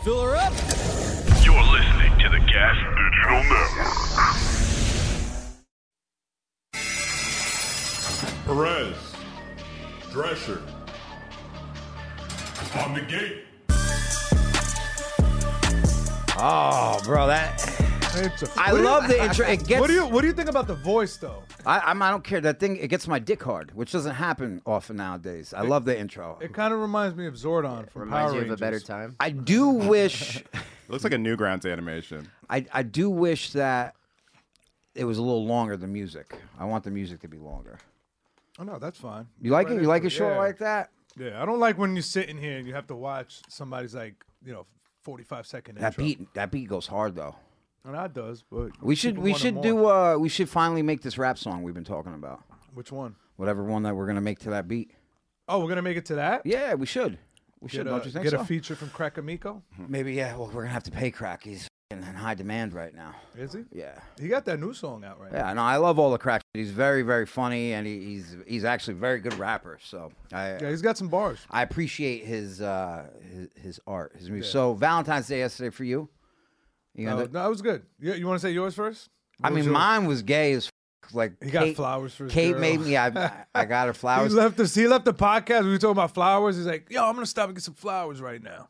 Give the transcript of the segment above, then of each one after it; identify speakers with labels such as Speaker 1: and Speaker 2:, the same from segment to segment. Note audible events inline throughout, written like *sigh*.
Speaker 1: Fill her up.
Speaker 2: You're listening to the Gas Digital Network.
Speaker 3: Perez, Drescher, on the gate.
Speaker 4: Oh, bro, that
Speaker 5: It's a-
Speaker 4: I
Speaker 5: What do you-
Speaker 4: love the intro. It gets.
Speaker 5: What do you What do you think about the voice though?
Speaker 4: I, I'm, I don't care. That thing it gets my dick hard, which doesn't happen often nowadays. I love the intro.
Speaker 5: It kind of reminds me of Zordon from
Speaker 6: Reminds
Speaker 5: Power
Speaker 6: you of a
Speaker 5: Rangers.
Speaker 6: better time.
Speaker 4: I
Speaker 5: *laughs*
Speaker 4: do wish.
Speaker 7: It looks like a Newgrounds animation.
Speaker 4: I, I do wish that it was a little longer than music. I want the music to be longer.
Speaker 5: Oh no, that's fine.
Speaker 4: You like
Speaker 5: Right
Speaker 4: it? You like
Speaker 5: into
Speaker 4: it short
Speaker 5: yeah.
Speaker 4: like that?
Speaker 5: Yeah, I don't like when you sit in here and you have to watch somebody's like you know forty five second
Speaker 4: That
Speaker 5: intro.
Speaker 4: beat that beat goes hard though.
Speaker 5: And that does, but
Speaker 4: We should
Speaker 5: people
Speaker 4: we
Speaker 5: want it
Speaker 4: should
Speaker 5: more.
Speaker 4: do uh we should finally make this rap song we've been talking about.
Speaker 5: which one?
Speaker 4: Whatever one that we're gonna make to that beat.
Speaker 5: Oh, we're gonna make it to that.
Speaker 4: Yeah, we should. We
Speaker 5: Get,
Speaker 4: should.
Speaker 5: a,
Speaker 4: don't you think
Speaker 5: get
Speaker 4: so?
Speaker 5: a feature from Crack Amico.
Speaker 4: Maybe yeah. Well, we're gonna have to pay Crack. He's in high demand right now.
Speaker 5: Is he?
Speaker 4: Yeah.
Speaker 5: He got that new song out right now.
Speaker 4: Yeah, no, I love all the crack. He's very, very funny, and he, he's he's actually a very good rapper. So I
Speaker 5: Yeah, he's got some bars.
Speaker 4: I appreciate his uh his, his art, his music. So Valentine's Day yesterday for you. You
Speaker 5: No,
Speaker 4: know,
Speaker 5: Uh, no, that was good. Yeah, you want to say yours first?
Speaker 4: I
Speaker 5: What was yours?
Speaker 4: mean, mine was gay as f- like
Speaker 5: He got
Speaker 4: Kate-
Speaker 5: flowers for his
Speaker 4: Kate
Speaker 5: girl.
Speaker 4: made
Speaker 5: *laughs*
Speaker 4: me. I I got her
Speaker 5: He
Speaker 4: flowers.
Speaker 5: left us. He left the podcast. We were talking about flowers. He's like, "Yo, I'm gonna stop and get some flowers right now."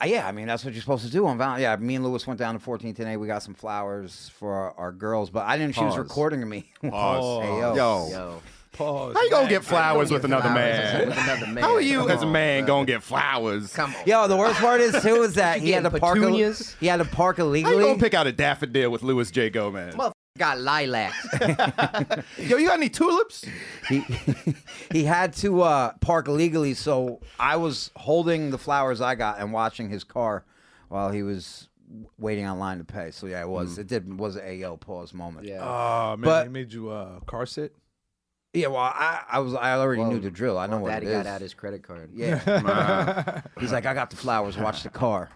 Speaker 4: Uh, yeah, I mean that's what you're supposed to do on Valentine's. Yeah, me and Lewis went down to 14 today. We got some flowers for our, our girls, but I didn't. She was
Speaker 7: Pause.
Speaker 4: recording me. *laughs*
Speaker 7: Pause.
Speaker 4: Hey, yo.
Speaker 7: Yo.
Speaker 6: Yo,
Speaker 5: Pause.
Speaker 7: How you gonna get flowers with another
Speaker 6: flowers with
Speaker 7: man?
Speaker 6: another man.
Speaker 7: How are you
Speaker 6: Come
Speaker 7: as a
Speaker 6: on,
Speaker 7: man
Speaker 6: bro.
Speaker 7: gonna get flowers?
Speaker 6: Come on.
Speaker 4: Yo, the worst part is too is
Speaker 6: *laughs*
Speaker 4: that he had to
Speaker 6: getting
Speaker 4: park. Ill-
Speaker 6: petunias?
Speaker 4: he had to park
Speaker 7: How you
Speaker 4: illegally.
Speaker 7: gonna pick out a daffodil with Louis J. Gomez?
Speaker 6: Motherfucker got lilacs.
Speaker 7: Yo, you got any tulips?
Speaker 4: he, *laughs* he had to uh, park legally, so I was holding the flowers I got and watching his car while he was waiting online to pay. So yeah, it was it did was a yo pause moment.
Speaker 6: Hmm. yeah.
Speaker 5: Oh man,
Speaker 4: But-
Speaker 5: he made you uh, car sit.
Speaker 4: yeah. Well, I, I was I already
Speaker 6: Whoa.
Speaker 4: knew the drill. I know what
Speaker 6: Daddy
Speaker 4: it is.
Speaker 6: got out his credit card.
Speaker 4: yeah, *laughs* he's like, I got the flowers. Watch the car.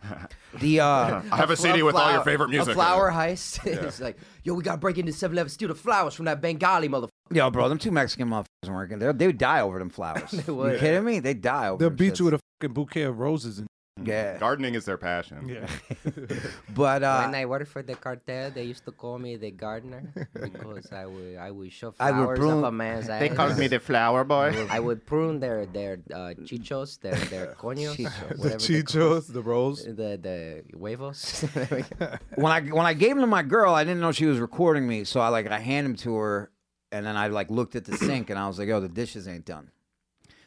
Speaker 4: The
Speaker 6: *laughs*
Speaker 4: uh,
Speaker 7: I have a CD with all your
Speaker 6: flower-
Speaker 7: favorite music.
Speaker 6: A *laughs* flower heist. *laughs* it's like, yo, we gotta break into 7 Eleven, steal the flowers from that Bengali motherfucker.
Speaker 4: yo, bro, them two Mexican motherfuckers weren't gonna. They would die over them
Speaker 6: *laughs*
Speaker 4: flowers. you
Speaker 6: would.
Speaker 4: kidding me? They die over.
Speaker 5: They'll
Speaker 4: them
Speaker 5: beat you
Speaker 4: shits.
Speaker 5: with a fucking bouquet of roses and
Speaker 4: yeah.
Speaker 7: Gardening is their passion.
Speaker 5: yeah.
Speaker 4: But uh,
Speaker 6: when I worked for the cartel, they used to call me the *laughs* gardener because I would I would show
Speaker 4: I would
Speaker 6: flowers
Speaker 4: prune-
Speaker 6: up a man's ass.
Speaker 7: They called me the flower boy.
Speaker 6: *laughs* I would prune their their uh, chichos, their *laughs* their
Speaker 5: *laughs*
Speaker 6: coños,
Speaker 5: the
Speaker 6: whatever they call-
Speaker 5: chichos, the rolls.
Speaker 6: the the *laughs* huevos.
Speaker 4: when I when I gave him to my girl, I didn't know she was recording me, so I like I hand him to her, and then I like looked
Speaker 6: *clears throat*
Speaker 4: at the sink and I was like, "Yo, the dishes ain't done."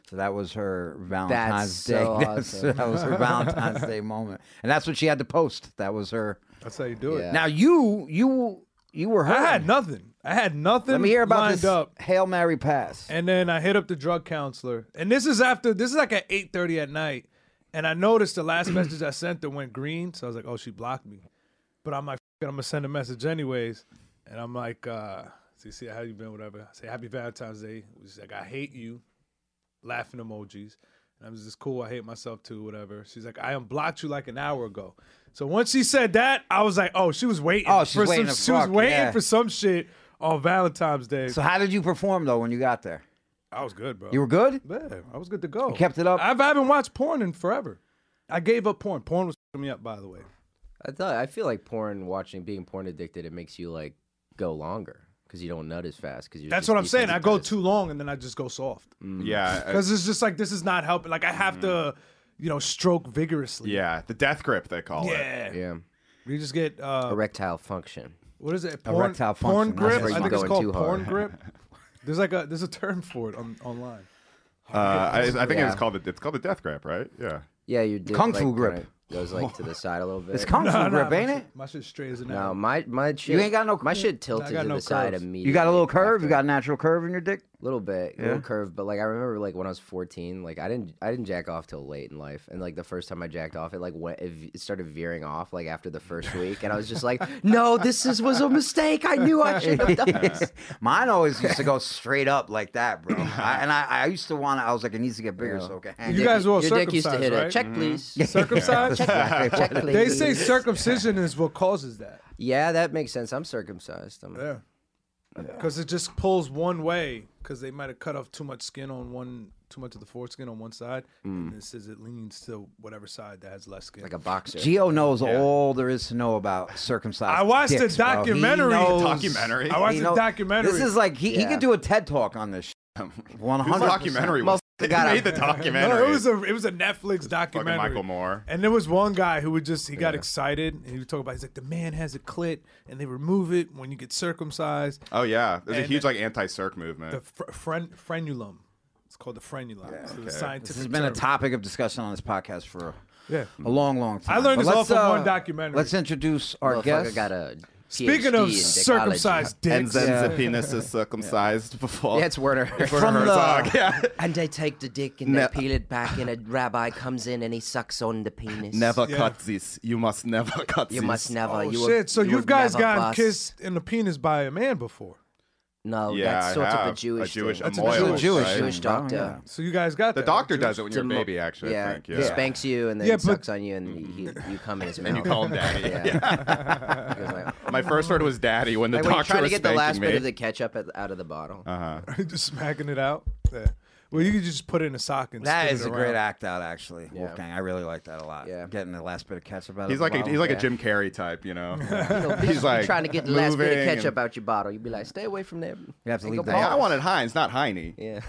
Speaker 4: So that was her Valentine's
Speaker 6: so
Speaker 4: Day. *laughs* That's-
Speaker 6: awesome.
Speaker 4: That was her Valentine's Day moment, and that's what she had to post. That was her.
Speaker 5: That's how you do it.
Speaker 6: Yeah.
Speaker 4: Now you you you were
Speaker 5: I
Speaker 4: her.
Speaker 5: had nothing. I had nothing.
Speaker 4: Let me hear about
Speaker 5: lined
Speaker 4: this
Speaker 5: up.
Speaker 4: hail mary pass.
Speaker 5: And then I hit up the drug counselor. And this is after this is like at 8:30 at night. And I noticed the last *clears throat* message I sent that went green. So I was like, oh, she blocked me. But I'm like, "F- it, I'm gonna send a message anyways. And I'm like, uh, see, see how you been, whatever. I say happy Valentine's Day. She's like, I hate you. Laughing emojis. And I'm just cool, I hate myself too, whatever. She's like, I unblocked you like an hour ago. So once she said that, I was like, oh, she was waiting
Speaker 4: Oh, she's
Speaker 5: for
Speaker 4: waiting
Speaker 5: some
Speaker 4: to
Speaker 5: she was
Speaker 4: fuck,
Speaker 5: waiting
Speaker 4: yeah.
Speaker 5: for some shit on Valentine's Day.
Speaker 4: So how did you perform though when you got there?
Speaker 5: I was good, bro.
Speaker 4: You were good.
Speaker 5: Yeah, I was good to go.
Speaker 4: kept it up?
Speaker 5: I've, I haven't watched porn in forever. I gave up porn. Porn was f***ing me up, by the way.
Speaker 6: I thought I feel like porn watching being porn addicted it makes you like go longer because you don't nut as fast because
Speaker 5: That's what I'm saying. I go too long and then I just go soft
Speaker 6: Mm.
Speaker 7: Yeah. uh,
Speaker 5: because it's just like this is not helping. Like I have to,
Speaker 4: Mm-hmm.
Speaker 5: you know, stroke vigorously.
Speaker 7: Yeah. The death grip they call it.
Speaker 5: Yeah.
Speaker 6: yeah
Speaker 5: You just get uh,
Speaker 6: erectile function.
Speaker 5: what is it? Porn,
Speaker 4: Erectile
Speaker 5: porn
Speaker 4: function. That's
Speaker 5: grip.
Speaker 4: where
Speaker 5: I
Speaker 6: you
Speaker 5: think it's
Speaker 6: going
Speaker 5: called
Speaker 6: too
Speaker 5: porn
Speaker 6: hard.
Speaker 4: *laughs*
Speaker 5: grip. There's like a there's a term for it on online.
Speaker 7: Uh, I, I think it's
Speaker 6: Yeah.
Speaker 7: called the, it's called the death grip, right? Yeah.
Speaker 6: Yeah, your dick,
Speaker 4: Kung
Speaker 6: like,
Speaker 4: Fu grip.
Speaker 6: kinda goes like to the side a little bit.
Speaker 4: *laughs* It's kung fu
Speaker 5: Nah, nah,
Speaker 4: grip,
Speaker 5: my
Speaker 4: ain't
Speaker 5: shit-
Speaker 4: it?
Speaker 5: My shit straight as an
Speaker 6: no,
Speaker 5: arrow.
Speaker 6: my my shit.
Speaker 4: ain't got no-
Speaker 6: My shit
Speaker 5: I
Speaker 6: tilted
Speaker 5: got
Speaker 6: to
Speaker 5: no
Speaker 6: the side
Speaker 5: curves.
Speaker 6: immediately.
Speaker 4: You got a little curve.
Speaker 6: after.
Speaker 4: You got a natural curve in your dick.
Speaker 6: little bit, a little curve, but like I remember like when I was 14, like I didn't I didn't jack off till late in life, and like the first time I jacked off, it like went it v- it started veering off like after
Speaker 4: *laughs*
Speaker 6: the first week, and I was just like, no, this is was a mistake. I knew I should have done
Speaker 4: *laughs*
Speaker 6: this.
Speaker 4: Mine always used to go straight up like that, bro. I, and I, I used to want to, I was like, it needs to get bigger so it can hang.
Speaker 5: You guys were all
Speaker 6: Your dick used to
Speaker 5: circumcised,
Speaker 6: hit a
Speaker 5: right?
Speaker 4: Mm-hmm.
Speaker 6: check, please.
Speaker 4: *laughs*
Speaker 5: Circumcised?
Speaker 4: Exactly *laughs*
Speaker 6: Check,
Speaker 4: what it-
Speaker 6: please.
Speaker 5: They say circumcision is what causes that.
Speaker 6: Yeah, that makes sense. I'm circumcised. I'm,
Speaker 5: Yeah. Because it just pulls one way because they might have cut off too much skin on one, too much of the foreskin on one side, and this is it leans to whatever side that has less skin.
Speaker 6: like a boxer.
Speaker 4: Geo knows all there is to know about circumcised.
Speaker 5: I watched a
Speaker 4: dicks, bro. He
Speaker 5: documentary.
Speaker 4: knows-
Speaker 7: Documentary?
Speaker 5: I
Speaker 4: he
Speaker 5: watched
Speaker 4: know-
Speaker 5: a documentary.
Speaker 4: This is like he, he
Speaker 6: Yeah.
Speaker 4: could do a TED talk on this.
Speaker 6: *laughs*
Speaker 4: One
Speaker 7: Whose
Speaker 4: hundred
Speaker 7: documentary was it? Who
Speaker 4: *laughs*
Speaker 7: made the documentary?
Speaker 5: No, it was a it was a Netflix
Speaker 7: Fucking
Speaker 5: documentary.
Speaker 7: Michael Moore.
Speaker 5: And there was one guy who would just he got excited and he would talk about he's like the man has a clit and they remove it when you get circumcised.
Speaker 7: Oh yeah, there's a
Speaker 5: And-
Speaker 7: huge like anti-circ movement.
Speaker 5: The fr- fren- frenulum. It's called the frenulum. It's the scientific
Speaker 4: This has been a
Speaker 5: term.
Speaker 4: topic of discussion on this podcast for
Speaker 5: Yeah.
Speaker 4: a long, long time.
Speaker 5: I learned
Speaker 4: But
Speaker 5: this all
Speaker 4: let's, uh,
Speaker 5: from one documentary.
Speaker 4: Let's introduce our
Speaker 6: Motherfucker
Speaker 4: guest.
Speaker 6: got a.
Speaker 5: Speaking
Speaker 6: PhD
Speaker 5: of
Speaker 6: in
Speaker 5: circumcised
Speaker 7: and
Speaker 5: dicks,
Speaker 7: then
Speaker 4: Yeah.
Speaker 7: the penis
Speaker 5: *laughs*
Speaker 7: is circumcised before.
Speaker 6: dickology. Yeah, *laughs* it's Werner.
Speaker 4: From the-
Speaker 7: Herzog. Yeah.
Speaker 6: and they take the dick and
Speaker 7: Ne-
Speaker 6: they peel it back, and a rabbi comes in and he sucks on the
Speaker 7: *laughs*
Speaker 6: penis.
Speaker 7: Never
Speaker 5: Yeah.
Speaker 7: cut this. You must never *laughs* cut
Speaker 6: You
Speaker 7: this.
Speaker 6: must never.
Speaker 5: oh
Speaker 6: uh, you
Speaker 5: shit!
Speaker 6: will-
Speaker 5: so you
Speaker 6: will
Speaker 5: have guys
Speaker 6: never
Speaker 5: gotten
Speaker 6: bust.
Speaker 5: kissed in the penis by a man before?
Speaker 6: No,
Speaker 7: Yeah,
Speaker 6: that's
Speaker 7: I
Speaker 6: sort of
Speaker 7: have.
Speaker 6: a Jewish.
Speaker 7: a Jewish,
Speaker 6: thing.
Speaker 7: a
Speaker 5: That's a
Speaker 7: moil,
Speaker 5: Jewish-
Speaker 4: Jewish
Speaker 7: right?
Speaker 4: thing.
Speaker 6: Jewish doctor.
Speaker 5: So you guys got
Speaker 7: The
Speaker 5: that.
Speaker 7: doctor
Speaker 5: Jewish-
Speaker 7: does it when you're a
Speaker 6: It's a mo-
Speaker 7: baby, actually.
Speaker 6: yeah,
Speaker 7: I think. Yeah.
Speaker 6: spanks you and then
Speaker 5: Yeah,
Speaker 6: he
Speaker 5: but-
Speaker 6: sucks on you and you, you come in his mouth.
Speaker 7: And you call him daddy.
Speaker 6: *laughs* Yeah.
Speaker 7: Yeah.
Speaker 6: It was like,
Speaker 7: My first word was daddy when the
Speaker 6: like when you
Speaker 7: doctor
Speaker 6: trying to
Speaker 7: was
Speaker 6: get the last
Speaker 7: spanking me.
Speaker 6: bit of the ketchup at, out of the bottle.
Speaker 5: *laughs* just smacking it out. Yeah. Well, you could just put it in a sock and
Speaker 4: That
Speaker 5: spin
Speaker 4: is
Speaker 5: it
Speaker 4: a great
Speaker 5: around.
Speaker 4: act out, actually, Wolfgang. I really like that a lot.
Speaker 6: Yeah.
Speaker 4: Getting the last bit of ketchup out.
Speaker 7: He's
Speaker 4: of
Speaker 7: like
Speaker 4: the
Speaker 7: a,
Speaker 4: bottle.
Speaker 7: he's like a
Speaker 6: Yeah.
Speaker 7: Jim Carrey type, you
Speaker 6: *laughs*
Speaker 7: know.
Speaker 6: You know,
Speaker 7: He's like
Speaker 6: trying to get the last bit of
Speaker 7: moving and-
Speaker 6: ketchup out your bottle. You'd be like, stay away from there.
Speaker 4: You have to
Speaker 6: Take
Speaker 4: leave
Speaker 6: a
Speaker 4: that
Speaker 7: Hey,
Speaker 6: ball.
Speaker 7: I wanted Heinz, not Heine.
Speaker 6: Yeah.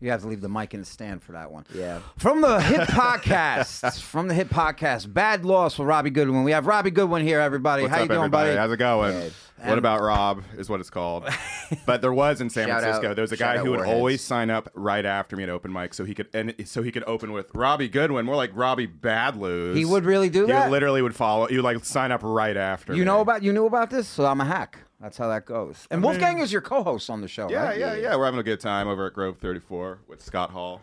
Speaker 4: You have to leave the mic in the stand for that one.
Speaker 6: Yeah.
Speaker 4: From the Hit *laughs* Podcast, from the Hit Podcast, Bad Loss with Robbie Goodwin. We have Robbie Goodwin here, everybody.
Speaker 7: What's
Speaker 4: How
Speaker 7: up,
Speaker 4: you doing,
Speaker 7: everybody?
Speaker 4: buddy?
Speaker 7: How's it going? What about Rob? Is what it's called.
Speaker 6: *laughs*
Speaker 7: but there was in San
Speaker 6: Shout out-
Speaker 7: Francisco. there was a
Speaker 6: shout
Speaker 7: guy
Speaker 6: out
Speaker 7: who would
Speaker 6: Warheads.
Speaker 7: always sign up right after me at open mic, so he could and so he could open with Robbie Goodwin, more like Robbie Badlows.
Speaker 4: He would really do
Speaker 7: He
Speaker 4: that?
Speaker 7: literally would follow. He would like sign up right after.
Speaker 4: You
Speaker 7: me.
Speaker 4: know about you knew about this, so I'm a hack. That's how that goes. And Wolfgang
Speaker 5: mean-
Speaker 4: is your co-host on the show,
Speaker 7: Yeah,
Speaker 4: right?
Speaker 7: yeah, yeah. We're having a good time over at Grove 34 with Scott Hall.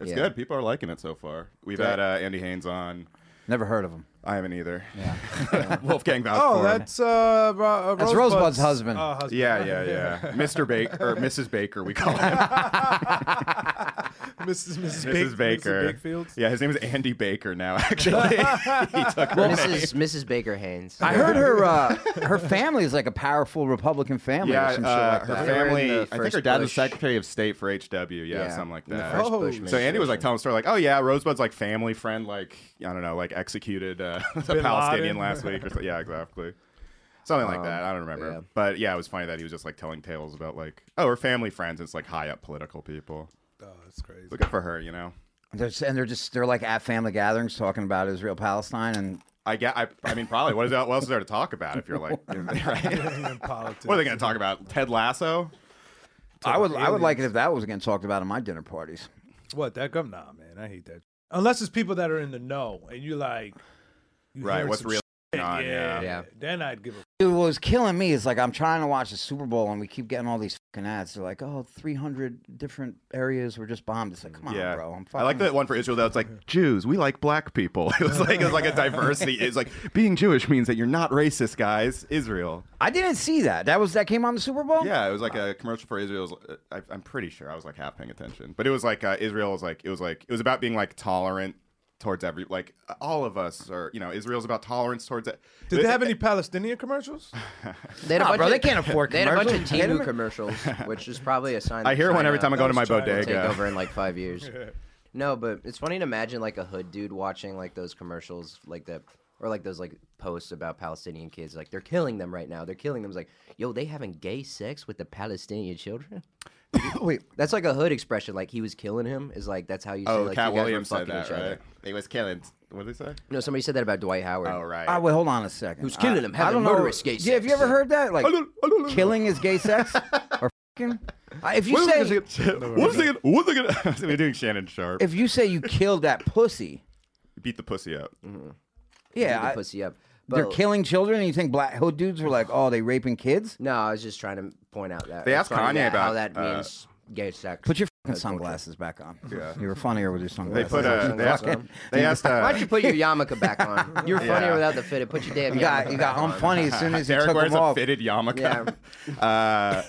Speaker 7: It's
Speaker 6: Yeah.
Speaker 7: good. People are liking it so far. We've had uh, Andy Haynes on.
Speaker 4: Never heard of him.
Speaker 7: I haven't either. *laughs* Wolfgang vouched
Speaker 5: Oh,
Speaker 7: for him.
Speaker 5: that's uh, Ro- uh
Speaker 4: That's
Speaker 5: Rosebud's,
Speaker 4: Rosebud's husband.
Speaker 5: Uh, husband. *laughs*
Speaker 7: Yeah, yeah, yeah. Mr. Baker or Mrs. Baker, we call him.
Speaker 6: *laughs*
Speaker 5: Mrs. Mrs. Big-
Speaker 7: Mrs. Baker.
Speaker 5: Mrs. Bakefields.
Speaker 7: Yeah, his name is Andy Baker now. *laughs*
Speaker 6: *laughs*
Speaker 7: Actually, he took her name.
Speaker 6: Mrs. Mrs. Baker Haynes.
Speaker 4: I heard her uh, *laughs* her family is like a powerful Republican family
Speaker 7: Yeah,
Speaker 4: or some
Speaker 7: uh,
Speaker 4: shit like
Speaker 7: her
Speaker 4: that.
Speaker 6: They were in
Speaker 7: family.
Speaker 6: the
Speaker 7: I think her
Speaker 6: first
Speaker 7: dad was
Speaker 6: Bush-
Speaker 7: Secretary of State for HW. Yeah, something like
Speaker 6: in the
Speaker 7: that.
Speaker 6: first
Speaker 5: Oh.
Speaker 6: Bush
Speaker 5: So
Speaker 7: So Andy was like
Speaker 6: administration.
Speaker 7: telling a story like, oh yeah, Rosebud's like family friend, like I don't know, like executed uh, *laughs* a Palestinian
Speaker 5: Laden.
Speaker 7: last week or something. Yeah, exactly. Something like that. I don't remember.
Speaker 6: yeah.
Speaker 7: But yeah, it was funny that he was just like telling tales about like, oh, her family friends. It's like high up political people.
Speaker 5: Oh, that's crazy.
Speaker 7: So good for her, you know.
Speaker 4: They're s- and they're just they're like at family gatherings talking about Israel Palestine and
Speaker 7: I get. I, I mean, probably. What is that? What else is there to talk about? If you're like, *laughs*
Speaker 5: *laughs*
Speaker 7: right?
Speaker 5: In politics.
Speaker 7: what are they going to talk about? Ted Lasso.
Speaker 4: I would I would like it if that was getting talked about at my dinner parties.
Speaker 5: What that gum? Nah, man, I hate that. Unless it's people that are in the know, and you like, you
Speaker 7: Right,
Speaker 5: heard
Speaker 7: what's
Speaker 5: some
Speaker 7: really
Speaker 5: shit,
Speaker 7: on,
Speaker 5: Yeah,
Speaker 7: yeah.
Speaker 6: Yeah.
Speaker 5: Then I'd give a.
Speaker 4: Dude, what was killing me is like I'm trying to watch the Super Bowl and we keep getting all these fucking ads. They're like, oh, 300 different areas were just bombed. It's like, come on,
Speaker 7: yeah,
Speaker 4: bro. I'm fucking.
Speaker 7: I like that one for Israel. That's like Jews. We like black people. *laughs* It was like it was like a diversity. It's like being Jewish means that you're not racist, guys. Israel.
Speaker 4: I didn't see that. That was that came on the Super Bowl.
Speaker 7: Yeah, it was like a commercial for Israel's. uh, I, I'm pretty sure I was like half paying attention, but it was like uh, Israel was like it was like it was about being like tolerant towards every like all of us are you know Israel's about tolerance towards e-, it.
Speaker 5: Did they have any Palestinian
Speaker 7: *sighs*
Speaker 5: commercials?
Speaker 6: They had a
Speaker 4: Nah,
Speaker 7: Ah,
Speaker 6: bunch
Speaker 4: bro,
Speaker 6: of-
Speaker 4: they can't afford
Speaker 6: They had a bunch of
Speaker 4: commercials.
Speaker 7: *laughs*
Speaker 4: Are you
Speaker 6: Temu
Speaker 4: kidding
Speaker 6: commercials, which is probably a sign.
Speaker 7: I
Speaker 6: that
Speaker 7: hear one
Speaker 6: China
Speaker 7: every time I go to
Speaker 6: *laughs*
Speaker 7: my
Speaker 5: was China.
Speaker 7: bodega.
Speaker 6: will Take over in like five
Speaker 7: *laughs*
Speaker 6: years. No, but it's funny to imagine like a hood dude watching like those commercials, like that, or like those like posts about Palestinian kids, like they're killing them right now. They're killing them. It's like, yo, they having gay sex with the
Speaker 7: *laughs*
Speaker 6: Palestinian children.
Speaker 4: Wait,
Speaker 6: That's like a hood expression. Like he was killing him. Is like that's how you say
Speaker 7: Oh,
Speaker 6: like
Speaker 7: Cat
Speaker 6: you guys were
Speaker 7: Williams said
Speaker 6: fucking
Speaker 7: that,
Speaker 6: each other.
Speaker 7: right? He was killing. What did he say?
Speaker 6: No, somebody said that about Dwight Howard.
Speaker 7: Oh, right.
Speaker 4: ah, wait, hold on a second.
Speaker 6: Who's killing
Speaker 4: I-
Speaker 6: them,
Speaker 4: I
Speaker 6: having
Speaker 4: don't know.
Speaker 6: murderous gay
Speaker 4: Yeah, have you
Speaker 6: sex.
Speaker 4: ever heard that?
Speaker 7: *laughs*
Speaker 4: Like,
Speaker 7: Hello, hello, hello.
Speaker 4: killing is gay
Speaker 7: *laughs*
Speaker 4: sex or fucking. I- If you
Speaker 7: Wait a
Speaker 4: say
Speaker 7: *laughs* second. Wait a second. Wait a *laughs* second. We're doing Shannon Sharp.
Speaker 4: if you say you killed that pussy,
Speaker 7: Beat the pussy up.
Speaker 4: Mm-hmm. yeah,
Speaker 6: Beat the
Speaker 4: I-
Speaker 6: pussy up.
Speaker 4: they're
Speaker 6: But-
Speaker 4: killing children. And you think black hood dudes were like, oh, they raping kids?
Speaker 6: No, I was just trying to point out that
Speaker 7: They
Speaker 6: it's
Speaker 7: asked
Speaker 6: funny
Speaker 7: Kanye
Speaker 6: that- how
Speaker 7: about,
Speaker 6: that
Speaker 7: uh,
Speaker 6: means gay sex.
Speaker 4: Put your fucking sunglasses back on. Yeah, *laughs* you were funnier with your
Speaker 7: They
Speaker 4: sunglasses.
Speaker 7: put a. They asked. *laughs* They asked
Speaker 6: Why
Speaker 7: uh,
Speaker 6: don't you put your yarmulke back
Speaker 7: *laughs*
Speaker 6: on? You're funnier
Speaker 7: Yeah.
Speaker 6: without the fitted. Put your damn
Speaker 4: you got
Speaker 6: yarmulke
Speaker 4: you
Speaker 7: *laughs*
Speaker 4: got
Speaker 6: back on.
Speaker 4: unfunny as soon as you
Speaker 7: Derek
Speaker 4: took
Speaker 7: wears
Speaker 4: them
Speaker 7: a
Speaker 4: off.
Speaker 7: fitted yarmulke. Uh,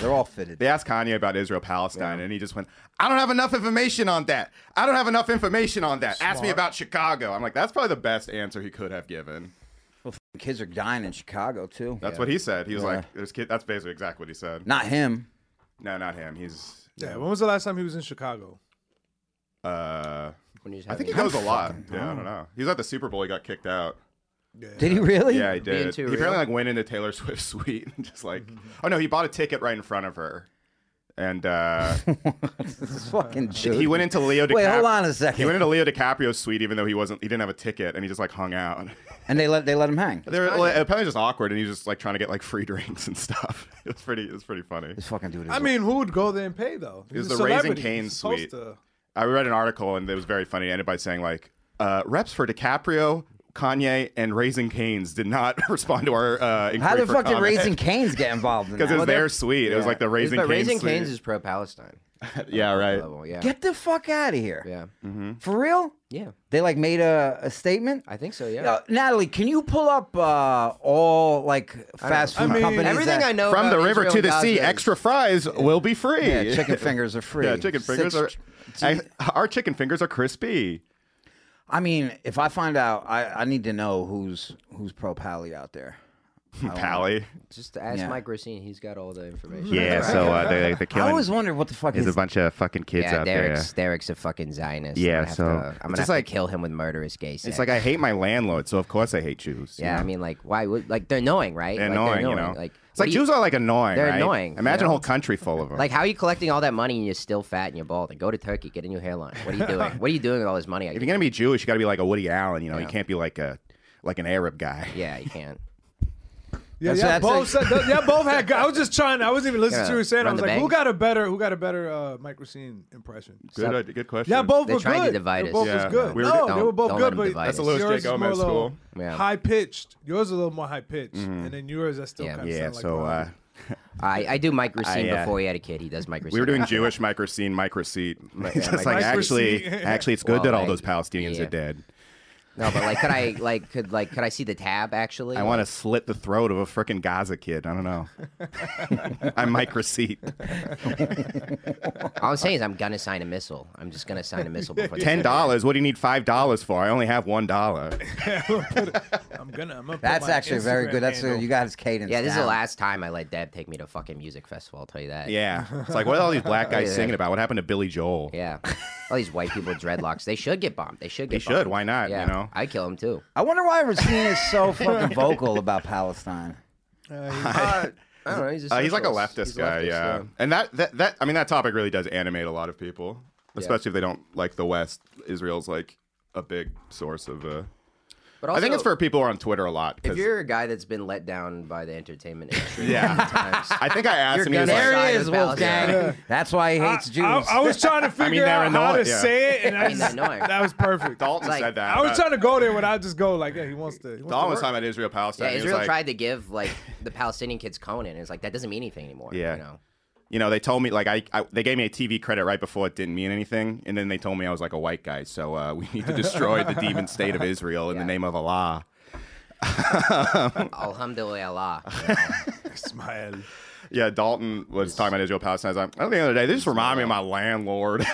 Speaker 4: They're all fitted.
Speaker 7: *laughs* they asked Kanye about Israel Palestine, and he just went, "I don't have enough information on that. I don't have enough information on that. Ask me about Chicago." I'm like, that's probably the best answer he could have given.
Speaker 4: Kids are dying in Chicago too.
Speaker 7: That's what he said. He was
Speaker 4: Yeah.
Speaker 7: like, "There's kid." That's basically exactly what he said.
Speaker 4: Not him.
Speaker 7: No, not him. He's
Speaker 5: Yeah. When was the last time he was in Chicago?
Speaker 7: uh
Speaker 6: When he's
Speaker 7: I think
Speaker 6: having-
Speaker 7: he goes a lot. Yeah, I don't know. He was at the Super Bowl. He got kicked out.
Speaker 4: Did he really? Mm-hmm.
Speaker 7: Yeah,
Speaker 4: *laughs*
Speaker 7: he did. He
Speaker 6: too
Speaker 7: apparently
Speaker 6: real?
Speaker 7: like went into Taylor *laughs* Swift's suite and just like, oh no, he bought a ticket right in front of her, and uh,
Speaker 4: This fucking dude.
Speaker 7: he went into Leo. DiCaprio.
Speaker 4: Wait, hold on a
Speaker 7: He
Speaker 4: second.
Speaker 7: went into Leo DiCaprio's suite even though he wasn't. He didn't have a ticket, and he just like hung out. *laughs*
Speaker 4: and they let they let him hang.
Speaker 7: they were like, apparently just awkward, and he was just like trying to get like free *laughs* drinks and stuff. *laughs* It was pretty. It was pretty funny.
Speaker 4: This fucking dude. Is
Speaker 5: I mean, who would go there and pay though? He's
Speaker 7: was
Speaker 5: a
Speaker 7: the Raising
Speaker 5: celebrity.
Speaker 7: Cane's
Speaker 5: He's supposed
Speaker 7: suite.
Speaker 5: to-
Speaker 7: I read an article and it was very funny. It ended by saying like uh, reps for DiCaprio, Kanye, and Raising Canes did not *laughs* respond to our uh, inquiry
Speaker 4: how the
Speaker 7: for
Speaker 4: fuck did
Speaker 7: comment. *laughs*
Speaker 4: Raising Canes get involved in that?
Speaker 7: Because it was
Speaker 4: Well,
Speaker 7: their
Speaker 4: they're-
Speaker 7: suite. It was like the Raising
Speaker 6: But
Speaker 7: Canes.
Speaker 6: Raising
Speaker 7: suite.
Speaker 6: Canes is pro Palestine
Speaker 7: yeah, right.
Speaker 6: level.
Speaker 4: *laughs*
Speaker 6: Yeah.
Speaker 4: Get the fuck out of here.
Speaker 6: yeah.
Speaker 4: For real?
Speaker 6: Yeah.
Speaker 4: They like made a, a statement.
Speaker 6: I think so. Yeah.
Speaker 4: Now, Natalie, can you pull up uh, all like fast
Speaker 5: I
Speaker 4: food
Speaker 5: mean-
Speaker 4: companies?
Speaker 6: Everything
Speaker 4: that-
Speaker 6: I know
Speaker 7: From
Speaker 6: about
Speaker 7: the river
Speaker 6: Israel
Speaker 7: to
Speaker 6: and
Speaker 7: the sea,
Speaker 6: Gaza is-
Speaker 7: extra fries will be free.
Speaker 4: Yeah,
Speaker 7: *laughs*
Speaker 4: chicken fingers are free.
Speaker 7: Yeah, chicken fingers
Speaker 4: Six-
Speaker 7: are. our chicken fingers are crispy.
Speaker 4: I mean, if I find out, I, I need to know who's who's pro Pally out there.
Speaker 7: Pally.
Speaker 6: Just ask
Speaker 4: Yeah.
Speaker 6: Mike Racine. He's got all the information.
Speaker 7: Yeah, so uh,
Speaker 6: *laughs*
Speaker 7: they, they're
Speaker 4: I always wonder what the fuck is.
Speaker 7: bunch of fucking kids
Speaker 6: Yeah, Derek's, Derek's a fucking Zionist.
Speaker 7: Yeah,
Speaker 6: I'm gonna have
Speaker 7: so-
Speaker 6: to- I'm
Speaker 7: it's
Speaker 6: gonna
Speaker 7: just
Speaker 6: have
Speaker 7: like-
Speaker 6: to kill him with murderous gay sex.
Speaker 7: It's like I hate my landlord, so of course I hate Jews. you
Speaker 6: yeah, I
Speaker 7: know?
Speaker 6: mean, like, why would like they're annoying, right?
Speaker 7: They're
Speaker 6: Like,
Speaker 7: annoying,
Speaker 6: they're
Speaker 7: you know.
Speaker 6: Like,
Speaker 7: it's like
Speaker 6: what do you-
Speaker 7: Jews are like annoying.
Speaker 6: They're
Speaker 7: right?
Speaker 6: annoying,
Speaker 7: Imagine a
Speaker 6: you know?
Speaker 7: whole country full of them.
Speaker 6: Like, how are you collecting all that money and you're still fat and you're bald? And go to Turkey, get a new hairline. What are
Speaker 7: *laughs*
Speaker 6: you doing? what are you doing with all this money? I
Speaker 7: if
Speaker 6: give
Speaker 7: you're gonna be Jewish, you got to be like a Woody Allen. You know, you
Speaker 6: Yeah.
Speaker 7: can't be like a like an Arab guy.
Speaker 6: you? yeah, you can't.
Speaker 5: Yeah,
Speaker 4: That's-
Speaker 5: yeah,
Speaker 4: that's
Speaker 5: both. said, yeah, both had. I was just trying. I wasn't even listening to
Speaker 6: Yeah,
Speaker 5: what you were saying. I
Speaker 6: run
Speaker 5: was
Speaker 6: the
Speaker 5: like, who
Speaker 6: bank.
Speaker 5: got a better, who got a better uh, Mike Racine impression?
Speaker 7: *laughs* Good, idea- good question.
Speaker 5: Yeah, both
Speaker 6: They're
Speaker 5: were
Speaker 6: trying to
Speaker 5: good.
Speaker 6: divide
Speaker 5: They
Speaker 6: us.
Speaker 5: Both
Speaker 7: Yeah.
Speaker 5: was good.
Speaker 7: We were-
Speaker 5: no,
Speaker 6: Don't-
Speaker 5: they were both
Speaker 6: don't let
Speaker 5: good,
Speaker 6: them
Speaker 5: but
Speaker 6: divide That's
Speaker 7: a us. Louis
Speaker 5: yours
Speaker 7: J.
Speaker 5: is more
Speaker 7: Gomez
Speaker 5: little
Speaker 7: school.
Speaker 6: Yeah.
Speaker 5: high pitched. Yours is a little more high pitched, and then yours is still
Speaker 6: Yeah.
Speaker 5: kind of
Speaker 7: Yeah.
Speaker 5: sound like
Speaker 7: So uh,
Speaker 5: Robin.
Speaker 6: I, I do Mike Racine
Speaker 7: I, uh,
Speaker 6: before he had a kid. He does Mike Racine.
Speaker 7: we were doing Jewish microscene, microseat. It's *laughs* just
Speaker 5: microseat.
Speaker 7: like actually, actually, it's good
Speaker 6: Well,
Speaker 7: that all
Speaker 6: like,
Speaker 7: those Palestinians
Speaker 6: yeah.
Speaker 7: are dead.
Speaker 6: No, but like, could I like could like could I see the tab actually?
Speaker 7: I want to slit the throat of a frickin' Gaza kid. I don't
Speaker 6: *laughs*
Speaker 7: know. *laughs* I microseat.
Speaker 6: All I'm saying is I'm gonna sign a missile. I'm just gonna sign a missile before
Speaker 7: *laughs*
Speaker 6: the-
Speaker 7: Ten dollars. What do you need five dollars for? I only have one dollar.
Speaker 5: I'm gonna. I'm gonna put
Speaker 4: That's
Speaker 5: my
Speaker 4: actually very
Speaker 5: Instagram
Speaker 4: good. That's
Speaker 5: handle.
Speaker 4: you got his cadence.
Speaker 6: Yeah, this is
Speaker 4: down.
Speaker 6: the last time I let Deb take me to a fucking music festival. I'll tell you that.
Speaker 7: Yeah. It's like what are all these black guys
Speaker 6: *laughs* Yeah.
Speaker 7: singing about? What happened to Billy Joel?
Speaker 6: Yeah. All these white people with dreadlocks. They should get bombed. They should get
Speaker 7: They should.
Speaker 6: bombed.
Speaker 7: Why not, you
Speaker 6: Yeah.
Speaker 7: know?
Speaker 6: I kill them too.
Speaker 4: I wonder why Racine is so fucking vocal about Palestine.
Speaker 7: *laughs*
Speaker 6: I don't know. He's,
Speaker 7: Uh, he's like Uh, a leftist guy, yeah. And that, that that I mean that topic really does animate a lot of people, especially if they don't like the West. Israel's like a big source of. Uh,
Speaker 6: But
Speaker 7: I
Speaker 6: also,
Speaker 7: think it's for people who are on Twitter a lot.
Speaker 6: If
Speaker 7: 'cause-
Speaker 6: you're a guy that's been let down by the entertainment
Speaker 7: *laughs*
Speaker 6: industry,
Speaker 7: yeah,
Speaker 6: times,
Speaker 7: I think
Speaker 6: *laughs*
Speaker 7: I asked
Speaker 6: You're
Speaker 7: him. He was
Speaker 6: gonna-
Speaker 7: like,
Speaker 4: There it
Speaker 6: side of
Speaker 4: is,
Speaker 6: Palestine.
Speaker 4: Wolfgang. That's why he hates Jews.
Speaker 5: I, I was trying to figure
Speaker 7: they're
Speaker 5: out how
Speaker 7: annoying,
Speaker 5: to
Speaker 7: yeah.
Speaker 5: say it, and I
Speaker 6: mean, they're
Speaker 5: just,
Speaker 6: annoying.
Speaker 5: that was perfect.
Speaker 7: Dalton
Speaker 6: It's
Speaker 7: said
Speaker 6: like-
Speaker 7: that.
Speaker 5: I was
Speaker 7: about-
Speaker 5: trying to go there, but I just go like, yeah, he wants to. He wants
Speaker 7: Dalton was
Speaker 5: to work.
Speaker 7: talking about Israel Palestine.
Speaker 6: yeah,
Speaker 7: He was
Speaker 6: Israel
Speaker 7: like,
Speaker 6: tried to give like the Palestinian kids Conan, and it's like that doesn't mean anything anymore.
Speaker 7: Yeah.
Speaker 6: you know.
Speaker 7: you know, they told me like I, I they gave me a TV credit right before it didn't mean anything, and then they told me I was like a white guy, so uh, *laughs* we need to destroy the demon state *laughs* of Israel in the
Speaker 6: Yeah.
Speaker 7: name of Allah. *laughs*
Speaker 6: Alhamdulillah. Allah.
Speaker 5: Smile.
Speaker 7: Yeah, Dalton was talking about Israel Palestine. I was like, at the end of the day, they just remind me of my *laughs* landlord.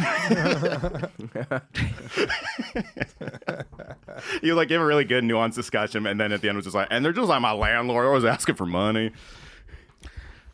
Speaker 7: you like give a really good nuanced discussion, and then at the end was just like, and they're just like my landlord always asking for money.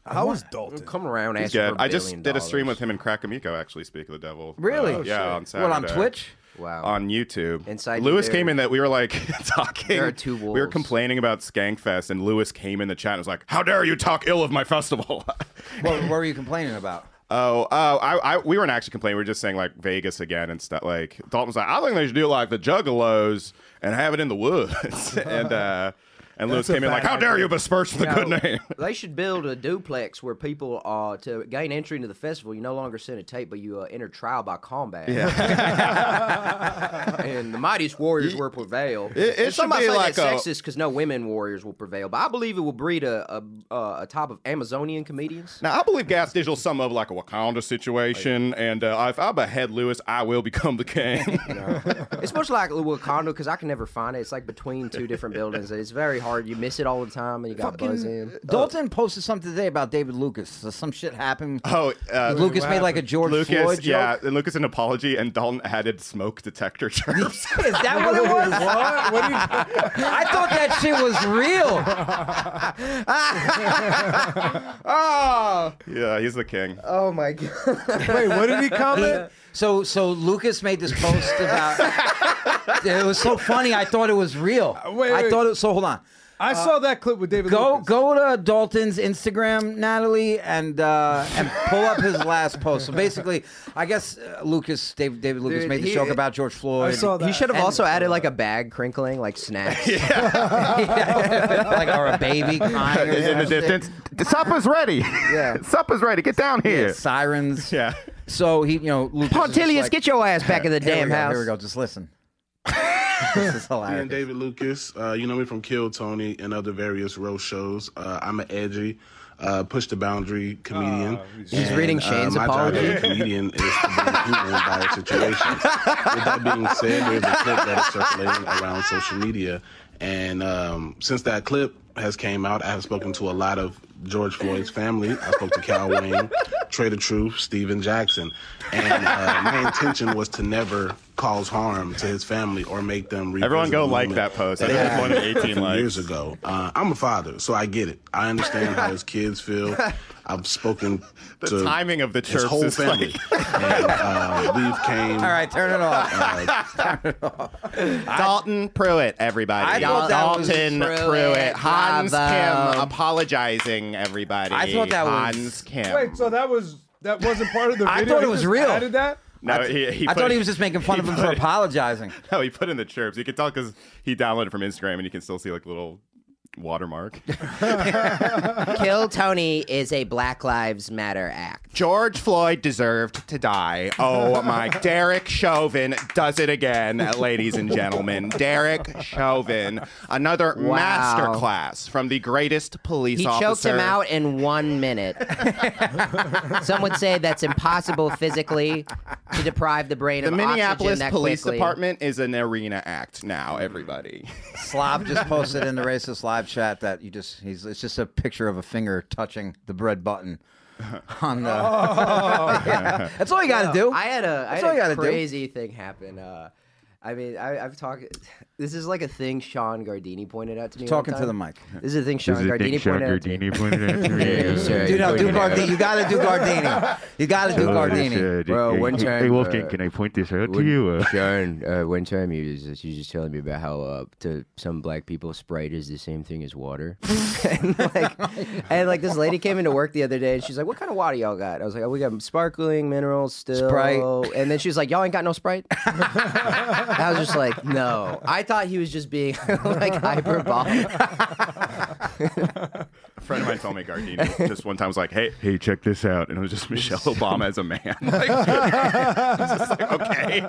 Speaker 5: How was Dalton?
Speaker 6: Come around, ask
Speaker 7: Yeah,
Speaker 6: for a
Speaker 7: I just
Speaker 6: billion
Speaker 7: did a stream
Speaker 6: dollars.
Speaker 7: with him and Krakamiko actually. Speak of the devil,
Speaker 4: Really?
Speaker 7: Uh,
Speaker 4: Oh,
Speaker 7: yeah, on Saturday.
Speaker 4: what on
Speaker 7: *laughs*
Speaker 4: Twitch?
Speaker 6: Wow.
Speaker 7: on YouTube.
Speaker 6: Inside
Speaker 7: Lewis
Speaker 6: there-
Speaker 7: came in that we were like *laughs* talking.
Speaker 6: There are two
Speaker 7: We were
Speaker 6: wolves.
Speaker 7: complaining about Skankfest, and Lewis came in the chat and was like, "How dare you talk ill of my festival?" *laughs*
Speaker 4: What, what were you complaining about?
Speaker 7: oh, oh, I, I, we weren't actually complaining. We were just saying like Vegas again and stuff. Like Dalton was like, "I think they should do like the Juggalos and have it in the woods." *laughs* and uh, and Lewis
Speaker 5: a
Speaker 7: came in like,
Speaker 5: bad
Speaker 7: "How dare
Speaker 5: idea.
Speaker 7: you besmirch the
Speaker 6: No,
Speaker 7: good
Speaker 6: *laughs*
Speaker 7: name?"
Speaker 6: they should build a duplex where people uh, to gain entry into the festival. You no longer send a tape, but you uh, enter trial by combat. *laughs* and the mightiest warriors will prevail.
Speaker 7: it
Speaker 6: And some
Speaker 7: should
Speaker 6: might
Speaker 7: be
Speaker 6: say
Speaker 7: like a-
Speaker 6: that's sexist because no women warriors will prevail, but I believe it will breed a a, a, a type of Amazonian comedians.
Speaker 7: Now, I believe Gas Digital's something of like a Wakanda situation,
Speaker 6: Oh,
Speaker 7: and uh, if I behead Lewis, I will become the king. *laughs*
Speaker 6: *laughs* It's much like Wakanda because I can never find it. It's like between two different buildings. and It's very hard. You miss it all the time, and you got buzzing.
Speaker 7: uh,
Speaker 4: Fucking, Dalton posted something today about David Lucas. So some shit happened.
Speaker 7: *laughs* Oh, uh,
Speaker 4: Lucas
Speaker 5: what
Speaker 4: made like a
Speaker 5: happened?
Speaker 4: George
Speaker 7: Lucas,
Speaker 4: Floyd joke.
Speaker 7: yeah, and Lucas an apology, and Dalton added smoke detector *laughs*
Speaker 4: *laughs*
Speaker 7: terms.
Speaker 4: Is that *laughs* what it was?
Speaker 5: What? What do you?
Speaker 4: I thought that shit was real. oh.
Speaker 7: yeah, he's the king.
Speaker 6: Oh my god!
Speaker 5: Wait, what did he comment?
Speaker 4: So so Lucas made this post about it was so funny. I thought it was real.
Speaker 5: Wait,
Speaker 4: I
Speaker 5: wait.
Speaker 4: thought it so hold on.
Speaker 5: I saw that clip with David.
Speaker 4: Go
Speaker 5: Lucas.
Speaker 4: go to Dalton's Instagram, Natalie, and uh, and pull up his last post. So basically, I guess uh, Lucas David David Lucas
Speaker 6: Dude,
Speaker 4: made the
Speaker 6: he-
Speaker 4: joke about George Floyd.
Speaker 5: I
Speaker 4: *laughs*
Speaker 5: saw that.
Speaker 6: He should have
Speaker 4: And-
Speaker 6: also added
Speaker 7: *laughs*
Speaker 6: like a bag crinkling, like snacks.
Speaker 4: like or a baby crying or something.
Speaker 7: the supper's ready. *laughs*
Speaker 6: Yeah.
Speaker 7: supper's ready. Get down here.
Speaker 4: sirens.
Speaker 7: Yeah.
Speaker 4: So he, you know, Lucas is just
Speaker 6: Pontilius,
Speaker 4: like,
Speaker 6: get your ass back in *laughs* the
Speaker 4: Here we
Speaker 6: damn
Speaker 4: go,
Speaker 6: house.
Speaker 4: Here we go. Just
Speaker 6: *laughs*
Speaker 4: listen. this is
Speaker 1: Me and
Speaker 4: hilarious.
Speaker 1: David Lucas, uh, you know me from Kill Tony and other various roast shows. Uh, I'm an edgy, uh, push the boundary comedian. uh,
Speaker 6: He's reading Shane's
Speaker 1: my
Speaker 6: apology?
Speaker 1: Job as a comedian is to bring people in dire situations. With that being said, there's a clip that is circulating around social media, and um, since that clip has came out, I have spoken to a lot of George Floyd's family. I spoke to Cal Wayne, Trader Truth, Steven Jackson, and uh, my intention was to never cause harm to his family or make them. revisit
Speaker 7: Everyone go
Speaker 1: the
Speaker 7: like
Speaker 1: moment
Speaker 7: that post. I
Speaker 1: they
Speaker 7: think it's
Speaker 1: had
Speaker 7: one of 18
Speaker 1: from *laughs* years
Speaker 7: likes.
Speaker 1: ago. Uh, I'm a father, so I get it. I understand how his kids feel. I've spoken
Speaker 7: *laughs* The
Speaker 1: to
Speaker 7: timing of the
Speaker 1: his
Speaker 7: chirps
Speaker 1: whole
Speaker 7: is
Speaker 1: family, *laughs*
Speaker 7: like
Speaker 1: and uh, we've came.
Speaker 4: *laughs*
Speaker 1: uh,
Speaker 4: All right, turn it off.
Speaker 8: *laughs*
Speaker 7: *laughs* Dalton Pruitt, everybody.
Speaker 4: I thought that was
Speaker 7: Dalton
Speaker 4: Pruitt.
Speaker 7: Hans
Speaker 6: Bravo.
Speaker 7: Kim apologizing, everybody.
Speaker 4: I thought that was-
Speaker 7: Hans Kim.
Speaker 5: Wait, so that was that wasn't part of the
Speaker 4: I
Speaker 5: video.
Speaker 4: thought
Speaker 5: He
Speaker 4: it was
Speaker 5: just
Speaker 4: real.
Speaker 5: Added that.
Speaker 7: no, he, he
Speaker 4: I
Speaker 7: put-
Speaker 4: thought he was just making fun of him for
Speaker 7: put-
Speaker 4: apologizing.
Speaker 7: *laughs* No, he put in the chirps. You can tell because he downloaded from Instagram, and you can still see like little watermark.
Speaker 6: *laughs* Kill Tony is a Black Lives Matter act.
Speaker 7: George Floyd deserved to die. Oh
Speaker 6: *laughs*
Speaker 7: my. Derek Chauvin does it again, ladies and gentlemen. Derek Chauvin, another
Speaker 6: Wow.
Speaker 7: masterclass from the greatest police
Speaker 6: He
Speaker 7: officer.
Speaker 6: choked him out in one
Speaker 7: *laughs*
Speaker 6: minute. Some would say that's impossible physically to deprive the brain
Speaker 7: The
Speaker 6: of
Speaker 7: Minneapolis
Speaker 6: oxygen that
Speaker 7: Police
Speaker 6: quickly.
Speaker 7: Department is an arena act now, everybody.
Speaker 4: Slav *laughs* just posted in the racist live chat that you just he's it's just a picture of a finger touching the bread button on the. Oh. *laughs* Yeah, That's all you got to do.
Speaker 6: I had a, I
Speaker 4: That's
Speaker 6: had
Speaker 4: all you
Speaker 6: a
Speaker 4: gotta do.
Speaker 6: crazy thing happen. Uh, I mean, I, I've talked. This is like a thing Sean Gardini pointed out to me. one
Speaker 4: Talking to
Speaker 6: time.
Speaker 4: the mic.
Speaker 6: This is a thing Sean Gardini pointed out. to me. *laughs*
Speaker 4: Dude, no, do Gardini. You got to do Gardini. You got to do Gardini.
Speaker 6: Bro, one time,
Speaker 9: Hey, Wolfgang,
Speaker 6: uh,
Speaker 9: can I point this out to
Speaker 6: When-
Speaker 9: you? Uh,
Speaker 6: *laughs* Sharon, uh, one time you was just, you was just telling me about how uh, to some black people Sprite is the same thing as water, *laughs* and *laughs* like, and like this lady came into work the other day and she's like, "What kind of water y'all got?" I was like, oh, "We got sparkling mineral still."
Speaker 4: Sprite.
Speaker 6: and then she's like, "Y'all ain't got no *laughs* Sprite." I was just like, "No." I thought he was just being *laughs* like hyperbolic.
Speaker 7: A friend of mine told me Gardini just one time was like, hey,
Speaker 9: hey, check this out.
Speaker 7: and it was just Michelle Obama as a man. *laughs* Like, it's just like, okay.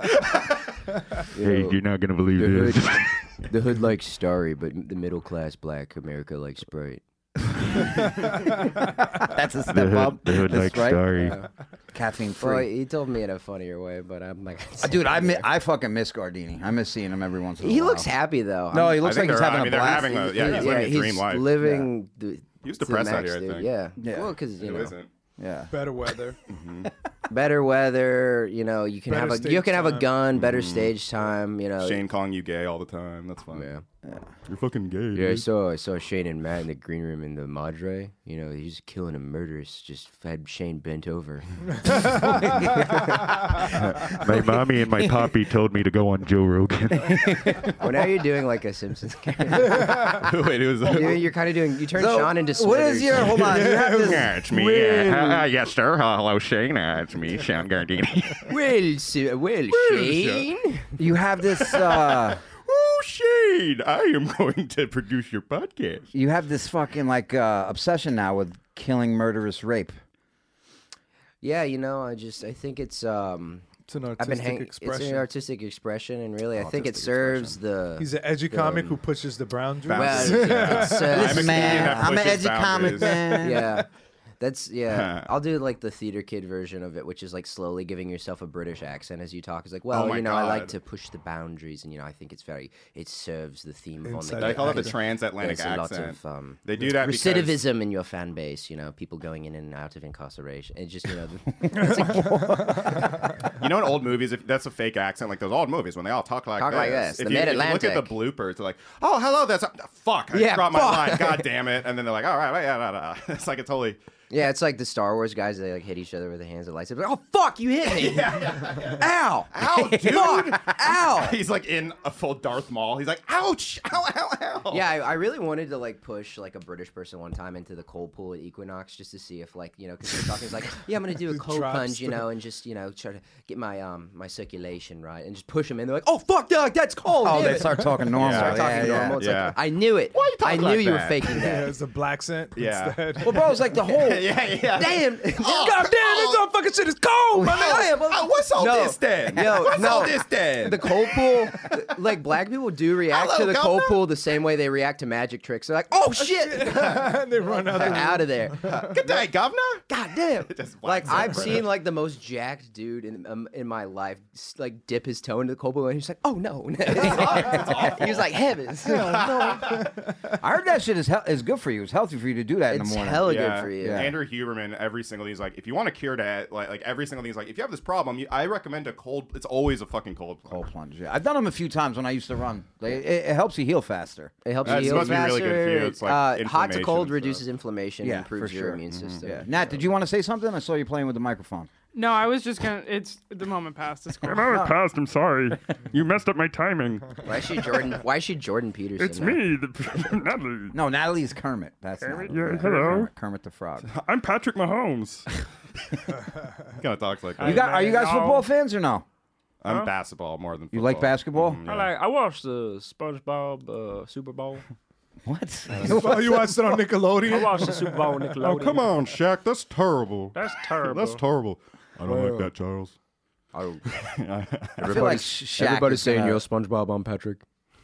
Speaker 9: Hey, you're not gonna believe
Speaker 6: The
Speaker 9: this. *laughs*
Speaker 6: hood, the hood likes Starry, but the middle class black America likes Sprite.
Speaker 4: That's a step
Speaker 9: The hood,
Speaker 4: up.
Speaker 9: the hood
Speaker 4: That's
Speaker 9: like
Speaker 4: right.
Speaker 9: sorry.
Speaker 4: Caffeine
Speaker 6: Well,
Speaker 4: free.
Speaker 6: he told me in a funnier way, but I'm like,
Speaker 4: Dude, I mi- I fucking miss Gardini. I miss seeing him every once in a
Speaker 6: He
Speaker 4: while.
Speaker 6: looks happy though.
Speaker 4: No,
Speaker 6: I'm-
Speaker 4: he looks
Speaker 7: I
Speaker 4: like
Speaker 7: think
Speaker 4: he's
Speaker 7: they're-
Speaker 4: having
Speaker 7: I
Speaker 4: a
Speaker 7: mean, they're
Speaker 4: blast.
Speaker 7: having a- Uh, yeah, he's living a dream life.
Speaker 6: Living. The,
Speaker 7: He was
Speaker 6: to the
Speaker 7: depressed out
Speaker 6: max,
Speaker 7: here, I
Speaker 6: dude.
Speaker 7: think.
Speaker 6: Yeah.
Speaker 4: Yeah.
Speaker 6: Well, because you
Speaker 7: Who
Speaker 6: know,
Speaker 7: isn't?
Speaker 4: yeah.
Speaker 5: Better weather.
Speaker 6: better weather. You know, you can
Speaker 5: Better
Speaker 6: have a
Speaker 5: stage
Speaker 6: you can have a
Speaker 5: time.
Speaker 6: gun. Better stage time. You know.
Speaker 7: Mm-hmm. Shane calling you gay all the time. That's fine.
Speaker 6: Yeah.
Speaker 7: You're fucking gay.
Speaker 6: Yeah, I
Speaker 4: Mm-hmm.
Speaker 7: dude.
Speaker 6: saw I saw Shane and Matt in the green room in the Madre. You know, he's killing a murderess. Just had Shane
Speaker 4: *laughs*
Speaker 6: bent over.
Speaker 9: *laughs* My mommy and my poppy told me to go on Joe Rogan.
Speaker 6: *laughs* well, now you're doing like a
Speaker 4: *laughs*
Speaker 6: Simpsons character.
Speaker 7: *laughs* Wait,
Speaker 6: *laughs*
Speaker 7: it was.
Speaker 6: You're, you're kind of doing. You turned
Speaker 4: So,
Speaker 6: Sean into.
Speaker 4: what is your
Speaker 6: Smithers.
Speaker 4: hold on? You have
Speaker 7: *laughs*
Speaker 4: this,
Speaker 9: yeah, it's me.
Speaker 7: Yeah, uh, yes, sir. Hello, Shane. Uh, it's me, Sean Gardini.
Speaker 6: *laughs*
Speaker 7: *laughs*
Speaker 6: Well, Si- well, Shane.
Speaker 4: you have this uh,
Speaker 7: oh, Shane, I am going to produce your podcast.
Speaker 4: you have this fucking like uh, obsession now with killing murderous rape.
Speaker 6: *laughs* Yeah, you know, I just I think it's um.
Speaker 5: It's an
Speaker 6: I've been
Speaker 5: artistic
Speaker 6: hang- It's
Speaker 5: expression.
Speaker 6: an artistic expression, and really,
Speaker 7: Oh,
Speaker 6: I think it serves the.
Speaker 5: He's an edgy comic who pushes the boundaries. *laughs*
Speaker 6: well, it's, uh,
Speaker 7: I'm a comedian
Speaker 4: man,
Speaker 7: that
Speaker 4: I'm an
Speaker 7: pushes
Speaker 4: edgy comic *laughs*
Speaker 7: boundaries.
Speaker 4: man.
Speaker 6: yeah. That's yeah.
Speaker 7: *laughs*
Speaker 6: I'll do like the theater kid version of it, which is like slowly giving yourself a British accent as you talk. It's like, well,
Speaker 7: my
Speaker 6: you know, I like
Speaker 7: God.
Speaker 6: to push the boundaries, and you know, I think it's very it serves the theme of on
Speaker 5: Inside
Speaker 6: the.
Speaker 7: They
Speaker 6: *laughs*
Speaker 7: call it the
Speaker 6: character.
Speaker 7: transatlantic
Speaker 6: There's a lot
Speaker 7: accent.
Speaker 6: of, um,
Speaker 7: they do that because-
Speaker 6: recidivism in your fan base. You know, people going in and out of incarceration. It's just you know, it's like,
Speaker 7: You know, in old movies, if that's a fake accent, like those old movies when they all talk like
Speaker 6: Talk
Speaker 7: this.
Speaker 6: like this,
Speaker 7: If,
Speaker 6: the
Speaker 7: you, if you look at the
Speaker 6: mid-Atlantic.
Speaker 7: bloopers, they're like, "Oh, hello, that's fuck, I
Speaker 6: Yeah,
Speaker 7: dropped my
Speaker 6: fuck.
Speaker 7: line, god damn it!" And then they're like, "All right, right, yeah, nah, nah." *laughs* it's like a totally
Speaker 6: yeah, it's like the Star Wars guys. They like hit each other with the hands of lightsabers. Like, oh fuck, you hit me! Ow!
Speaker 7: ow, *laughs* dude.
Speaker 6: Fuck! Ow!
Speaker 7: *laughs* He's like in a full Darth Maul. He's like, "Ouch, ow, ow, *laughs* ow."
Speaker 6: Yeah, I, I really wanted to like push like a British person one time into the cold pool at Equinox just to see if like you know because they're talking it's like yeah I'm gonna
Speaker 7: *laughs*
Speaker 6: do a cold
Speaker 5: drops
Speaker 6: plunge you know and just you know try to get my um my circulation right and just push them in they're like oh fuck dog that's cold
Speaker 4: Oh,
Speaker 6: damn
Speaker 4: they
Speaker 6: it." *laughs*
Speaker 4: start talking normal.
Speaker 7: Yeah.
Speaker 6: Start talking
Speaker 4: yeah,
Speaker 6: normal
Speaker 4: yeah.
Speaker 6: it's
Speaker 7: Yeah.
Speaker 6: like I knew it
Speaker 7: Why you talk
Speaker 6: I knew
Speaker 7: like
Speaker 6: you were
Speaker 7: that?
Speaker 6: faking
Speaker 5: Yeah,
Speaker 7: *laughs*
Speaker 6: that
Speaker 5: it's a black scent.
Speaker 7: Yeah.
Speaker 5: Instead.
Speaker 4: Well, bro, it's like the whole.
Speaker 7: *laughs* yeah, yeah. *laughs*
Speaker 6: damn *laughs*
Speaker 5: God damn, this whole fucking shit is cold, my *laughs* nigga.
Speaker 6: Damn,
Speaker 7: Oh, what's all
Speaker 6: No.
Speaker 7: this then?
Speaker 6: Yo,
Speaker 7: what's
Speaker 6: no.
Speaker 7: all this then?
Speaker 6: the cold pool, like black people do react
Speaker 7: Hello,
Speaker 6: to the cold
Speaker 7: governor.
Speaker 6: pool the same way they react to magic tricks. They're like, "Oh shit, *laughs*
Speaker 5: they run out. The-
Speaker 6: out of there!"
Speaker 7: *laughs* Good day, governor.
Speaker 6: God damn.
Speaker 7: *laughs* Just
Speaker 6: Like
Speaker 7: blacks out
Speaker 6: I've
Speaker 7: British.
Speaker 6: seen like the most jacked dude in um, in my life s- like dip his toe into the cold pool and he's like, oh no, *laughs* he was like heavens, Hell no.
Speaker 4: I heard that shit is hel- is good for you. It's healthy for you to do that in
Speaker 6: it's
Speaker 4: the morning.
Speaker 6: hella good for you.
Speaker 7: Andrew Huberman, every single thing he's like, if you want to cure that, like, like every single thing he's like, if you have this problem, you, I recommend a cold. It's always a fucking cold. *laughs* plunge.
Speaker 4: Cold plunge. Yeah. I've done them a few times when I used to run. They, it, it helps you heal faster.
Speaker 6: It helps
Speaker 7: That's
Speaker 6: you heal
Speaker 7: supposed to be
Speaker 6: faster.
Speaker 7: really good for you. It's like
Speaker 6: uh, hot to
Speaker 7: inflammation
Speaker 6: cold
Speaker 7: and
Speaker 6: reduces
Speaker 7: stuff.
Speaker 6: inflammation
Speaker 4: Yeah,
Speaker 6: and improves
Speaker 4: for
Speaker 6: your
Speaker 4: sure.
Speaker 6: immune system.
Speaker 4: Yeah. Nat, did you want to say something? I saw you playing with the microphone.
Speaker 10: No, I was just gonna. It's the moment passed. It's cool.
Speaker 9: I'm out of past. I'm sorry. You messed up my timing.
Speaker 6: Why is she Jordan? Why is she Jordan Peterson?
Speaker 9: It's
Speaker 6: now? *laughs*
Speaker 9: me, the, not the-
Speaker 4: No, Natalie's Kermit. That's
Speaker 9: Kermit?
Speaker 4: Natalie.
Speaker 9: Yeah, hello.
Speaker 4: Kermit, Kermit the Frog.
Speaker 9: I'm Patrick Mahomes.
Speaker 7: He kind of talks like
Speaker 4: You
Speaker 7: that.
Speaker 4: got? Are you guys
Speaker 10: No.
Speaker 4: football fans or no?
Speaker 7: I'm basketball more than
Speaker 4: You like
Speaker 7: football.
Speaker 4: basketball?
Speaker 9: Mm.
Speaker 10: I like. I watched the SpongeBob uh, Super Bowl.
Speaker 4: What?
Speaker 5: oh, you watched it on
Speaker 10: I
Speaker 5: Nickelodeon?
Speaker 10: watched the Super Bowl with Nickelodeon.
Speaker 7: Oh come on, Shaq. That's terrible.
Speaker 10: That's terrible.
Speaker 7: That's terrible. I don't like that, Charles.
Speaker 4: I feel like Shaq is gonna-
Speaker 6: SpongeBob. I'm Patrick.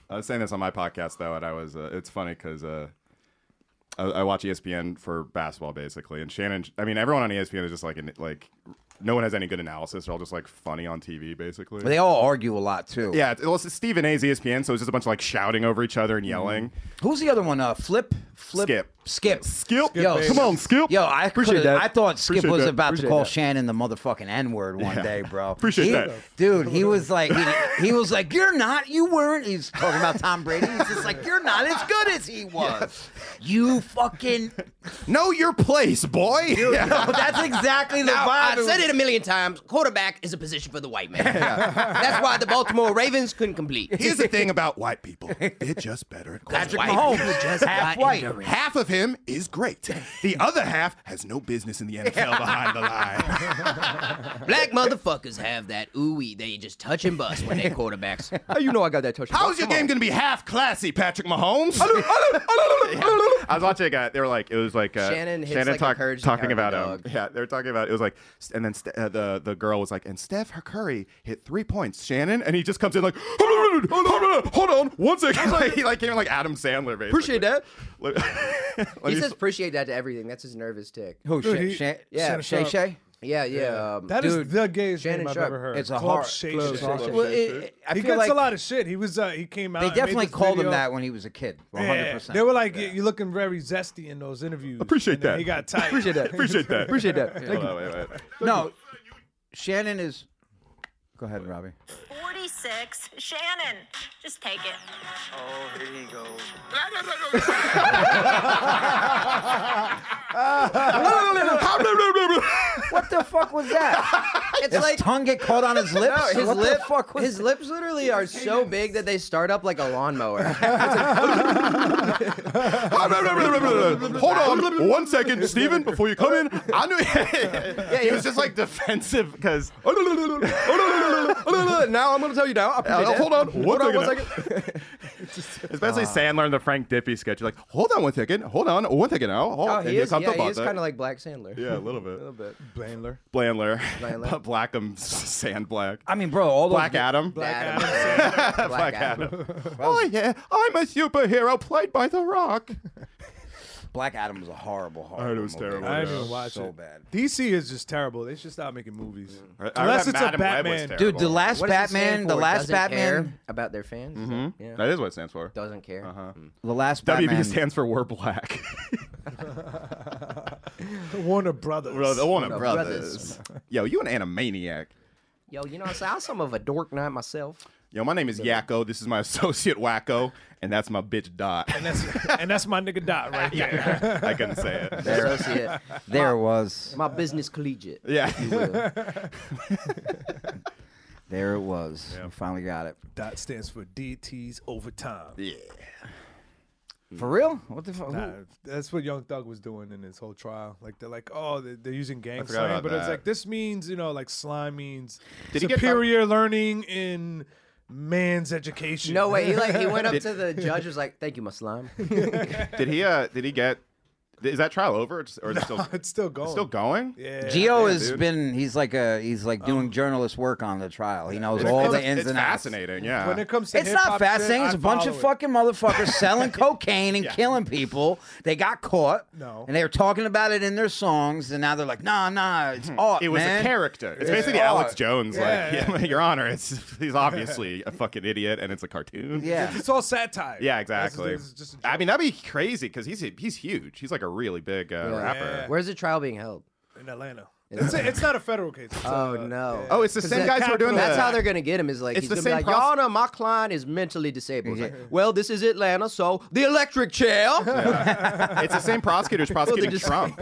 Speaker 7: I was saying this on my podcast though, and I was. Uh, it's funny because uh, I, I watch E ESPN for basketball basically, and Shannon. I mean, everyone on E ESPN is just like an, like no one has any good analysis. They're all just like funny on TV basically.
Speaker 4: They all argue a lot too.
Speaker 7: yeah, it's, well, it's Stephen A's E ESPN, so it's just a bunch of like shouting over each other and
Speaker 4: Mm-hmm.
Speaker 7: yelling.
Speaker 4: Who's the other one? Uh, Flip, Flip,
Speaker 7: Skip.
Speaker 4: Skip.
Speaker 7: Skip,
Speaker 4: Yo, Skip.
Speaker 7: come on, Skip.
Speaker 4: Yo, I
Speaker 7: appreciate
Speaker 4: coulda-
Speaker 7: that.
Speaker 4: I thought Skip
Speaker 7: Appreciate
Speaker 4: was
Speaker 7: that.
Speaker 4: about to
Speaker 7: Appreciate
Speaker 4: call
Speaker 7: that.
Speaker 4: Shannon the motherfucking N word one day, bro.
Speaker 7: Appreciate
Speaker 4: He-
Speaker 7: that.
Speaker 4: dude. He was like, he, he was like, "You're not. You weren't." He's talking about Tom Brady. He's just like, "You're not as good as he was. You fucking."
Speaker 7: Know your place, boy. Yeah.
Speaker 6: Oh,
Speaker 4: No, that's exactly the
Speaker 6: Now,
Speaker 4: vibe.
Speaker 6: I said it a million times. Quarterback is a position for the white man. That's why the Baltimore Ravens couldn't *laughs* complete.
Speaker 7: *laughs* Here's the thing about white people. They're just better at
Speaker 6: Patrick
Speaker 7: quarterback.
Speaker 6: Mahomes
Speaker 4: Mahomes,
Speaker 6: just
Speaker 4: half
Speaker 6: got
Speaker 4: white.
Speaker 6: endurance.
Speaker 7: Half of him is great. The other half has no business in the NFL behind
Speaker 4: *laughs*
Speaker 7: the line. *laughs*
Speaker 6: Black motherfuckers have that ooey. They just touch and bust when
Speaker 4: *laughs*
Speaker 6: they're quarterbacks. How you know I got that touch?
Speaker 7: How's your game going to be half classy, Patrick Mahomes? *laughs* I was watching a guy. They were like, it was like uh,
Speaker 6: Shannon hits like a purge
Speaker 7: talking
Speaker 6: like
Speaker 7: about
Speaker 6: Howard
Speaker 7: um,
Speaker 6: the Dog.
Speaker 7: yeah, they were talking about it was like, and then Ste- uh, the the girl was like, and Steph Curry hit three points, Shannon, and he just comes in like, hold on, hold on, hold on, one second, like, *laughs* he like came in like Adam Sandler, basically.
Speaker 6: Appreciate that.
Speaker 7: Let- *laughs* let
Speaker 6: He
Speaker 7: me-
Speaker 6: says appreciate that to everything. That's his nervous tick.
Speaker 4: Who?
Speaker 5: Dude,
Speaker 4: Shay,
Speaker 5: he-
Speaker 4: Shay,
Speaker 6: Yeah,
Speaker 4: Shay, Shay,
Speaker 5: Sharp.
Speaker 6: Yeah, yeah. Um,
Speaker 5: That is
Speaker 4: Dude,
Speaker 5: the gayest
Speaker 6: Shannon
Speaker 5: name I've
Speaker 6: Sharp.
Speaker 5: ever heard.
Speaker 4: It's a
Speaker 5: Club
Speaker 4: hard.
Speaker 5: Shake
Speaker 4: Club
Speaker 5: Shack.
Speaker 4: Shake
Speaker 5: Well,
Speaker 4: Shack.
Speaker 5: it-
Speaker 4: I
Speaker 5: He
Speaker 4: feel
Speaker 5: gets
Speaker 4: like
Speaker 5: a lot of shit. He was uh, he came out.
Speaker 4: They
Speaker 5: and made
Speaker 4: definitely
Speaker 5: this
Speaker 4: called him
Speaker 5: video.
Speaker 4: that when he was a kid. 100.
Speaker 5: Yeah,
Speaker 4: percent
Speaker 5: they were like, "You- "You're looking very zesty in those interviews."
Speaker 7: Appreciate
Speaker 5: And then
Speaker 7: that.
Speaker 5: He got tight.
Speaker 7: appreciate that,
Speaker 5: *laughs*
Speaker 7: appreciate that,
Speaker 6: appreciate that.
Speaker 7: Hold on, wait, wait.
Speaker 4: No, Shannon is. Go ahead, Robbie.
Speaker 11: 46. Shannon, just take it. *laughs*
Speaker 7: *laughs*
Speaker 4: What the fuck was that?
Speaker 6: It's
Speaker 4: His
Speaker 6: like
Speaker 4: tongue get caught on his lips.
Speaker 6: *laughs* no, his
Speaker 4: what
Speaker 6: lip.
Speaker 4: the fuck was
Speaker 6: his
Speaker 4: that?
Speaker 6: lips literally are so big that they start up like a lawnmower.
Speaker 7: Hold on one second, Steven, before you come in. I knew *laughs* he was just like defensive because.
Speaker 6: now I'm gonna tell you now.
Speaker 7: Uh, hold on, one second. *laughs* Especially Sandler and the Frank Dippy sketch. You're like, hold on one second, hold on one second now. Hold
Speaker 6: Oh,
Speaker 7: and
Speaker 6: he
Speaker 7: here
Speaker 6: is.
Speaker 7: comes the
Speaker 6: Yeah, he is
Speaker 7: buzzer.
Speaker 6: kind of like Black Sandler.
Speaker 7: yeah, a little bit.
Speaker 6: A little bit.
Speaker 5: Bandler.
Speaker 7: Blandler, *laughs*
Speaker 6: Blandler.
Speaker 7: Blackham, Sand Black,
Speaker 6: *laughs*
Speaker 4: I mean, bro, all those.
Speaker 7: Black Adam.
Speaker 6: Adam. Black Adam.
Speaker 7: *laughs* Oh yeah, I'm a superhero played by The Rock.
Speaker 4: Black Adam was a horrible, horrible.
Speaker 7: heard it was
Speaker 4: movie.
Speaker 7: terrible,
Speaker 5: I didn't even watch
Speaker 4: so
Speaker 5: it.
Speaker 4: bad.
Speaker 5: DC is just terrible. They should stop making movies.
Speaker 7: I heard
Speaker 5: Unless
Speaker 7: that
Speaker 5: it's a
Speaker 7: Madam Web was
Speaker 5: Batman.
Speaker 7: terrible.
Speaker 4: Dude, the last
Speaker 6: What does it stand
Speaker 4: Batman, the
Speaker 6: for?
Speaker 4: last
Speaker 6: Doesn't
Speaker 4: Batman,
Speaker 6: care about their fans. Is that- Yeah,
Speaker 7: Mm-hmm. That is what it stands for.
Speaker 6: doesn't care.
Speaker 4: the last Batman.
Speaker 7: WB stands for We're Black.
Speaker 5: Warner Brothers.
Speaker 7: Brother, Warner
Speaker 6: Brothers.
Speaker 7: Brothers. Yo, you an animaniac.
Speaker 6: Yo, you know, so I'm some of a dork nut myself.
Speaker 7: Yo, my name is Yakko. This is my *laughs* associate Wacko, and that's my bitch Dot.
Speaker 5: And that's and that's my nigga Dot
Speaker 7: *laughs*
Speaker 5: right there.
Speaker 7: I couldn't say it.
Speaker 6: Associate,
Speaker 4: There it was.
Speaker 6: my business collegiate.
Speaker 7: Yeah.
Speaker 4: There it was. We finally got it.
Speaker 5: Dot stands for DT's overtime.
Speaker 7: yeah.
Speaker 4: For real? What the fuck?
Speaker 5: Nah, that's what Young Thug was doing in his whole trial. Like they're like, oh, they're, they're using gang
Speaker 7: forgot
Speaker 5: slang,
Speaker 7: about
Speaker 5: but it's
Speaker 7: that.
Speaker 5: like this means you know, like slime means
Speaker 7: Did he get
Speaker 5: superior learning in man's education. *laughs*
Speaker 6: No way. He like he went up to the judge. Was like, "Thank you, my slime."
Speaker 7: Did he? Uh, did he get? Is that trial over, or is it still
Speaker 5: *laughs* it's still going.
Speaker 7: still going?
Speaker 5: Yeah.
Speaker 4: Geo has
Speaker 7: dude. Um,
Speaker 4: been. He's like a. He's like doing journalist work on the trial. He knows
Speaker 7: It's,
Speaker 4: all
Speaker 7: it's-
Speaker 4: the ins
Speaker 7: it's
Speaker 4: and outs.
Speaker 7: fascinating. Yeah.
Speaker 5: When it comes to
Speaker 4: It's not
Speaker 5: hip-hop
Speaker 4: fascinating.
Speaker 5: shit,
Speaker 4: It's
Speaker 5: I
Speaker 4: a bunch of
Speaker 5: follow it.
Speaker 4: fucking motherfuckers
Speaker 7: *laughs*
Speaker 4: selling cocaine and killing people. They got caught.
Speaker 5: No.
Speaker 4: And they were talking about it in their songs, and now they're like, nah, nah, it's art.
Speaker 7: Hmm. it was
Speaker 4: man.
Speaker 7: a character. It's
Speaker 4: Yeah.
Speaker 7: basically
Speaker 4: Oh,
Speaker 7: Alex Jones.
Speaker 5: yeah,
Speaker 7: like, *laughs* Your Honor, it's he's obviously a fucking idiot, and it's a cartoon.
Speaker 4: Yeah.
Speaker 5: It's all satire. That's-
Speaker 7: Yeah, exactly.
Speaker 5: this is just a joke.
Speaker 7: I mean, that'd be crazy because he's he's huge. He's like a really big uh, rapper.
Speaker 6: Where's the trial being held?
Speaker 5: in Atlanta. It's, a, it's not a federal case. It's,
Speaker 6: Oh
Speaker 5: uh,
Speaker 6: no.
Speaker 7: Oh, it's the
Speaker 6: 'Cause
Speaker 7: same
Speaker 6: that-
Speaker 7: guys who are doing
Speaker 6: That's
Speaker 7: the-
Speaker 6: how they're gonna get him. Is like
Speaker 7: It's
Speaker 6: he's
Speaker 7: the
Speaker 6: gonna
Speaker 7: same
Speaker 6: be like,
Speaker 7: proce-
Speaker 6: Your Honor, my client is mentally disabled. It's like, well, this is Atlanta, so the electric chair.
Speaker 7: It's the same
Speaker 6: *laughs*
Speaker 7: prosecutors prosecuting
Speaker 6: just-
Speaker 7: Trump.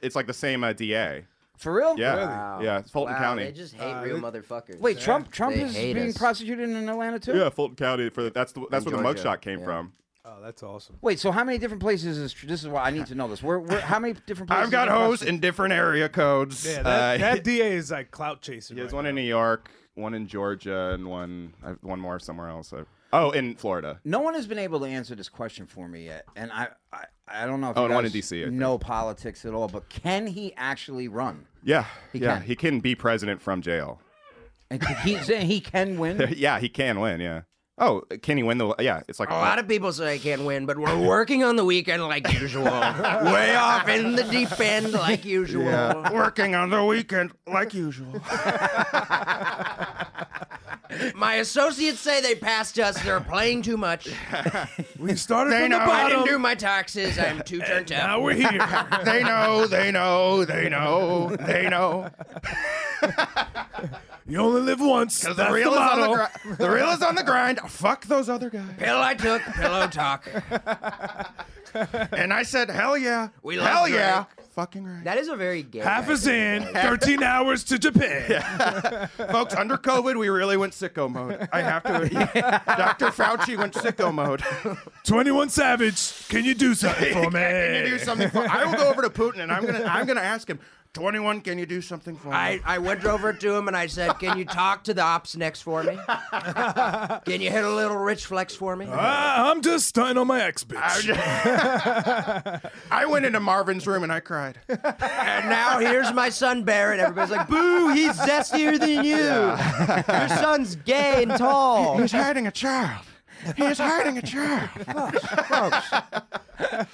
Speaker 7: It's like the same uh, DA.
Speaker 4: For real?
Speaker 7: Yeah,
Speaker 6: Wow.
Speaker 7: yeah, it's Fulton
Speaker 6: Wow,
Speaker 7: County.
Speaker 6: They just hate real motherfuckers.
Speaker 4: Wait, Trump Trump
Speaker 6: They
Speaker 4: is
Speaker 6: hate
Speaker 4: being
Speaker 6: us.
Speaker 4: prosecuted in Atlanta too?
Speaker 7: yeah, Fulton County. For the, that's the, that's
Speaker 6: In
Speaker 7: where the
Speaker 6: Georgia,
Speaker 7: mugshot came
Speaker 6: yeah.
Speaker 7: from.
Speaker 5: Oh, that's awesome.
Speaker 4: Wait, so how many different places is this is why I need to know this. Where, where how many different places?
Speaker 7: I've got
Speaker 4: is it
Speaker 7: hoes in different area codes.
Speaker 5: Yeah, that,
Speaker 7: Uh, *laughs*
Speaker 5: that DA is like clout chasing.
Speaker 7: There's
Speaker 5: Right
Speaker 7: one in New York, one in Georgia, and one I- one more somewhere else. I- Oh, in Florida.
Speaker 4: No one has been able to answer this question for me yet, and I I, I don't know if
Speaker 7: Oh,
Speaker 4: you
Speaker 7: and one
Speaker 4: guys
Speaker 7: in DC, I think.
Speaker 4: know politics at all, but can he actually run?
Speaker 7: Yeah, yeah,
Speaker 4: can.
Speaker 7: he can be president from jail.
Speaker 4: And could he *laughs* saying he can win.
Speaker 7: *laughs* Yeah, he can win. Yeah. Oh, can he win the? Yeah, it's like
Speaker 6: A lot of people say I can't win, but we're working on the weekend like
Speaker 7: *laughs*
Speaker 6: usual. Way off in the deep end like usual.
Speaker 7: working on the weekend like usual.
Speaker 6: My associates say they passed us. They're playing too much.
Speaker 5: now. We started from the
Speaker 6: I didn't do
Speaker 5: bottom.
Speaker 6: my taxes. I'm too
Speaker 7: *laughs*
Speaker 6: turned
Speaker 5: Now
Speaker 6: out.
Speaker 5: we're here.
Speaker 7: they know, they know, they know, they know.
Speaker 5: You only live ononce. That's the motto.
Speaker 7: grind. The real is on the grind. Fuck those other guys.
Speaker 6: Pill I took, pillow talk.
Speaker 7: And I said, hell yeah,
Speaker 6: We love Hell Drake. yeah.
Speaker 7: fucking right.
Speaker 6: That is a very gay.
Speaker 5: Half
Speaker 6: guy
Speaker 5: is
Speaker 6: thing.
Speaker 5: in, 13 hours to Japan.
Speaker 7: Folks, under COVID, we really went sicko mode. I have to. *laughs* Dr. Fauci went sicko *laughs* mode.
Speaker 5: 21 Savage, can you do something
Speaker 7: *laughs*
Speaker 5: for me?
Speaker 7: Can you do something for? I will go over to Putin and I'm gonna I'm gonna ask him. 21, can you do something for me?
Speaker 6: I, I went over to him and I said, Can you talk to the ops next for me? Can you hit a little rich flex for me?
Speaker 5: Ah, I'm just stunting on my ex bitch.
Speaker 7: I ju- *laughs* I went into Marvin's room and I cried.
Speaker 6: And now here's my son Barrett. Everybody's like, Boo, he's zestier than you. Your son's gay and *laughs* tall.
Speaker 7: He's hiding a child. He's hiding a child.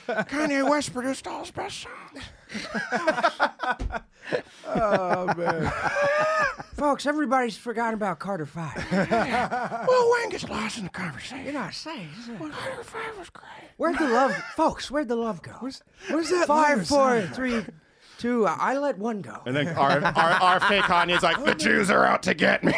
Speaker 7: Kanye West produced all his best songs.
Speaker 6: Folks, everybody's forgotten about Carter Five.
Speaker 7: Will Wayne gets lost in the conversation.
Speaker 6: You're not saying. is it?
Speaker 7: Carter Five was great.
Speaker 6: Where'd the love folks, where'd the love go? Where's, that Five, four, three, two. I I let one go.
Speaker 7: And then our, our, RFK Kanye's like, the Jews are out to get me.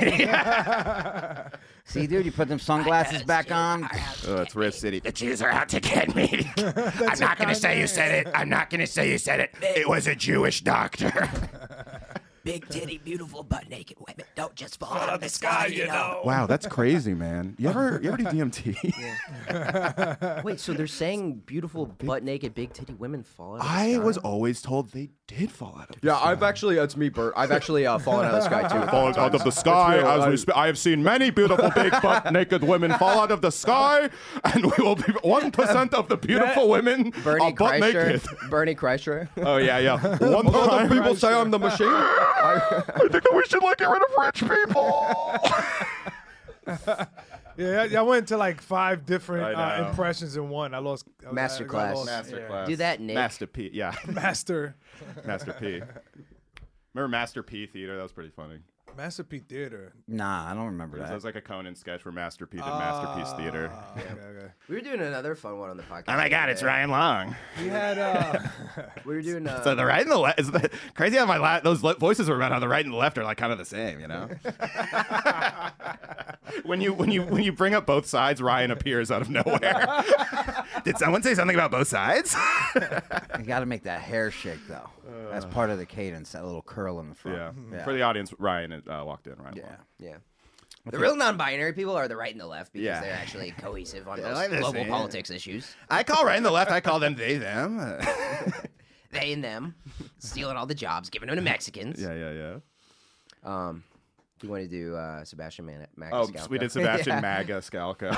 Speaker 4: See, dude, you put them sunglasses back on.
Speaker 7: Oh, it's Riff City. The Jews are out to get me. *laughs* I'm not going to say you said it. I'm not going to say you said it. It was a Jewish doctor.
Speaker 6: Big titty, beautiful butt naked women. Don't just fall out of the
Speaker 5: Sky, Ah, you know.
Speaker 7: Wow, that's crazy, man. You ever you ever do DMT?
Speaker 6: Wait, so they're saying beautiful butt naked big titty women fall out?
Speaker 7: I was always told they did fall out of
Speaker 12: Yeah, I've actually, it's me, Bert. I've actually uh, fallen out of the sky too.
Speaker 7: Falls out of the sky
Speaker 12: real.
Speaker 7: as
Speaker 12: I-
Speaker 7: we spe- I have seen many beautiful big butt naked women fall out of the sky, and we will be one percent of the beautiful women
Speaker 12: Bernie
Speaker 7: are butt
Speaker 12: Kreischer.
Speaker 7: naked.
Speaker 12: Bernie Kreischer.
Speaker 7: *laughs* Oh yeah, yeah. One
Speaker 12: Other
Speaker 7: percent.
Speaker 12: people say I'm the machine. I,
Speaker 7: I think that we should like get rid of rich people.
Speaker 5: Yeah, I, I went to like five different
Speaker 7: I
Speaker 5: uh,
Speaker 7: know.
Speaker 5: impressions in one. I lost. I was- I got
Speaker 6: Masterclass.
Speaker 5: lost.
Speaker 7: Masterclass.
Speaker 6: Do that, Nick.
Speaker 7: Master P. Yeah. *laughs*
Speaker 5: Master,
Speaker 7: Master P. Remember Master P Theater? That was pretty funny.
Speaker 5: Master P Theater.
Speaker 4: Nah, I don't remember
Speaker 7: It
Speaker 4: that.
Speaker 7: was like a Conan sketch where Master P did Masterpiece Theater.
Speaker 5: Ah, okay, okay.
Speaker 6: We were doing another fun one on the podcast.
Speaker 7: Oh my God! It's
Speaker 6: today.
Speaker 7: Ryan Long.
Speaker 5: We had uh,
Speaker 7: *laughs*
Speaker 6: We were doing. Uh,
Speaker 7: So the right and the left is the, crazy how my la- those le- voices were about how the right and the left are like kind of the same, you *laughs* know. when you when you when you bring up both sides, Ryan appears out of *laughs* nowhere. Did someone say something about both sides?
Speaker 4: You got to make that hair shake though. That's part of the cadence. That little curl in the front.
Speaker 7: Uh. yeah. For the audience, Ryan uh, walked in. Ryan.
Speaker 4: Yeah.
Speaker 6: yeah. The real non-binary people are the right and the left because
Speaker 7: Yeah.
Speaker 6: they're actually
Speaker 7: *laughs*
Speaker 6: cohesive on
Speaker 7: like
Speaker 6: most
Speaker 7: this,
Speaker 6: global
Speaker 7: yeah.
Speaker 6: politics issues.
Speaker 7: I call right and the left. I call them they them.
Speaker 6: They and them, stealing all the jobs, giving them to
Speaker 7: *laughs*
Speaker 6: Mexicans.
Speaker 7: yeah, yeah, *laughs* yeah.
Speaker 6: Um, do you want to do uh, Sebastian Man- Mac?
Speaker 7: Oh, we did Sebastian Maga Scalca.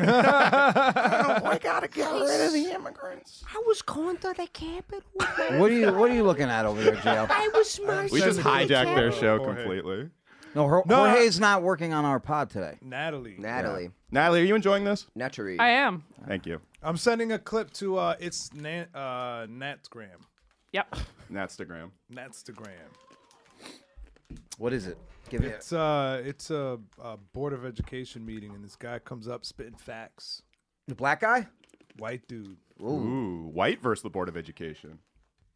Speaker 7: *laughs* we gotta get rid of the immigrants.
Speaker 6: I was going to the capital.
Speaker 7: *laughs*
Speaker 4: What are you What are you looking at over there, JL?
Speaker 6: *laughs* I was smart.
Speaker 7: We just hijacked their show
Speaker 5: Jorge.
Speaker 7: completely.
Speaker 4: No, Jor-
Speaker 5: No, I-
Speaker 4: Jorge's not working on our pod today.
Speaker 5: Natalie.
Speaker 6: Natalie,
Speaker 7: Natalie, are you enjoying this?
Speaker 6: Naturally.
Speaker 13: I am.
Speaker 7: Thank you.
Speaker 5: I'm sending a clip to uh, it's Nan- uh, Natgram.
Speaker 13: Yep.
Speaker 7: Natstagram.
Speaker 5: Natstagram.
Speaker 4: What is it? Give it.
Speaker 5: It's uh, it's a, a board of education meeting, and this guy comes up spitting facts.
Speaker 4: The black guy.
Speaker 5: White dude.
Speaker 7: Ooh, white versus the Board of Education.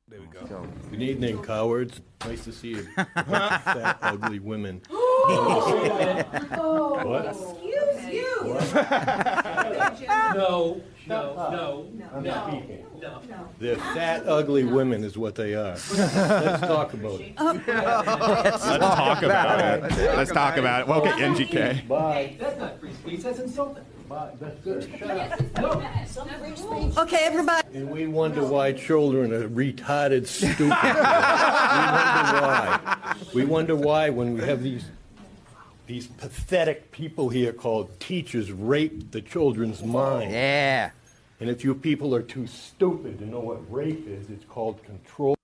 Speaker 5: There we go.
Speaker 14: Good evening, cowards. Nice to see you. Fat, ugly *gasps* women. Oh, what?
Speaker 15: Excuse you.
Speaker 14: *laughs* No, no, no, I'm speaking. They're fat, ugly women, is what they *laughs* are. Let's talk about it.
Speaker 7: Let's talk about it. Let's talk about it. Well, okay, NGK.
Speaker 14: Bye.
Speaker 15: That's not free speech. That's insulting.
Speaker 14: Bye. That's good. Shut up.
Speaker 15: Okay, everybody.
Speaker 14: And we wonder why children are retarded, stupid. we wonder why. We wonder why when we have these these pathetic people here called teachers rape the children's mind.
Speaker 4: Yeah.
Speaker 14: And if you people are too stupid to know what rape is, it's called control.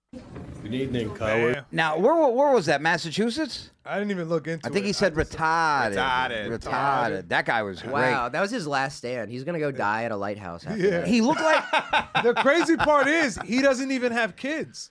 Speaker 14: Good evening, coward.
Speaker 5: Bam.
Speaker 4: Now, where wa- where was that? Massachusetts?
Speaker 5: I didn't even look into
Speaker 4: I think
Speaker 5: it.
Speaker 4: he said retarded.
Speaker 7: Retarded.
Speaker 4: Retarded. That guy was
Speaker 6: Wow, that was his last stand. He's gonna go die at a lighthouse. After
Speaker 5: Yeah.
Speaker 6: that.
Speaker 4: great. He looked like *laughs*
Speaker 5: the crazy part is he doesn't even have kids.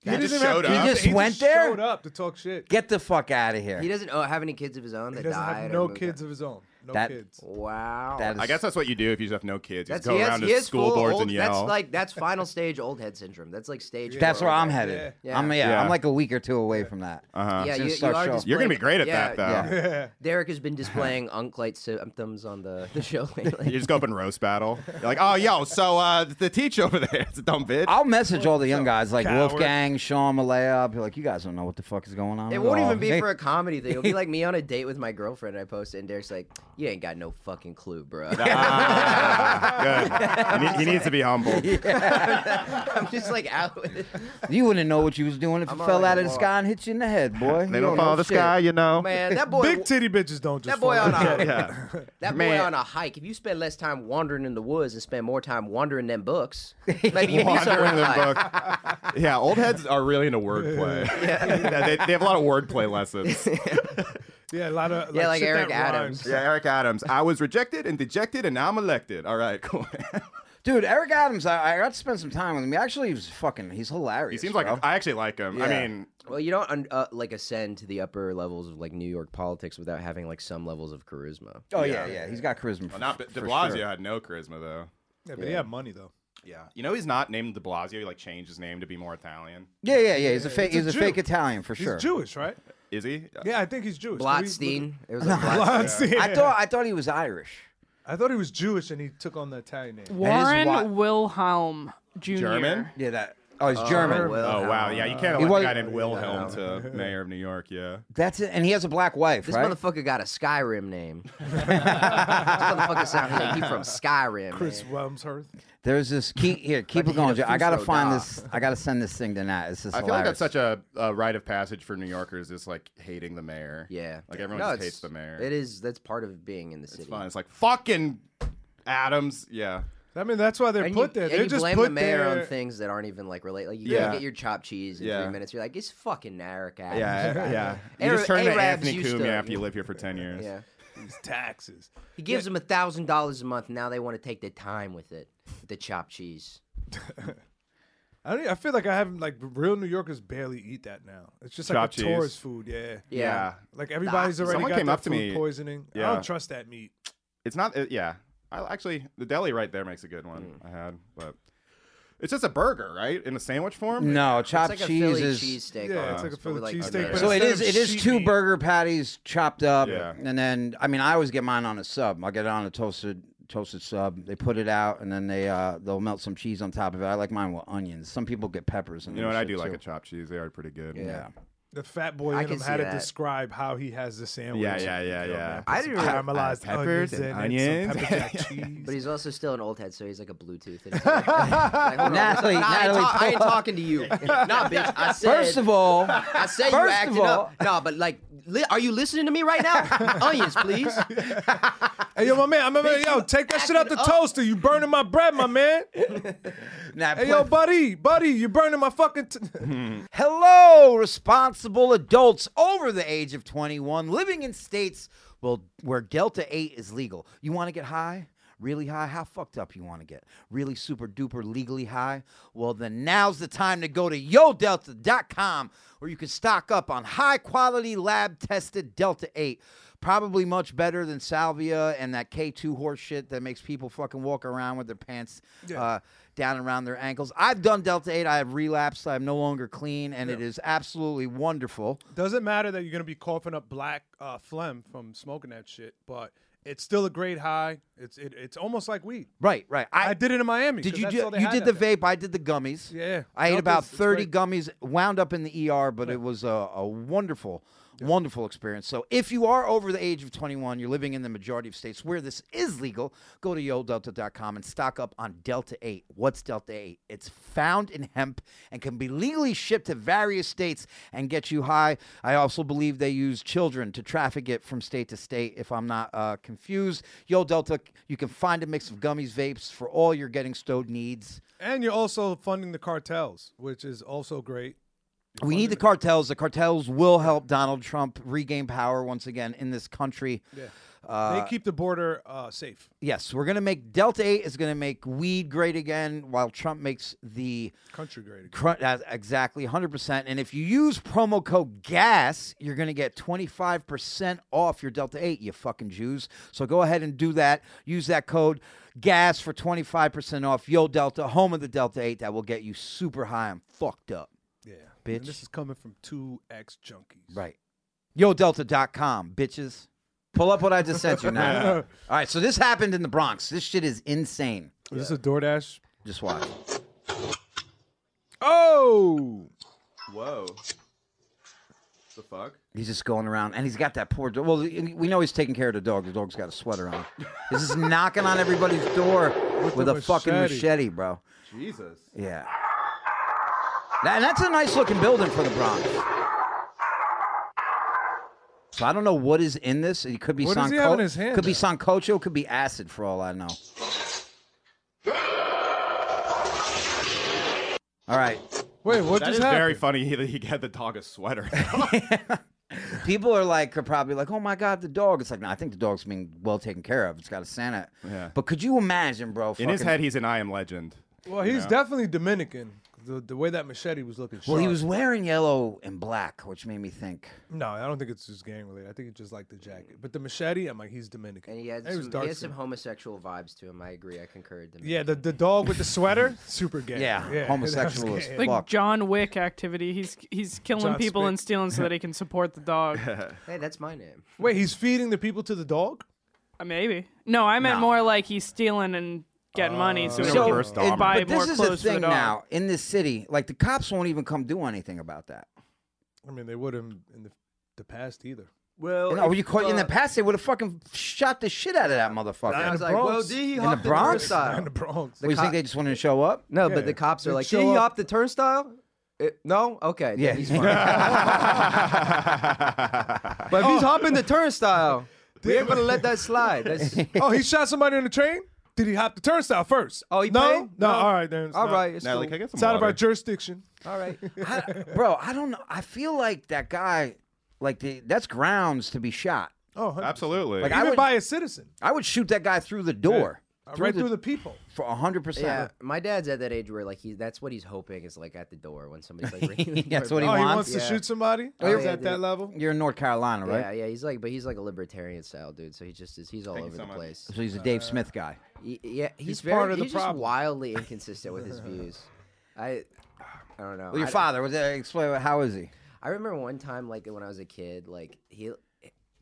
Speaker 5: He,
Speaker 7: He just
Speaker 5: doesn't have
Speaker 7: showed
Speaker 5: kids.
Speaker 7: up.
Speaker 4: He just went there?
Speaker 5: Showed up to talk shit.
Speaker 4: get the fuck out of here.
Speaker 6: He doesn't oh, have any kids of his own
Speaker 5: He
Speaker 6: that
Speaker 5: doesn't
Speaker 6: died.
Speaker 5: have
Speaker 6: or
Speaker 5: no
Speaker 6: moved
Speaker 5: kids
Speaker 6: out.
Speaker 5: of his own. No
Speaker 4: That-
Speaker 5: kids.
Speaker 6: Wow.
Speaker 4: That is-
Speaker 7: I guess that's what you do if you just have no kids. You just
Speaker 6: That's
Speaker 7: go
Speaker 6: he has-
Speaker 7: around
Speaker 6: he
Speaker 7: to
Speaker 6: has
Speaker 7: school
Speaker 6: full
Speaker 7: boards
Speaker 6: old-
Speaker 7: and yell.
Speaker 6: That's like that's final stage old head syndrome. That's like stage.
Speaker 4: That's
Speaker 6: four.
Speaker 4: where I'm headed.
Speaker 6: Yeah.
Speaker 4: I'm yeah,
Speaker 7: Yeah.
Speaker 4: I'm like a week or two away from that.
Speaker 7: uh-huh.
Speaker 6: Yeah,
Speaker 4: It's
Speaker 6: you,
Speaker 4: gonna
Speaker 6: you
Speaker 4: start
Speaker 6: are
Speaker 4: showing.
Speaker 6: displaying,
Speaker 7: You're gonna be great at
Speaker 6: yeah,
Speaker 7: that
Speaker 4: *laughs*
Speaker 7: though.
Speaker 4: yeah. *laughs*
Speaker 6: Derek has been displaying unc-like symptoms on the, the show
Speaker 7: You
Speaker 6: lately.
Speaker 7: just go up and roast battle. You're like, oh, yo, so uh, the teacher over there, it's a dumb bitch.
Speaker 4: I'll message all the young guys like
Speaker 5: Coward.
Speaker 4: Wolfgang, Sean Malaya. I'll be like, you guys don't know what the fuck is going on.
Speaker 6: It
Speaker 4: at
Speaker 6: won't
Speaker 4: all."
Speaker 6: even be
Speaker 4: Hey,
Speaker 6: for a comedy thing. It'll be like me on a date with my girlfriend. And I post it, and Derek's like, "You ain't got no fucking clue, *laughs* bro."
Speaker 7: Ah, *laughs* good. He, ne- he needs to be humble.
Speaker 6: I'm just like out with it.
Speaker 4: You wouldn't know what you was doing if
Speaker 6: I'm
Speaker 4: it fell
Speaker 6: already
Speaker 4: out of the
Speaker 6: lost.
Speaker 4: sky and hit you in the
Speaker 6: *laughs*
Speaker 4: head, boy.
Speaker 7: They
Speaker 4: You
Speaker 7: don't
Speaker 4: know
Speaker 7: follow the
Speaker 4: shit.
Speaker 7: sky, you know.
Speaker 6: Man, that boy.
Speaker 5: Big titty bitches don't just.
Speaker 6: that boy
Speaker 5: fall
Speaker 6: on
Speaker 5: out.
Speaker 6: a
Speaker 7: Yeah.
Speaker 6: that boy
Speaker 7: Man.
Speaker 6: on a hike. If you spend less time wandering in the woods and spend more time wandering them books, maybe you be
Speaker 7: Wandering
Speaker 6: somewhere in
Speaker 7: the
Speaker 6: life.
Speaker 7: book. Yeah, old heads are really into wordplay. *laughs* yeah, they, they have a lot of wordplay lessons.
Speaker 5: Yeah, a lot of
Speaker 6: Yeah, like
Speaker 5: shit
Speaker 6: Eric
Speaker 5: that
Speaker 6: Adams.
Speaker 5: rhymes.
Speaker 7: *laughs* Yeah, Eric Adams. I was rejected and dejected, and now I'm elected. All right, *laughs* cool.
Speaker 4: Dude, Eric Adams, I, I got to spend some time with him. He actually was fucking, he's hilarious.
Speaker 7: he seems like
Speaker 4: bro.
Speaker 7: I actually like him. I
Speaker 4: Yeah.
Speaker 7: mean,
Speaker 6: Well, you don't un- uh, like ascend to the upper levels of like New York politics without having like some levels of charisma.
Speaker 4: Oh, yeah, yeah. He's got charisma.
Speaker 7: well, not
Speaker 4: for-
Speaker 7: De
Speaker 4: for
Speaker 7: Blasio
Speaker 4: sure.
Speaker 7: had no charisma though.
Speaker 5: Yeah, but he had money though.
Speaker 7: Yeah, you know he's not named De Blasio. He like changed his name to be more Italian.
Speaker 4: Yeah, yeah, yeah. He's a fake,
Speaker 5: he's a
Speaker 4: he's a
Speaker 5: Jew.
Speaker 4: fake Italian for
Speaker 5: He's
Speaker 4: sure.
Speaker 5: Jewish, right?
Speaker 7: Is he?
Speaker 5: Yeah, I think he's Jewish. Can we look- *laughs*
Speaker 6: Blotstein. It was like Blotstein.
Speaker 5: Blotstein.
Speaker 4: I thought, I thought he was Irish.
Speaker 5: I thought he was Jewish and he took on the Italian name.
Speaker 4: That is
Speaker 13: Warren
Speaker 4: why-
Speaker 13: Wilhelm Jr.
Speaker 7: German?
Speaker 4: Yeah, that. Oh, he's German.
Speaker 6: Will.
Speaker 7: Oh wow, yeah, you can't
Speaker 4: He
Speaker 7: elect a
Speaker 4: was-
Speaker 7: guy named Wilhelm *laughs* to mayor of New York. Yeah.
Speaker 4: That's it. And he has a black wife,
Speaker 6: This
Speaker 4: right?
Speaker 6: motherfucker got a Skyrim name. this motherfucker sounds like he from Skyrim.
Speaker 5: Chris
Speaker 6: man.
Speaker 5: Wemsworth.
Speaker 4: There's this keep here, keep it
Speaker 6: Like he hit
Speaker 4: going.
Speaker 6: a
Speaker 4: Joe. I gotta
Speaker 6: Fusro
Speaker 4: find
Speaker 6: dot.
Speaker 4: this. I gotta send this thing to Nat. It's just
Speaker 7: I feel like that's
Speaker 4: hilarious.
Speaker 7: such a, a rite of passage for New Yorkers, is like hating the mayor.
Speaker 6: Yeah.
Speaker 7: like everyone
Speaker 6: No,
Speaker 7: just
Speaker 6: it's-
Speaker 7: hates the mayor.
Speaker 6: It is. That's part of being in the city.
Speaker 7: It's fun. It's like fucking Adams. Yeah,
Speaker 5: I mean, that's why they're
Speaker 6: And you,
Speaker 5: put there.
Speaker 6: and
Speaker 5: They're
Speaker 6: you
Speaker 5: just
Speaker 6: blame
Speaker 5: put
Speaker 6: the mayor
Speaker 5: there.
Speaker 6: on things that aren't even like related. Like you
Speaker 7: Yeah.
Speaker 6: go get your chopped cheese in
Speaker 7: Yeah.
Speaker 6: three minutes. You're like, it's fucking Eric Adams.
Speaker 7: yeah, yeah. You
Speaker 6: *laughs* Arab-
Speaker 7: just turn to
Speaker 6: Arabs
Speaker 7: Anthony
Speaker 6: used
Speaker 7: Cumia
Speaker 6: to-
Speaker 7: after you live here for ten years.
Speaker 6: yeah.
Speaker 5: these taxes.
Speaker 6: He gives them a thousand dollars a month. Now they want to take their time with it, with the chopped cheese.
Speaker 5: I don't, e, I feel like I haven't like real New Yorkers barely eat that now. It's just like
Speaker 7: Chopped
Speaker 5: a
Speaker 7: cheese.
Speaker 5: tourist food, yeah.
Speaker 7: Yeah.
Speaker 5: Like everybody's already
Speaker 7: Someone
Speaker 5: got
Speaker 7: came
Speaker 5: that
Speaker 7: up to
Speaker 5: food
Speaker 7: me-
Speaker 5: poisoning. I
Speaker 7: Yeah.
Speaker 5: don't trust that meat.
Speaker 7: It's not. It, yeah, I actually the deli right there makes a good
Speaker 6: Mm.
Speaker 7: one. I had, but it's just a burger, right? In a sandwich form.
Speaker 4: No, It's chopped like a cheese Philly is-
Speaker 6: cheesesteak
Speaker 5: Yeah, it's like a Philly cheesesteak. but
Speaker 4: So it
Speaker 5: instead
Speaker 4: is.
Speaker 5: of
Speaker 4: It is
Speaker 5: sheep
Speaker 4: two
Speaker 5: meat-
Speaker 4: burger patties chopped up,
Speaker 5: Yeah.
Speaker 4: and then I mean, I always get mine on a sub. I get it on a toasted toasted sub. They put it out, and then they uh, they'll melt some cheese on top of it. I like mine with onions. Some people get peppers. And
Speaker 7: You know what?
Speaker 4: shit
Speaker 7: I do like
Speaker 4: too.
Speaker 7: a chopped cheese. They are pretty good.
Speaker 4: Yeah.
Speaker 5: The fat boy
Speaker 4: I
Speaker 5: in
Speaker 4: can
Speaker 5: him had
Speaker 4: see
Speaker 5: to
Speaker 4: that.
Speaker 5: describe how he has the sandwich.
Speaker 7: Yeah, yeah, yeah,
Speaker 5: Yo,
Speaker 7: yeah.
Speaker 5: man, put
Speaker 7: I
Speaker 5: some
Speaker 7: didn't really-
Speaker 5: caramelized
Speaker 7: Peppers and
Speaker 5: onions in it, some
Speaker 7: onions.
Speaker 5: pepper jack
Speaker 7: *laughs*
Speaker 5: cheese.
Speaker 6: But he's also still an old head, so he's like a
Speaker 4: *laughs*
Speaker 6: Bluetooth. And he's like, like, hold on,
Speaker 4: Natalie-
Speaker 6: nah, I, ain't
Speaker 4: Natalie,
Speaker 6: ta- I ain't
Speaker 4: pull up.
Speaker 6: talking to you. nah, bitch. I said.
Speaker 4: First of all-
Speaker 6: I said you
Speaker 4: first
Speaker 6: acting
Speaker 4: of all-
Speaker 6: up. Nah, but like, li- are you listening to me
Speaker 4: *laughs*
Speaker 6: right now? Onions, please.
Speaker 5: Hey, yo, my man, I remember, yo, take that shit out the toaster. You burning my bread, my
Speaker 4: *laughs*
Speaker 5: man.
Speaker 4: Nah,
Speaker 5: hey,
Speaker 4: put-
Speaker 5: yo, buddy, buddy, you burning my fucking.
Speaker 7: *laughs*
Speaker 5: T-
Speaker 7: Mhm.
Speaker 4: Hello, responsible adults over the age of 21 living in states well where Delta 8 is legal. You want to get high? Really high? How fucked up you want to get? Really super duper legally high? Well, then now's the time to go to yodelta.com where you can stock up on high quality lab tested Delta 8. Probably much better than salvia and that K2 horse shit that makes people fucking walk around with their pants
Speaker 5: Yeah.
Speaker 4: uh, down around their ankles. I've done Delta 8. I have relapsed. I'm no longer clean, and it is absolutely wonderful.
Speaker 5: Doesn't matter that you're gonna be coughing up black uh, phlegm from smoking that shit, but it's still a great high. It's it, it's almost like weed.
Speaker 4: Right, right. I,
Speaker 5: did it in Miami.
Speaker 4: Did
Speaker 5: 'cause
Speaker 4: you
Speaker 5: that's
Speaker 4: do,
Speaker 5: all they
Speaker 4: you
Speaker 5: had
Speaker 4: did the
Speaker 5: out there.
Speaker 4: vape? I did the gummies.
Speaker 5: Yeah.
Speaker 4: I ate
Speaker 5: Delta's-
Speaker 4: about
Speaker 5: it's
Speaker 4: 30
Speaker 5: great.
Speaker 4: gummies, wound up in the ER, but it was a, a wonderful, wonderful experience. So if you are over the age of 21, you're living in the majority of states where this is legal, go to yodelta.com and stock up on Delta 8. What's Delta 8? It's found in hemp and can be legally shipped to various states and get you high. I also believe they use children to traffic it from state to state, if I'm not uh, confused. Yo Delta, you can find a mix of gummies, vapes for all your getting stowed needs.
Speaker 5: And you're also funding the cartels, which is also great.
Speaker 4: We need the cartels. The cartels will help Donald Trump regain power once again in this country.
Speaker 5: Yeah.
Speaker 4: Uh,
Speaker 5: they keep the border uh, safe.
Speaker 4: yes, we're gonna make Delta Eight is gonna make weed great again, while Trump makes the
Speaker 5: Country great again.
Speaker 4: Cru- uh, exactly, hundred percent. And if you use promo code GAS, you're gonna get twenty five percent off your Delta Eight. You fucking Jews. So go ahead and do that. Use that code GAS for twenty five percent off. Yo Delta, home of the Delta Eight, that will get you super high and fucked up.
Speaker 5: Yeah,
Speaker 4: bitch.
Speaker 5: And this is coming from two ex junkies.
Speaker 4: Right. YoDelta.com, bitches. Pull up what I just sent you now. All right, so this happened in the Bronx. This shit is insane.
Speaker 5: Is this a DoorDash?
Speaker 4: Just watch.
Speaker 5: Oh.
Speaker 7: Whoa. The fuck?
Speaker 4: He's just going around, and he's got that poor dog. Well, we know he's taking care of the dog. The dog's got a sweater on. He's just knocking on everybody's door with,
Speaker 7: a
Speaker 4: a fucking
Speaker 7: machete.
Speaker 4: machete, bro.
Speaker 7: Jesus.
Speaker 4: Yeah. That- and that's a nice looking building for the Bronx. So I don't know what is in this. It could be
Speaker 5: What does he
Speaker 4: Sanco-
Speaker 5: have in his hand
Speaker 4: could be
Speaker 5: there?
Speaker 4: Sancocho, could be acid for all I know. All right.
Speaker 5: Wait, what
Speaker 7: That
Speaker 5: just
Speaker 7: is
Speaker 5: happened?
Speaker 7: very funny. *laughs* He, he had the dog a
Speaker 6: *laughs*
Speaker 7: sweater.
Speaker 4: People are like, are probably like, oh my God, the dog. It's like, no, I think the dog's being well taken care of. It's got a Santa.
Speaker 7: Yeah.
Speaker 4: But could you imagine, bro?
Speaker 7: In his
Speaker 4: fucking-
Speaker 7: head, he's an I am legend.
Speaker 5: Well,
Speaker 7: you
Speaker 5: he's
Speaker 7: know?
Speaker 5: definitely Dominican. The, the way that machete was looking.
Speaker 4: Well, he
Speaker 5: sharp.
Speaker 4: was wearing yellow and black, which made me think.
Speaker 5: No, I don't think it's just gang related. I think it's just like the jacket. But the machete, I'm like, he's Dominican.
Speaker 6: And he had,
Speaker 5: And he was
Speaker 6: some,
Speaker 5: dark
Speaker 6: he had
Speaker 5: skin.
Speaker 6: some homosexual vibes to him. I agree. I concurred. Them.
Speaker 5: Yeah, the, the dog with the
Speaker 4: *laughs*
Speaker 5: sweater, super gay. *laughs*
Speaker 4: Yeah, homosexual as
Speaker 13: Like John Wick activity. He's he's killing
Speaker 5: John
Speaker 13: people
Speaker 5: Spick.
Speaker 13: and stealing so that he can support the dog.
Speaker 6: Hey, that's my name.
Speaker 5: Wait, he's feeding the people to the dog?
Speaker 13: Uh, Maybe. No, I meant
Speaker 4: No.
Speaker 13: more like he's stealing and getting money so, he
Speaker 4: So-
Speaker 13: can
Speaker 4: and-
Speaker 13: buy
Speaker 4: but
Speaker 13: more
Speaker 4: this is the
Speaker 13: clothes for
Speaker 4: thing
Speaker 13: the dog.
Speaker 4: now in this city. Like the cops won't even come do anything about that.
Speaker 5: I mean, they wouldn't in the, the past either. *laughs*
Speaker 6: Well,
Speaker 4: You know, you caught in the past they would have fucking shot the shit out of that motherfucker.
Speaker 6: I was
Speaker 4: In the
Speaker 6: like, well,
Speaker 4: Bronx.
Speaker 6: did he
Speaker 4: in
Speaker 6: hop
Speaker 4: the
Speaker 6: in the
Speaker 4: Bronx?
Speaker 6: freestyle?
Speaker 4: What,
Speaker 5: In the Bronx.
Speaker 4: do you think they just wanted to show up?
Speaker 6: No, but the cops are
Speaker 5: Dude,
Speaker 6: like,
Speaker 5: chill
Speaker 6: did he
Speaker 5: out.
Speaker 6: hop the turnstile? It- no, okay. then
Speaker 4: Yeah.
Speaker 6: he's fine. but if he's hopping the turnstile,
Speaker 4: *laughs*
Speaker 6: we ain't gonna let that slide. That's,
Speaker 5: oh, he shot somebody in the train? Did he hop the turnstile first?
Speaker 6: Oh, he
Speaker 5: no?
Speaker 6: paid?
Speaker 5: No,
Speaker 6: No.
Speaker 5: all right then. it's
Speaker 6: All
Speaker 5: not-
Speaker 6: right, it's Natalie, cool.
Speaker 7: can I get some
Speaker 5: It's out of our
Speaker 7: water?
Speaker 5: jurisdiction.
Speaker 6: all right.
Speaker 4: I- bro, I don't know. I feel like that guy, like the, that's grounds to be shot.
Speaker 5: Oh, 100%.
Speaker 7: absolutely.
Speaker 5: Like, Even by a citizen.
Speaker 4: I would shoot that guy through the door.
Speaker 5: right through the people.
Speaker 4: For 100%.
Speaker 6: Yeah, my dad's at that age where like he that's what he's hoping is like at the door when somebody's like ringing.
Speaker 4: *laughs*
Speaker 6: the
Speaker 4: That's
Speaker 6: doorbell.
Speaker 4: what he Oh, he wants?
Speaker 5: wants to shoot somebody?
Speaker 6: Oh,
Speaker 5: He's
Speaker 6: yeah,
Speaker 5: at that
Speaker 6: dude.
Speaker 5: level?
Speaker 4: You're in North Carolina, right?
Speaker 6: Yeah, yeah. He's like, but he's like a libertarian style dude. So he just is. He's all
Speaker 4: Thank you
Speaker 6: over
Speaker 4: so
Speaker 6: the
Speaker 4: much.
Speaker 6: place.
Speaker 4: So he's a Dave Smith guy.
Speaker 6: Y- yeah, he's,
Speaker 4: He's
Speaker 6: very,
Speaker 4: part of the
Speaker 6: he's just
Speaker 4: problem. *laughs*
Speaker 6: wildly inconsistent with his views. I, I don't know.
Speaker 4: Well, your
Speaker 6: I-
Speaker 4: father was that, explain how is he?
Speaker 6: I remember one time, like when I was a kid, like he,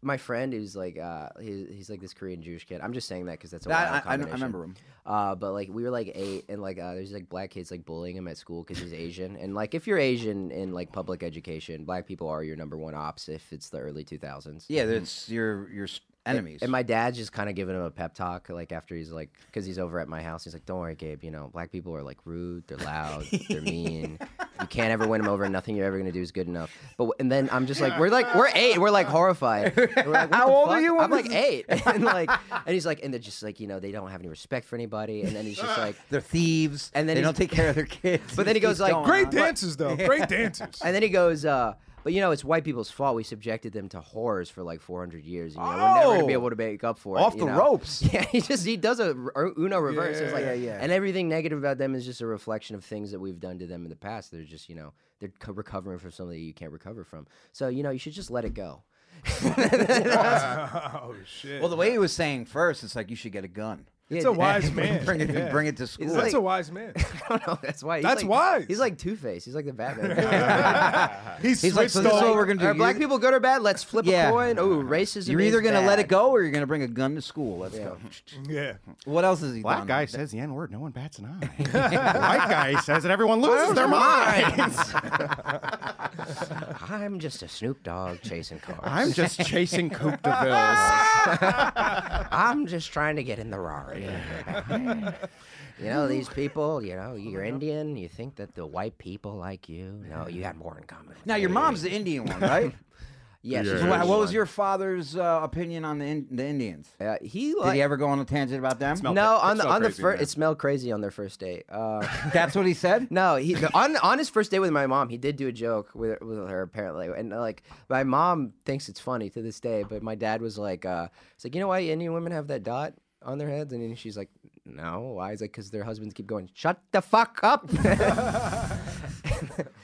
Speaker 6: my friend who's like, uh, he, he's like this Korean Jewish kid. I'm just saying that because that's a
Speaker 4: That-
Speaker 6: wild
Speaker 4: I- I- I
Speaker 6: combination.
Speaker 4: remember him.
Speaker 6: Uh, but like we were like eight, and like uh, there's like black kids like bullying him at school because he's Asian. And like if you're Asian in like public education, black people are your number one ops if it's the early 2000s.
Speaker 4: Yeah, that's your your s- enemies.
Speaker 6: And, my dad's just kind of giving him a pep talk, like after he's like, because he's over at my house. He's like, "Don't worry, Gabe. You know, black people are like rude. They're loud.
Speaker 4: *laughs*
Speaker 6: They're mean. You can't ever win them over. Nothing you're ever gonna do is good enough." But w- and then I'm just like, "We're like, we're eight. We're like horrified. And we're
Speaker 4: *laughs*
Speaker 6: like,
Speaker 4: How old are you when
Speaker 6: I'm like
Speaker 4: this
Speaker 6: eight. *laughs* And
Speaker 4: *laughs*
Speaker 6: like, and he's like, and they're just like, you know, they don't have any respect for anybody. And then he's
Speaker 4: *laughs*
Speaker 6: just like,
Speaker 4: they're thieves.
Speaker 6: And then
Speaker 4: they
Speaker 6: he's-
Speaker 4: don't take care of their kids.
Speaker 6: *laughs* But then he goes like,
Speaker 5: Great dancers, though. Great
Speaker 6: dancers. And then he goes, uh, but you know, it's white people's fault. We subjected them to horrors for like 400 years. You know, we're never gonna be
Speaker 4: Oh.
Speaker 6: able to make up for
Speaker 4: Off
Speaker 6: it.
Speaker 4: the
Speaker 6: you know?
Speaker 4: ropes.
Speaker 6: *laughs* Yeah, he just he does a r- Uno reverse. it's
Speaker 4: Yeah,
Speaker 6: like,
Speaker 4: yeah, yeah.
Speaker 6: And everything negative about them is just a reflection of things that we've done to them in the past. They're just you know they're co- recovering from something that you can't recover from. So you know you should just let
Speaker 4: *laughs*
Speaker 6: it go. *laughs*
Speaker 5: oh shit.
Speaker 4: Well, the way he was saying first, it's like you should get a gun.
Speaker 5: It's a
Speaker 6: *laughs*
Speaker 5: wise man.
Speaker 4: *laughs* bring, it,
Speaker 5: Yeah.
Speaker 4: bring it to
Speaker 5: He's
Speaker 4: school.
Speaker 5: *laughs* That's a wise man.
Speaker 6: I don't know. That's why. He's
Speaker 5: That's
Speaker 6: like,
Speaker 5: wise.
Speaker 6: He's like Two Face. He's like
Speaker 4: *laughs*
Speaker 6: the Batman.
Speaker 5: He's
Speaker 4: He's like, so this is what we're gonna do.
Speaker 6: Are black
Speaker 4: You're-
Speaker 6: people good or bad? Let's flip
Speaker 4: Yeah.
Speaker 6: a coin. Oh, racism.
Speaker 4: You're either
Speaker 6: going to
Speaker 4: gonna let it go or you're gonna bring a gun to school. Let's go.
Speaker 6: *laughs*
Speaker 5: Yeah.
Speaker 4: What else is he?
Speaker 7: Black
Speaker 4: done?
Speaker 7: guy says the N word, no one bats an
Speaker 6: *laughs*
Speaker 7: eye. White guy says it, everyone loses
Speaker 4: *laughs*
Speaker 7: their minds.
Speaker 6: *laughs* I'm just a Snoop Dogg chasing cars.
Speaker 7: I'm just chasing Coupe de Villes.
Speaker 6: I'm just trying to get in the Rari. *laughs* You know, these people, you
Speaker 4: Oh
Speaker 6: know, you're Indian, you think that the white people like you. No, you got more in common.
Speaker 4: Now your mom's the Indian one, right?
Speaker 6: Yes.
Speaker 4: So
Speaker 6: she's
Speaker 4: wha-
Speaker 6: Indian.
Speaker 4: What was your father's uh, opinion on the in- the Indians?
Speaker 6: Uh, he
Speaker 4: did
Speaker 6: like-
Speaker 4: he ever go on a tangent about them?
Speaker 6: no, on the on the first, it smelled crazy on their first date. Uh,
Speaker 4: *laughs* *laughs* That's what he said.
Speaker 6: No, he the, on on his first date with my mom, he did do a joke with with her apparently, and uh, like my mom thinks it's funny to this day, but my dad was like, uh, "It's like you know why Indian women have that dot." On their heads, and then she's like, "No, why?" He's like, "Cause their husbands keep going, shut the fuck up." *laughs*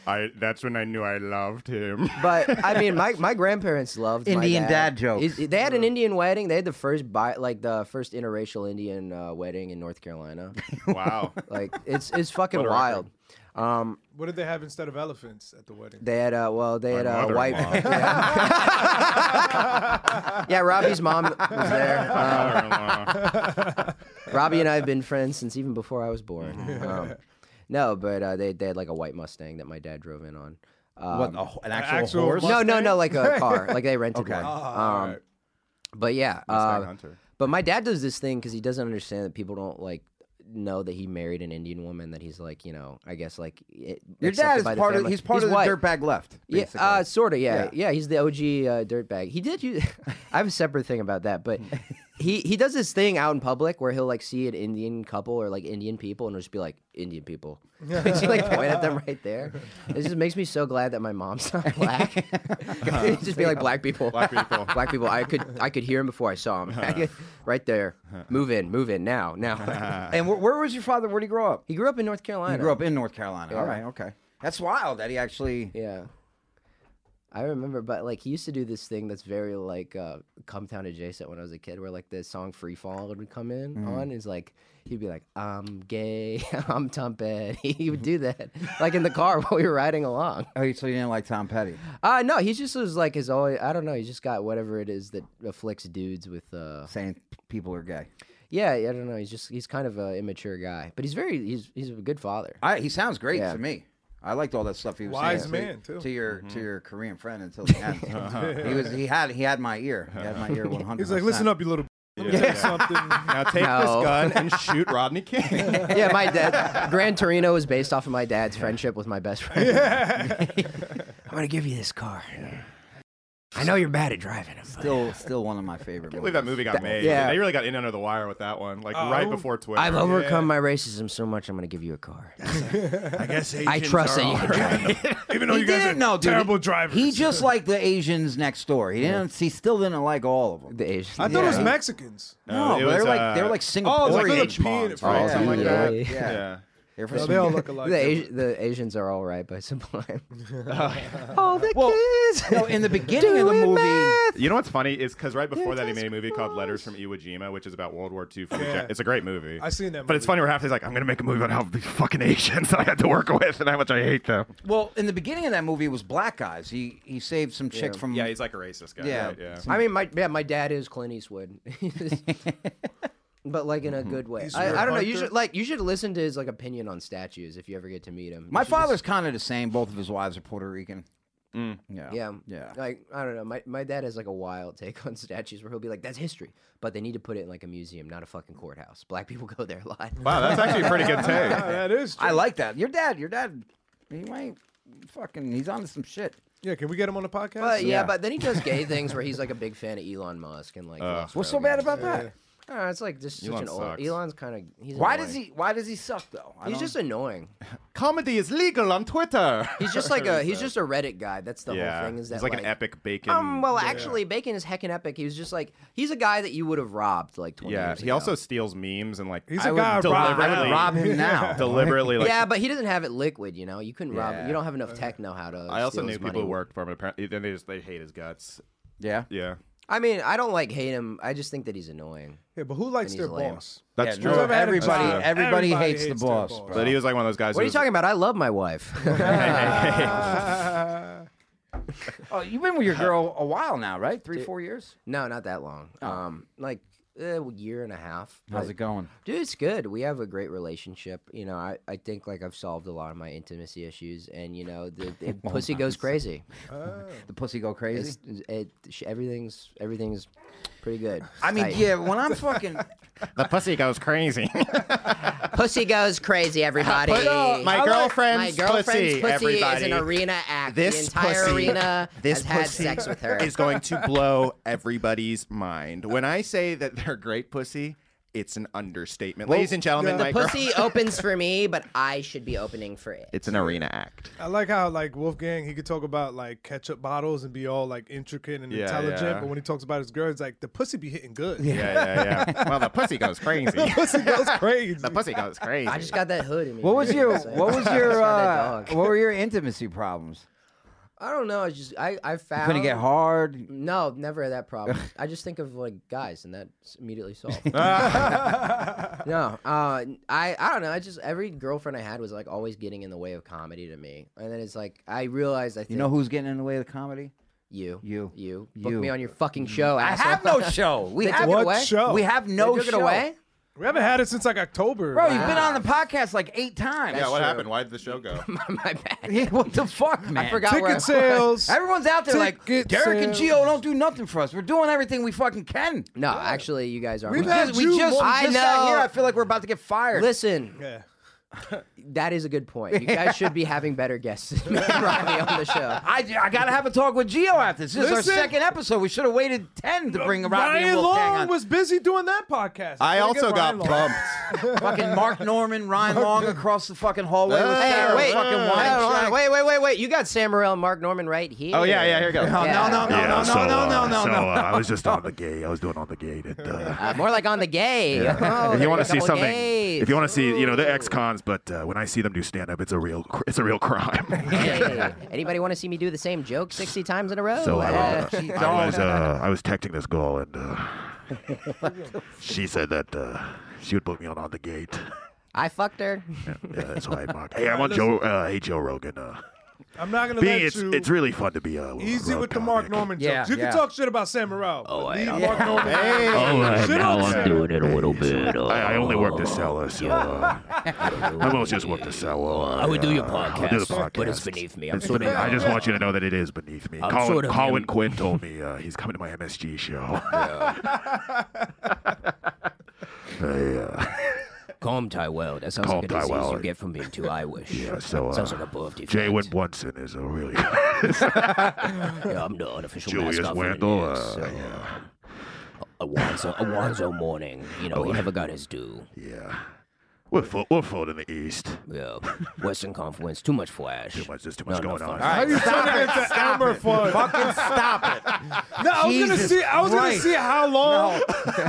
Speaker 7: I, that's when I knew I loved him.
Speaker 6: But I mean, my, my grandparents loved my
Speaker 7: Indian
Speaker 6: dad,
Speaker 7: dad jokes.
Speaker 6: Is- They had an Indian wedding. They had the first bi- like the first interracial Indian uh, wedding in North Carolina.
Speaker 7: *laughs* Wow,
Speaker 6: like
Speaker 5: *laughs*
Speaker 6: it's it's fucking
Speaker 5: What a
Speaker 6: wild. Um,
Speaker 5: What did they have instead of elephants at the wedding?
Speaker 6: they had uh, well, they
Speaker 5: My
Speaker 6: had a uh, wife.
Speaker 5: mother-in-law.
Speaker 7: *laughs*
Speaker 6: Yeah. Yeah, Robbie's mom was
Speaker 5: *laughs*
Speaker 6: there.
Speaker 5: Mother-in-law.
Speaker 6: Um, Robbie and I have been friends since even before I was born.
Speaker 4: Mm-hmm.
Speaker 6: Um, no, but uh, they they had like a white Mustang that my dad drove in on.
Speaker 4: What,
Speaker 6: Um,
Speaker 4: a ho- an An actual actual horse?
Speaker 6: No, no, no, like
Speaker 4: *laughs*
Speaker 6: a
Speaker 4: Mustang?
Speaker 6: car. Like they rented
Speaker 4: Okay.
Speaker 6: one.
Speaker 4: Ah,
Speaker 6: Um,
Speaker 4: alright.
Speaker 6: But yeah,
Speaker 4: Mustang
Speaker 6: uh,
Speaker 4: Hunter.
Speaker 6: but my dad does this thing because he doesn't understand that people don't like know that he married an Indian woman. That he's like, you know, I guess like it,
Speaker 4: Your
Speaker 6: accepted
Speaker 4: dad is
Speaker 6: by the
Speaker 4: part of.
Speaker 6: family.
Speaker 4: He's part of the
Speaker 6: white.
Speaker 4: dirtbag left.
Speaker 6: Yeah,
Speaker 4: basically.
Speaker 6: uh, sort of. Yeah. yeah, He's the OG uh, dirtbag. He did. Use, *laughs* I have a separate thing about that,
Speaker 4: *laughs*
Speaker 6: but he he does this thing out in public where he'll like see an Indian couple or like Indian people and he'll just be like Indian
Speaker 4: *laughs*
Speaker 6: people. *laughs* just like point at them right there. It just makes me so glad that my
Speaker 4: *laughs*
Speaker 6: mom's not black.
Speaker 4: Uh-huh.
Speaker 6: *laughs* It'd just be like black people.
Speaker 7: Black people.
Speaker 6: *laughs*
Speaker 7: Uh-huh.
Speaker 6: black people. I could I could hear him before I saw him. *laughs* right there. Move in. Move in now. Now.
Speaker 7: Uh-huh.
Speaker 4: And where, where was your father? Where did he grow up?
Speaker 6: *laughs* He grew up in North Carolina.
Speaker 4: He grew up in North Carolina. All
Speaker 6: Yeah.
Speaker 4: right, okay. That's wild that he actually.
Speaker 6: Yeah. I remember, but like he used to do this thing that's very like uh, come town adjacent when I was a kid, where like the song "Free Fall" would come in
Speaker 4: Mhm.
Speaker 6: on. Is like he'd be like, "I'm gay, *laughs* I'm Tom Petty." *laughs* he would do that like in the car *laughs* while we were riding along.
Speaker 4: Oh, so you didn't like Tom Petty?
Speaker 6: Uh no, he just was like his always. I don't know. He's just got whatever it is that afflicts dudes with uh
Speaker 4: saying people are gay.
Speaker 6: Yeah, I don't know. He's just he's kind of an immature guy, but he's very he's he's a good father.
Speaker 4: I, he sounds great
Speaker 6: Yeah.
Speaker 4: to me. I liked all that stuff he was
Speaker 6: Wise
Speaker 4: saying
Speaker 6: man,
Speaker 4: to,
Speaker 6: too.
Speaker 4: to your to your Korean friend until the
Speaker 6: *laughs* Uh-huh.
Speaker 4: end. *laughs* he was he had he had my ear. He had my ear one hundred.
Speaker 5: He's like, listen up, you little. *laughs* b- Let me tell
Speaker 4: Yeah.
Speaker 5: you something.
Speaker 7: Now take
Speaker 6: No.
Speaker 7: this gun and shoot Rodney King.
Speaker 6: *laughs* yeah, my dad. Gran Torino is based off of my *laughs* dad's friendship with my best friend. I'm gonna give you this car. I know you're bad at driving.
Speaker 4: Still, still one of my favorite.
Speaker 7: I can't believe that movie got made.
Speaker 6: yeah.
Speaker 7: They really got in under the wire with that one, like
Speaker 6: Oh.
Speaker 7: right before Twitter.
Speaker 6: I've
Speaker 7: Yeah.
Speaker 6: overcome my racism so much, I'm going to give you a car.
Speaker 7: I
Speaker 6: guess I Asians trust are that you all can right. drive.
Speaker 4: Even though you guys are know, dude. terrible drivers. He just liked the Asians next door. He didn't. He still didn't like all of them.
Speaker 6: The Asians.
Speaker 5: I thought it was Mexicans.
Speaker 4: No,
Speaker 5: it
Speaker 4: they're
Speaker 5: was,
Speaker 4: like they're
Speaker 5: uh,
Speaker 4: like
Speaker 5: Oh,
Speaker 4: Singaporean.
Speaker 5: the Philippine,
Speaker 4: Hmong.
Speaker 5: right, something like that.
Speaker 4: Yeah.
Speaker 5: Yeah.
Speaker 4: They're
Speaker 6: *laughs*
Speaker 5: No, they all look alike.
Speaker 6: The, Asi- the Asians are all right by *laughs* Sublime.
Speaker 4: Oh, the kids. *laughs* No, in the beginning of the movie.
Speaker 7: You know what's funny is because right before that he made a movie called Letters from Iwo Jima, which is about World War II. For the
Speaker 5: Yeah.
Speaker 7: Jap- it's a great movie.
Speaker 5: I seen that
Speaker 7: But it's funny where half he's like, I'm gonna make a movie about how these fucking Asians I had to work with and how much I hate them.
Speaker 4: Well, in the beginning of that movie, it was black guys. He he saved some chick
Speaker 6: Yeah.
Speaker 4: from.
Speaker 7: Yeah, he's like a racist guy.
Speaker 4: Yeah.
Speaker 7: right? yeah.
Speaker 6: I mean, my yeah, my dad is Clint Eastwood, *laughs* but like in a good way.
Speaker 4: He's your
Speaker 6: I, I don't know. You
Speaker 4: hunter?
Speaker 6: should like you should listen to his like opinion on statues if you ever get to meet him. You
Speaker 4: My
Speaker 6: should just-
Speaker 4: father's kind of the same. Both of his wives are Puerto Rican. Yeah.
Speaker 6: Yeah.
Speaker 4: Yeah.
Speaker 6: Like, I don't know. My, my dad has like a wild *laughs* take on statues where he'll be like, that's history, but they need to put it in like a museum, not a fucking courthouse. Black people *laughs* go there a lot.
Speaker 7: Wow, that's actually a pretty *laughs* good take.
Speaker 5: that is.
Speaker 4: I like that. Your dad. Your dad. He might fucking. He's onto some shit.
Speaker 5: Yeah. Can we get him on the podcast?
Speaker 6: But yeah, but then he does gay things where he's like a big fan of Elon Musk and like. Ross
Speaker 4: What's so
Speaker 6: Rogan.
Speaker 4: bad about that?
Speaker 6: I don't know, it's like just such
Speaker 4: Elon
Speaker 6: an old.
Speaker 4: sucks.
Speaker 6: Elon's kind of. He's
Speaker 4: why
Speaker 6: annoying.
Speaker 4: does he? Why does he suck though? I
Speaker 6: He's
Speaker 4: don't-
Speaker 6: just annoying.
Speaker 7: Comedy is legal on Twitter.
Speaker 6: He's just like a. He's just a Reddit guy. That's the
Speaker 7: yeah.
Speaker 6: whole thing. Is that
Speaker 7: he's like, an epic bacon.
Speaker 6: Um, well,
Speaker 7: Yeah.
Speaker 6: actually, Bacon is heckin' epic. He was just like he's a guy that you would have robbed like twenty
Speaker 7: Yeah,
Speaker 6: years
Speaker 7: he also steals memes and like
Speaker 6: He's
Speaker 7: a
Speaker 6: a guy I would rob-
Speaker 7: deliberately
Speaker 6: I would
Speaker 7: *laughs*
Speaker 6: rob him now.
Speaker 7: Deliberately, like
Speaker 6: yeah, but he doesn't have it liquid. You know, you couldn't rob.
Speaker 7: Yeah.
Speaker 6: You don't have enough tech know how to.
Speaker 7: I also
Speaker 6: steal
Speaker 7: knew
Speaker 6: his
Speaker 7: people
Speaker 6: money.
Speaker 7: who worked for him. Apparently, then they just they hate his guts.
Speaker 4: Yeah,
Speaker 7: yeah,
Speaker 6: I mean, I don't like hate him. I just think that he's annoying.
Speaker 5: Yeah, but who likes
Speaker 6: And
Speaker 5: their
Speaker 6: he's lame.
Speaker 5: boss?
Speaker 7: That's
Speaker 6: Yeah,
Speaker 7: true.
Speaker 6: no, Whoever had a everybody- job. everybody Everybody hates the hates their boss, boss. bro.
Speaker 7: But he was like one of those guys.
Speaker 6: What are
Speaker 7: who
Speaker 6: you talking about? I love my wife.
Speaker 4: Oh, you've been with *laughs* your girl a while now, right? Three,
Speaker 6: Dude.
Speaker 4: four years.
Speaker 6: *laughs* no, not that long. Um, like a year and a half.
Speaker 4: How's
Speaker 6: but-
Speaker 4: it going?
Speaker 6: Dude, it's good. We have a great relationship. You know, I, I think like I've solved a lot of my intimacy issues, and you know, the, the
Speaker 4: Oh
Speaker 6: pussy
Speaker 4: my
Speaker 6: goes
Speaker 4: God.
Speaker 6: crazy.
Speaker 4: The pussy go crazy.
Speaker 6: It's- it, sh- everything's everything's pretty good.
Speaker 4: I mean,
Speaker 6: Tight.
Speaker 4: yeah. When I'm *laughs* fucking,
Speaker 7: *laughs* the pussy goes crazy.
Speaker 6: pussy goes crazy, everybody.
Speaker 7: But, uh, my I like- girlfriend's
Speaker 6: my girlfriend's
Speaker 7: pussy,
Speaker 6: pussy, is
Speaker 7: everybody.
Speaker 6: an arena act. the entire
Speaker 7: pussy-
Speaker 6: arena
Speaker 7: *laughs* this
Speaker 6: has had
Speaker 7: pussy
Speaker 6: sex with her.
Speaker 7: is going
Speaker 6: *laughs*
Speaker 7: to blow everybody's mind. When I say that they're great pussy, it's an understatement, ladies and gentlemen.
Speaker 6: the
Speaker 4: *laughs*
Speaker 7: my
Speaker 6: pussy
Speaker 7: girl-
Speaker 6: opens for me, but I should be opening for it.
Speaker 7: it's an arena act.
Speaker 5: I like how like Wolfgang he could talk about like ketchup bottles and be all like intricate and
Speaker 7: Yeah,
Speaker 5: intelligent,
Speaker 7: yeah.
Speaker 5: but when he talks about his girl, it's like the pussy be hitting good.
Speaker 7: Yeah, *laughs* yeah, yeah. well, the pussy goes *laughs* crazy.
Speaker 5: *laughs* The pussy goes crazy.
Speaker 7: The pussy goes crazy.
Speaker 6: I just got that hood. In me.
Speaker 4: What was your? What *laughs* was
Speaker 6: *laughs* I just
Speaker 4: your?
Speaker 6: got that
Speaker 4: Uh,
Speaker 6: dog.
Speaker 4: what were your intimacy problems?
Speaker 6: I don't know. I just I I
Speaker 4: You
Speaker 6: found.
Speaker 4: couldn't get hard.
Speaker 6: No, never had that
Speaker 4: *laughs*
Speaker 6: problem. I just think of like guys, and that's immediately solved. no, uh, I I don't know. I just every girlfriend I had was like always getting in the way of comedy to me, and then it's like I realized I think
Speaker 4: You know who's getting in the way of the comedy?
Speaker 6: You.
Speaker 4: You.
Speaker 6: You. Book me on your fucking show.
Speaker 4: I
Speaker 6: asshole.
Speaker 4: have no show. We
Speaker 6: They
Speaker 4: have
Speaker 6: took it
Speaker 4: what
Speaker 6: away?
Speaker 4: show? We have no
Speaker 6: They took
Speaker 4: show.
Speaker 6: it away.
Speaker 5: We haven't had it since like October.
Speaker 4: Bro, you've been on the podcast like eight times.
Speaker 7: yeah, what happened? Why did the show go?
Speaker 6: *laughs* My bad.
Speaker 4: Yeah, *laughs* what the fuck, man?
Speaker 6: *laughs* forgot where I was.
Speaker 4: Everyone's out there like
Speaker 6: Ticket
Speaker 4: Derek and Gio
Speaker 6: sales.
Speaker 4: don't do nothing for us. We're doing everything we fucking can.
Speaker 6: No, actually, you guys are.
Speaker 4: We
Speaker 6: right.
Speaker 4: just, we just, we
Speaker 6: I
Speaker 4: just
Speaker 6: know.
Speaker 4: got here. I feel like we're about to get fired.
Speaker 6: Listen.
Speaker 5: Yeah.
Speaker 6: That is a good point. You guys should be having better guests *laughs* than me and Robbie
Speaker 4: *laughs*
Speaker 6: on the show.
Speaker 4: I, I gotta have a talk with Gio after this. This is our
Speaker 5: Listen.
Speaker 4: second episode. We should have waited ten to bring Robbie
Speaker 5: Ryan
Speaker 4: and Wolfgang
Speaker 5: Long
Speaker 4: on.
Speaker 5: was busy doing that podcast.
Speaker 7: I
Speaker 5: Gotta get
Speaker 7: also got
Speaker 5: Ryan Long.
Speaker 6: *laughs*
Speaker 7: bumped.
Speaker 4: fucking Mark Norman, Ryan Long across the fucking hallway with
Speaker 6: Hey,
Speaker 4: Sarah
Speaker 6: wait,
Speaker 4: fucking
Speaker 6: hold
Speaker 4: wine
Speaker 6: on, hold on.
Speaker 4: check.
Speaker 6: wait, wait, wait, wait. You got Sam Morril and Mark Norman right here.
Speaker 7: Oh, yeah, yeah, here we go.
Speaker 4: No, no, no, no, no, no, no, no, no,
Speaker 9: so,
Speaker 4: no.
Speaker 9: Uh, I was just on the gay. I was doing on the gay. And, uh,
Speaker 6: Uh, more like on the gay. Oh,
Speaker 9: if
Speaker 6: there
Speaker 9: you want
Speaker 6: were a
Speaker 9: to see
Speaker 6: couple
Speaker 9: something,
Speaker 6: gays.
Speaker 9: if you want to see, you know, they're ex-cons, but uh, when I see them do stand-up, it's a real, cr- it's a real
Speaker 6: *laughs*
Speaker 9: crime.
Speaker 7: *laughs*
Speaker 6: Hey, anybody want to see me do the same joke 60 times in a row?
Speaker 9: So I,
Speaker 6: Uh,
Speaker 9: was, I was, uh, I was texting this girl, and uh,
Speaker 6: *laughs*
Speaker 9: she said that uh, she would put me on on the gate.
Speaker 6: I fucked her.
Speaker 9: Yeah, yeah, that's why *laughs* I mocked. Hey, I'm on Joe. Uh, hey, Joe Rogan. Uh,
Speaker 5: I'm not gonna
Speaker 9: being,
Speaker 5: let
Speaker 9: it's,
Speaker 5: you.
Speaker 9: it's really fun to be uh,
Speaker 5: easy with the Mark Norman jokes.
Speaker 9: Yeah,
Speaker 5: you
Speaker 9: yeah.
Speaker 5: can talk shit about Sam Morril. Oh, I Mark
Speaker 9: yeah.
Speaker 5: Norman.
Speaker 9: Hey.
Speaker 5: All right, Shit now on I'm Sam. doing
Speaker 9: it a little bit. Oh, I, I only work the cellar, so uh, I will just work the cellar.
Speaker 8: I would do your
Speaker 9: uh, I'll do the
Speaker 8: podcast, but it's
Speaker 9: podcast.
Speaker 8: beneath me. I'm
Speaker 9: It's
Speaker 8: sort of-
Speaker 9: beneath- I just want you to know that it is beneath me.
Speaker 8: I'm
Speaker 9: Colin,
Speaker 8: sort of
Speaker 9: Colin
Speaker 8: him.
Speaker 9: Quinn told me uh, he's coming to my
Speaker 8: *laughs*
Speaker 9: *laughs* MSG show. I, uh,
Speaker 6: Calm Tywell. That sounds
Speaker 9: Calm
Speaker 6: like a disease
Speaker 9: Tywell.
Speaker 6: you get from being too Irish.
Speaker 9: Yeah, so uh,
Speaker 6: sounds like a birth
Speaker 9: Jay
Speaker 6: defect.
Speaker 9: Wynn Bunsen is a really
Speaker 6: *laughs* yeah, I'm the unofficial
Speaker 9: Julius
Speaker 6: mascot for the
Speaker 9: Randle,
Speaker 6: Knicks,
Speaker 9: uh, *laughs*
Speaker 6: so, A Wanzo, a Wanzo morning. You know,
Speaker 9: Oh,
Speaker 6: he never got his due.
Speaker 9: Yeah. We're full, we're full in the East.
Speaker 6: Yeah. Western Conference. Too much flash. Too
Speaker 9: much. There's too
Speaker 6: much
Speaker 9: going on.
Speaker 5: How you turning it into Amber Fun?
Speaker 4: Fucking stop it.
Speaker 5: No, I was gonna
Speaker 4: Jesus
Speaker 5: see. I was gonna
Speaker 4: Christ.
Speaker 5: see how long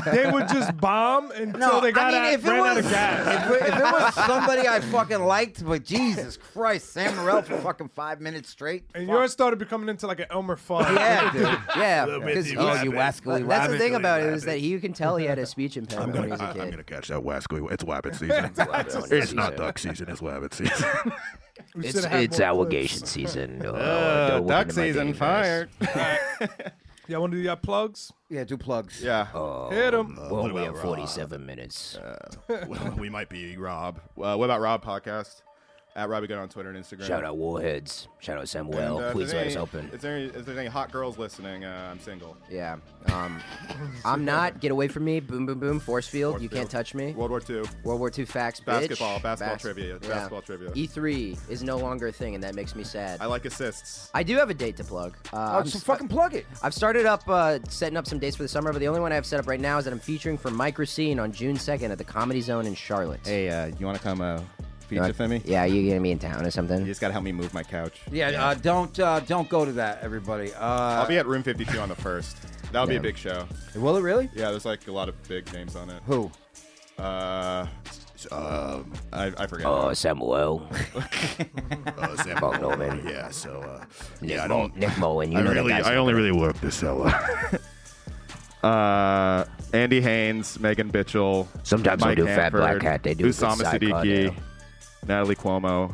Speaker 5: *laughs* they would just bomb until
Speaker 4: No,
Speaker 5: they got
Speaker 4: I mean,
Speaker 5: out,
Speaker 4: if it
Speaker 5: ran
Speaker 4: was,
Speaker 5: out of gas.
Speaker 4: If, it- if it was somebody I fucking liked, but
Speaker 6: *laughs*
Speaker 4: Jesus Christ, Sam Morril for fucking five minutes straight.
Speaker 5: and yours started becoming into like an Elmer Fudd.
Speaker 4: Yeah, dude. Yeah,
Speaker 5: Little bit
Speaker 4: because
Speaker 5: too
Speaker 4: oh, you
Speaker 5: rapid.
Speaker 4: wascally
Speaker 6: That's the thing
Speaker 4: rabbit.
Speaker 6: about it is that you can tell
Speaker 9: *laughs*
Speaker 6: he had a speech
Speaker 9: I'm
Speaker 6: impairment when he
Speaker 9: gonna,
Speaker 6: was a
Speaker 9: I,
Speaker 6: kid.
Speaker 9: I'm gonna catch that Wasco.
Speaker 4: *laughs*
Speaker 9: It's Wabbit season. it's not duck season. It's Wabbit season.
Speaker 6: It's, it's allegation season. Oh,
Speaker 7: Uh,
Speaker 6: don't
Speaker 7: duck
Speaker 6: look into my
Speaker 7: season
Speaker 6: dating
Speaker 7: fired.
Speaker 5: Y'all want to do your plugs?
Speaker 4: Yeah, do plugs.
Speaker 7: Yeah.
Speaker 8: Oh,
Speaker 6: Oh,
Speaker 5: Hit 'em.
Speaker 7: Uh,
Speaker 6: We're
Speaker 7: what
Speaker 6: only
Speaker 7: about
Speaker 6: at 47 minutes.
Speaker 7: Uh, we might be Rob. Uh, what about Rob podcast? At Robbie Good on Twitter and Instagram.
Speaker 6: Shout out Warheads. Shout out Samuel.
Speaker 7: And, uh, if
Speaker 6: Please let
Speaker 7: there's
Speaker 6: us
Speaker 7: any-
Speaker 6: open.
Speaker 7: If, there, if there's any hot girls listening, uh, I'm single.
Speaker 6: Yeah. Um, I'm not. Get away from me. Boom, boom, boom. Force field. you can't touch me.
Speaker 7: World War II.
Speaker 6: World War II facts. bitch.
Speaker 7: Basketball, basketball
Speaker 6: Bas-
Speaker 7: trivia,
Speaker 6: yeah.
Speaker 7: basketball trivia.
Speaker 6: E3 is no longer a thing, and that makes me sad.
Speaker 7: I like assists.
Speaker 6: I do have a date to plug. Uh,
Speaker 4: Oh,
Speaker 6: I'm
Speaker 4: so
Speaker 6: s-
Speaker 4: fucking plug it.
Speaker 6: I've started up uh, setting up some dates for the summer, but the only one I have set up right now is that I'm featuring for Microscene on June 2nd at the Comedy Zone in Charlotte.
Speaker 7: Hey, uh, you want to come uh, feature
Speaker 6: Right.
Speaker 7: for me?
Speaker 6: Yeah, you gonna be in town or something? You
Speaker 7: just gotta help me move my couch.
Speaker 4: Yeah, Uh, don't uh, don't go to that, everybody. Uh,
Speaker 7: I'll be at Room 52 on the first. That'll be
Speaker 4: Yeah.
Speaker 7: a big show.
Speaker 4: Will it really?
Speaker 7: Yeah, there's like a lot of big names on it.
Speaker 4: Who?
Speaker 7: Uh, um, I, I forget.
Speaker 6: Oh, Samuel.
Speaker 9: uh, Sam
Speaker 6: Mark Norman.
Speaker 9: Yeah. So
Speaker 6: *laughs*
Speaker 9: uh,
Speaker 6: Nick,
Speaker 9: yeah, I
Speaker 6: Mo-
Speaker 9: don't-
Speaker 6: Nick Mullen. You
Speaker 9: I
Speaker 6: know that
Speaker 9: really,
Speaker 6: guy's
Speaker 9: I only really work this cellar.
Speaker 7: *laughs* Uh, Andy Haynes, Megan Bitchell.
Speaker 6: Sometimes they
Speaker 7: Mike
Speaker 6: do Fat
Speaker 7: Hanford,
Speaker 6: Black Hat, they do a good
Speaker 7: Usama
Speaker 6: sidecar
Speaker 7: Siddiqui,
Speaker 6: now.
Speaker 7: Natalie Cuomo,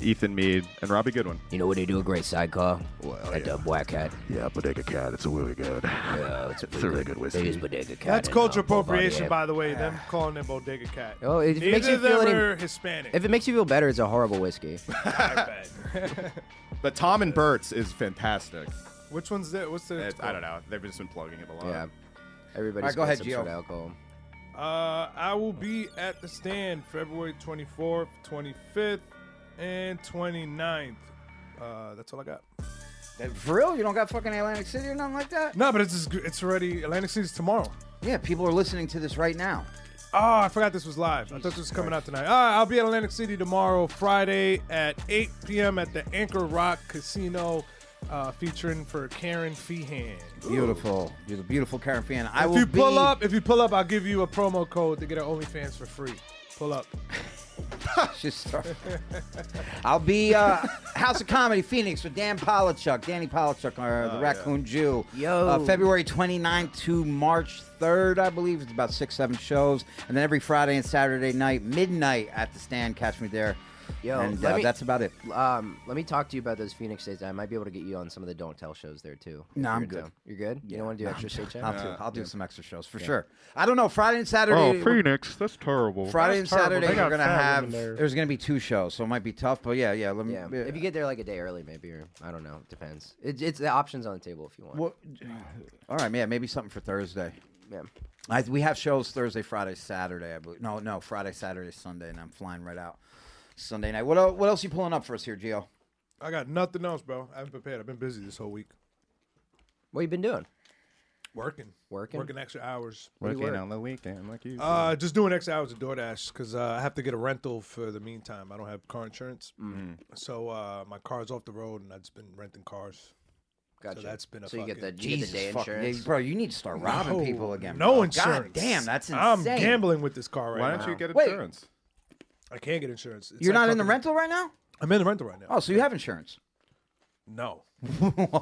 Speaker 7: Ethan Mead, and Robbie Goodwin.
Speaker 6: You know what they do? A great sidecar at the Black Hat.
Speaker 9: yeah, Bodega Cat. It's a really good.
Speaker 6: Yeah, it's a,
Speaker 9: It's a really good whiskey.
Speaker 6: They use Bodega Cat.
Speaker 5: That's
Speaker 6: and,
Speaker 5: culture
Speaker 6: uh, Bovada
Speaker 5: appropriation,
Speaker 6: Ale.
Speaker 5: by the way. Them calling them bodega cat.
Speaker 6: Oh, if
Speaker 5: Neither
Speaker 6: it makes you
Speaker 5: of them
Speaker 6: feel any-
Speaker 5: are Hispanic.
Speaker 6: If it makes you feel better, it's a horrible whiskey.
Speaker 7: But Tom and Burt's is fantastic.
Speaker 5: Which one's that? What's the?
Speaker 7: It's- I don't know. They've just been plugging it a lot.
Speaker 6: yeah.
Speaker 5: All
Speaker 6: Everybody's
Speaker 5: right, go
Speaker 6: got
Speaker 5: ahead,
Speaker 6: some
Speaker 5: Gio.
Speaker 6: sort of alcohol.
Speaker 5: Uh, I will be at the stand February 24th, 25th, and 29th. Uh, that's all I got.
Speaker 4: For real? You don't got fucking Atlantic City or nothing like that?
Speaker 5: No, but it's just, it's already Atlantic City's tomorrow.
Speaker 4: Yeah, people are listening to this right now.
Speaker 5: Oh, I forgot this was live. I thought this was coming out tonight. All right, I'll be at Atlantic City tomorrow, Friday at 8 p.m. at the Anchor Rock Casino, uh, featuring for Karen Feehan.
Speaker 4: Beautiful. You're the beautiful Karen fan. I
Speaker 5: if
Speaker 4: will
Speaker 5: you pull
Speaker 4: be- *laughs*
Speaker 5: up, if you pull up, I'll give you a promo code to get our OnlyFans for free. Pull up.
Speaker 4: Just start. I'll be uh, House of Comedy Phoenix with Dan Polachuk, Danny Polachuk, uh, the Raccoon Jew.
Speaker 6: Yo.
Speaker 4: Uh, February 29th to March 3rd, I believe. It's about six, seven shows. And then every Friday and Saturday night, midnight at the stand. Catch me there.
Speaker 6: Yo,
Speaker 4: and
Speaker 6: let
Speaker 4: uh,
Speaker 6: me-
Speaker 4: that's about it.
Speaker 6: Um, let me talk to you about those Phoenix dates. I might be able to get you on some of the Don't Tell shows there too. if
Speaker 4: No,
Speaker 6: you're
Speaker 4: I'm
Speaker 6: into-
Speaker 4: good.
Speaker 6: You're good. You don't want to do extra stage?
Speaker 4: I'll do, I'll do some extra shows for sure. I don't know. Friday and Saturday.
Speaker 9: Oh, Phoenix. That's terrible.
Speaker 4: Friday and
Speaker 6: That's terrible.
Speaker 4: Saturday,
Speaker 6: They
Speaker 4: we're
Speaker 6: got
Speaker 4: gonna
Speaker 6: fat
Speaker 4: have.
Speaker 6: women there.
Speaker 4: There's gonna be two shows, so it might be tough. But yeah, yeah. Let me. uh,
Speaker 6: Yeah. If you get there like a day early, maybe, or I don't know. Depends. It, it's the options on the table if you want.
Speaker 4: What- All right, yeah, maybe something for Thursday.
Speaker 6: Yeah.
Speaker 4: I, we have shows Thursday, Friday, Saturday. I believe. No, no, Friday, Saturday, Sunday, and I'm flying right out Sunday night. What el- what else you pulling up for us here, Gio?
Speaker 5: I got nothing else, bro. I haven't prepared. I've been busy this whole week.
Speaker 6: What you been doing?
Speaker 5: Working.
Speaker 6: Working?
Speaker 5: Working extra hours.
Speaker 7: Working on the weekend like you.
Speaker 5: Uh, just doing extra hours of DoorDash because uh, I have to get a rental for the meantime. I don't have car insurance,
Speaker 4: Mm-hmm.
Speaker 7: Mhm.
Speaker 5: so uh, my car's off the road, and I've just been renting cars.
Speaker 6: Gotcha.
Speaker 5: So that's been a
Speaker 6: So you get
Speaker 5: fucking-
Speaker 6: the- you get the day
Speaker 4: fuck, yeah,
Speaker 6: insurance?
Speaker 4: bro. You need to start robbing
Speaker 5: No,
Speaker 4: people again.
Speaker 5: No
Speaker 4: bro.
Speaker 5: insurance.
Speaker 4: God damn, that's insane.
Speaker 5: I'm gambling with this car right
Speaker 7: Why
Speaker 5: now.
Speaker 7: don't you get
Speaker 4: Wait.
Speaker 7: insurance?
Speaker 5: I can't get insurance. It's
Speaker 4: You're
Speaker 5: like
Speaker 4: not in the
Speaker 5: fucking-
Speaker 4: rental right now.
Speaker 5: I'm in the rental right now.
Speaker 4: Oh, so you have *laughs* insurance? *laughs*
Speaker 5: No.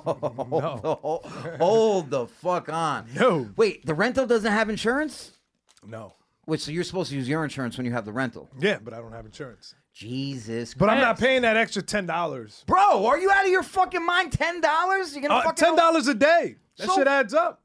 Speaker 4: Hold, hold the fuck on.
Speaker 5: No.
Speaker 4: Wait, the rental doesn't have insurance.
Speaker 5: No.
Speaker 4: Which so you're supposed to use your insurance when you have the rental.
Speaker 5: Yeah, but I don't have insurance.
Speaker 4: Jesus.
Speaker 5: But I'm not
Speaker 4: Christ.
Speaker 5: paying that extra ten dollars.
Speaker 4: Bro, are you out of your fucking mind? Ten dollars? You gonna fucking
Speaker 5: Uh, ten dollars a day. That
Speaker 4: So-
Speaker 5: shit adds up.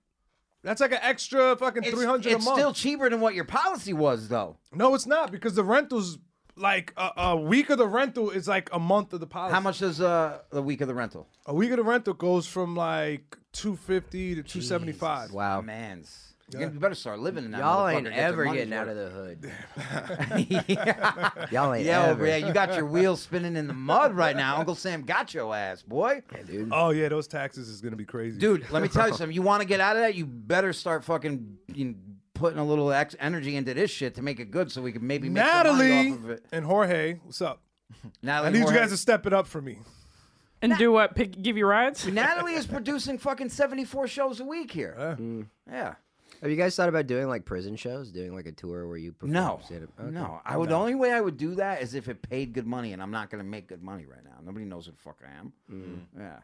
Speaker 5: That's like an extra fucking
Speaker 4: It's-
Speaker 5: three hundred a
Speaker 4: It's
Speaker 5: month.
Speaker 4: still cheaper than what your policy was, though.
Speaker 5: No, it's not because the rental's like a, a week of the rental is like a month of the policy.
Speaker 4: How much does uh, the week of the rental?
Speaker 5: Oh. A week of the rental goes from like two fifty to two seventy five.
Speaker 4: Wow, man's. You're gonna- Oh, You better start living in that.
Speaker 6: Y'all
Speaker 4: motherfucker,
Speaker 6: ain't
Speaker 4: get your
Speaker 6: ever
Speaker 4: money's
Speaker 6: getting out
Speaker 4: worth.
Speaker 6: of
Speaker 4: *laughs*
Speaker 6: the *laughs* hood. Y'all ain't
Speaker 4: yeah,
Speaker 6: ever.
Speaker 4: Yeah, you got your wheels spinning in the mud right now. Uncle Sam got your ass, boy.
Speaker 6: dude.
Speaker 5: Oh yeah, those taxes is gonna be crazy,
Speaker 4: Dude, let me tell you something. You want to get out of that? You better start fucking you know, putting a little ex- energy into this shit to make it good, so we can maybe make some money
Speaker 5: Natalie
Speaker 4: off of it.
Speaker 5: and Jorge, what's up?
Speaker 4: Natalie
Speaker 5: I need
Speaker 4: Jorge.
Speaker 5: you guys to step it up for me.
Speaker 13: And do what? Pick, give you rides?
Speaker 4: Natalie is producing fucking seventy-four shows a week here.
Speaker 6: Mm.
Speaker 4: Yeah.
Speaker 6: Have you guys thought about doing like prison shows, doing like a tour where you perform?
Speaker 4: No,
Speaker 6: stand-up? Okay.
Speaker 4: no. I would. The only way I would do that is if it paid good money, and I'm not going to make good money right now. Nobody knows who the fuck I am.
Speaker 6: Mm.
Speaker 4: Yeah.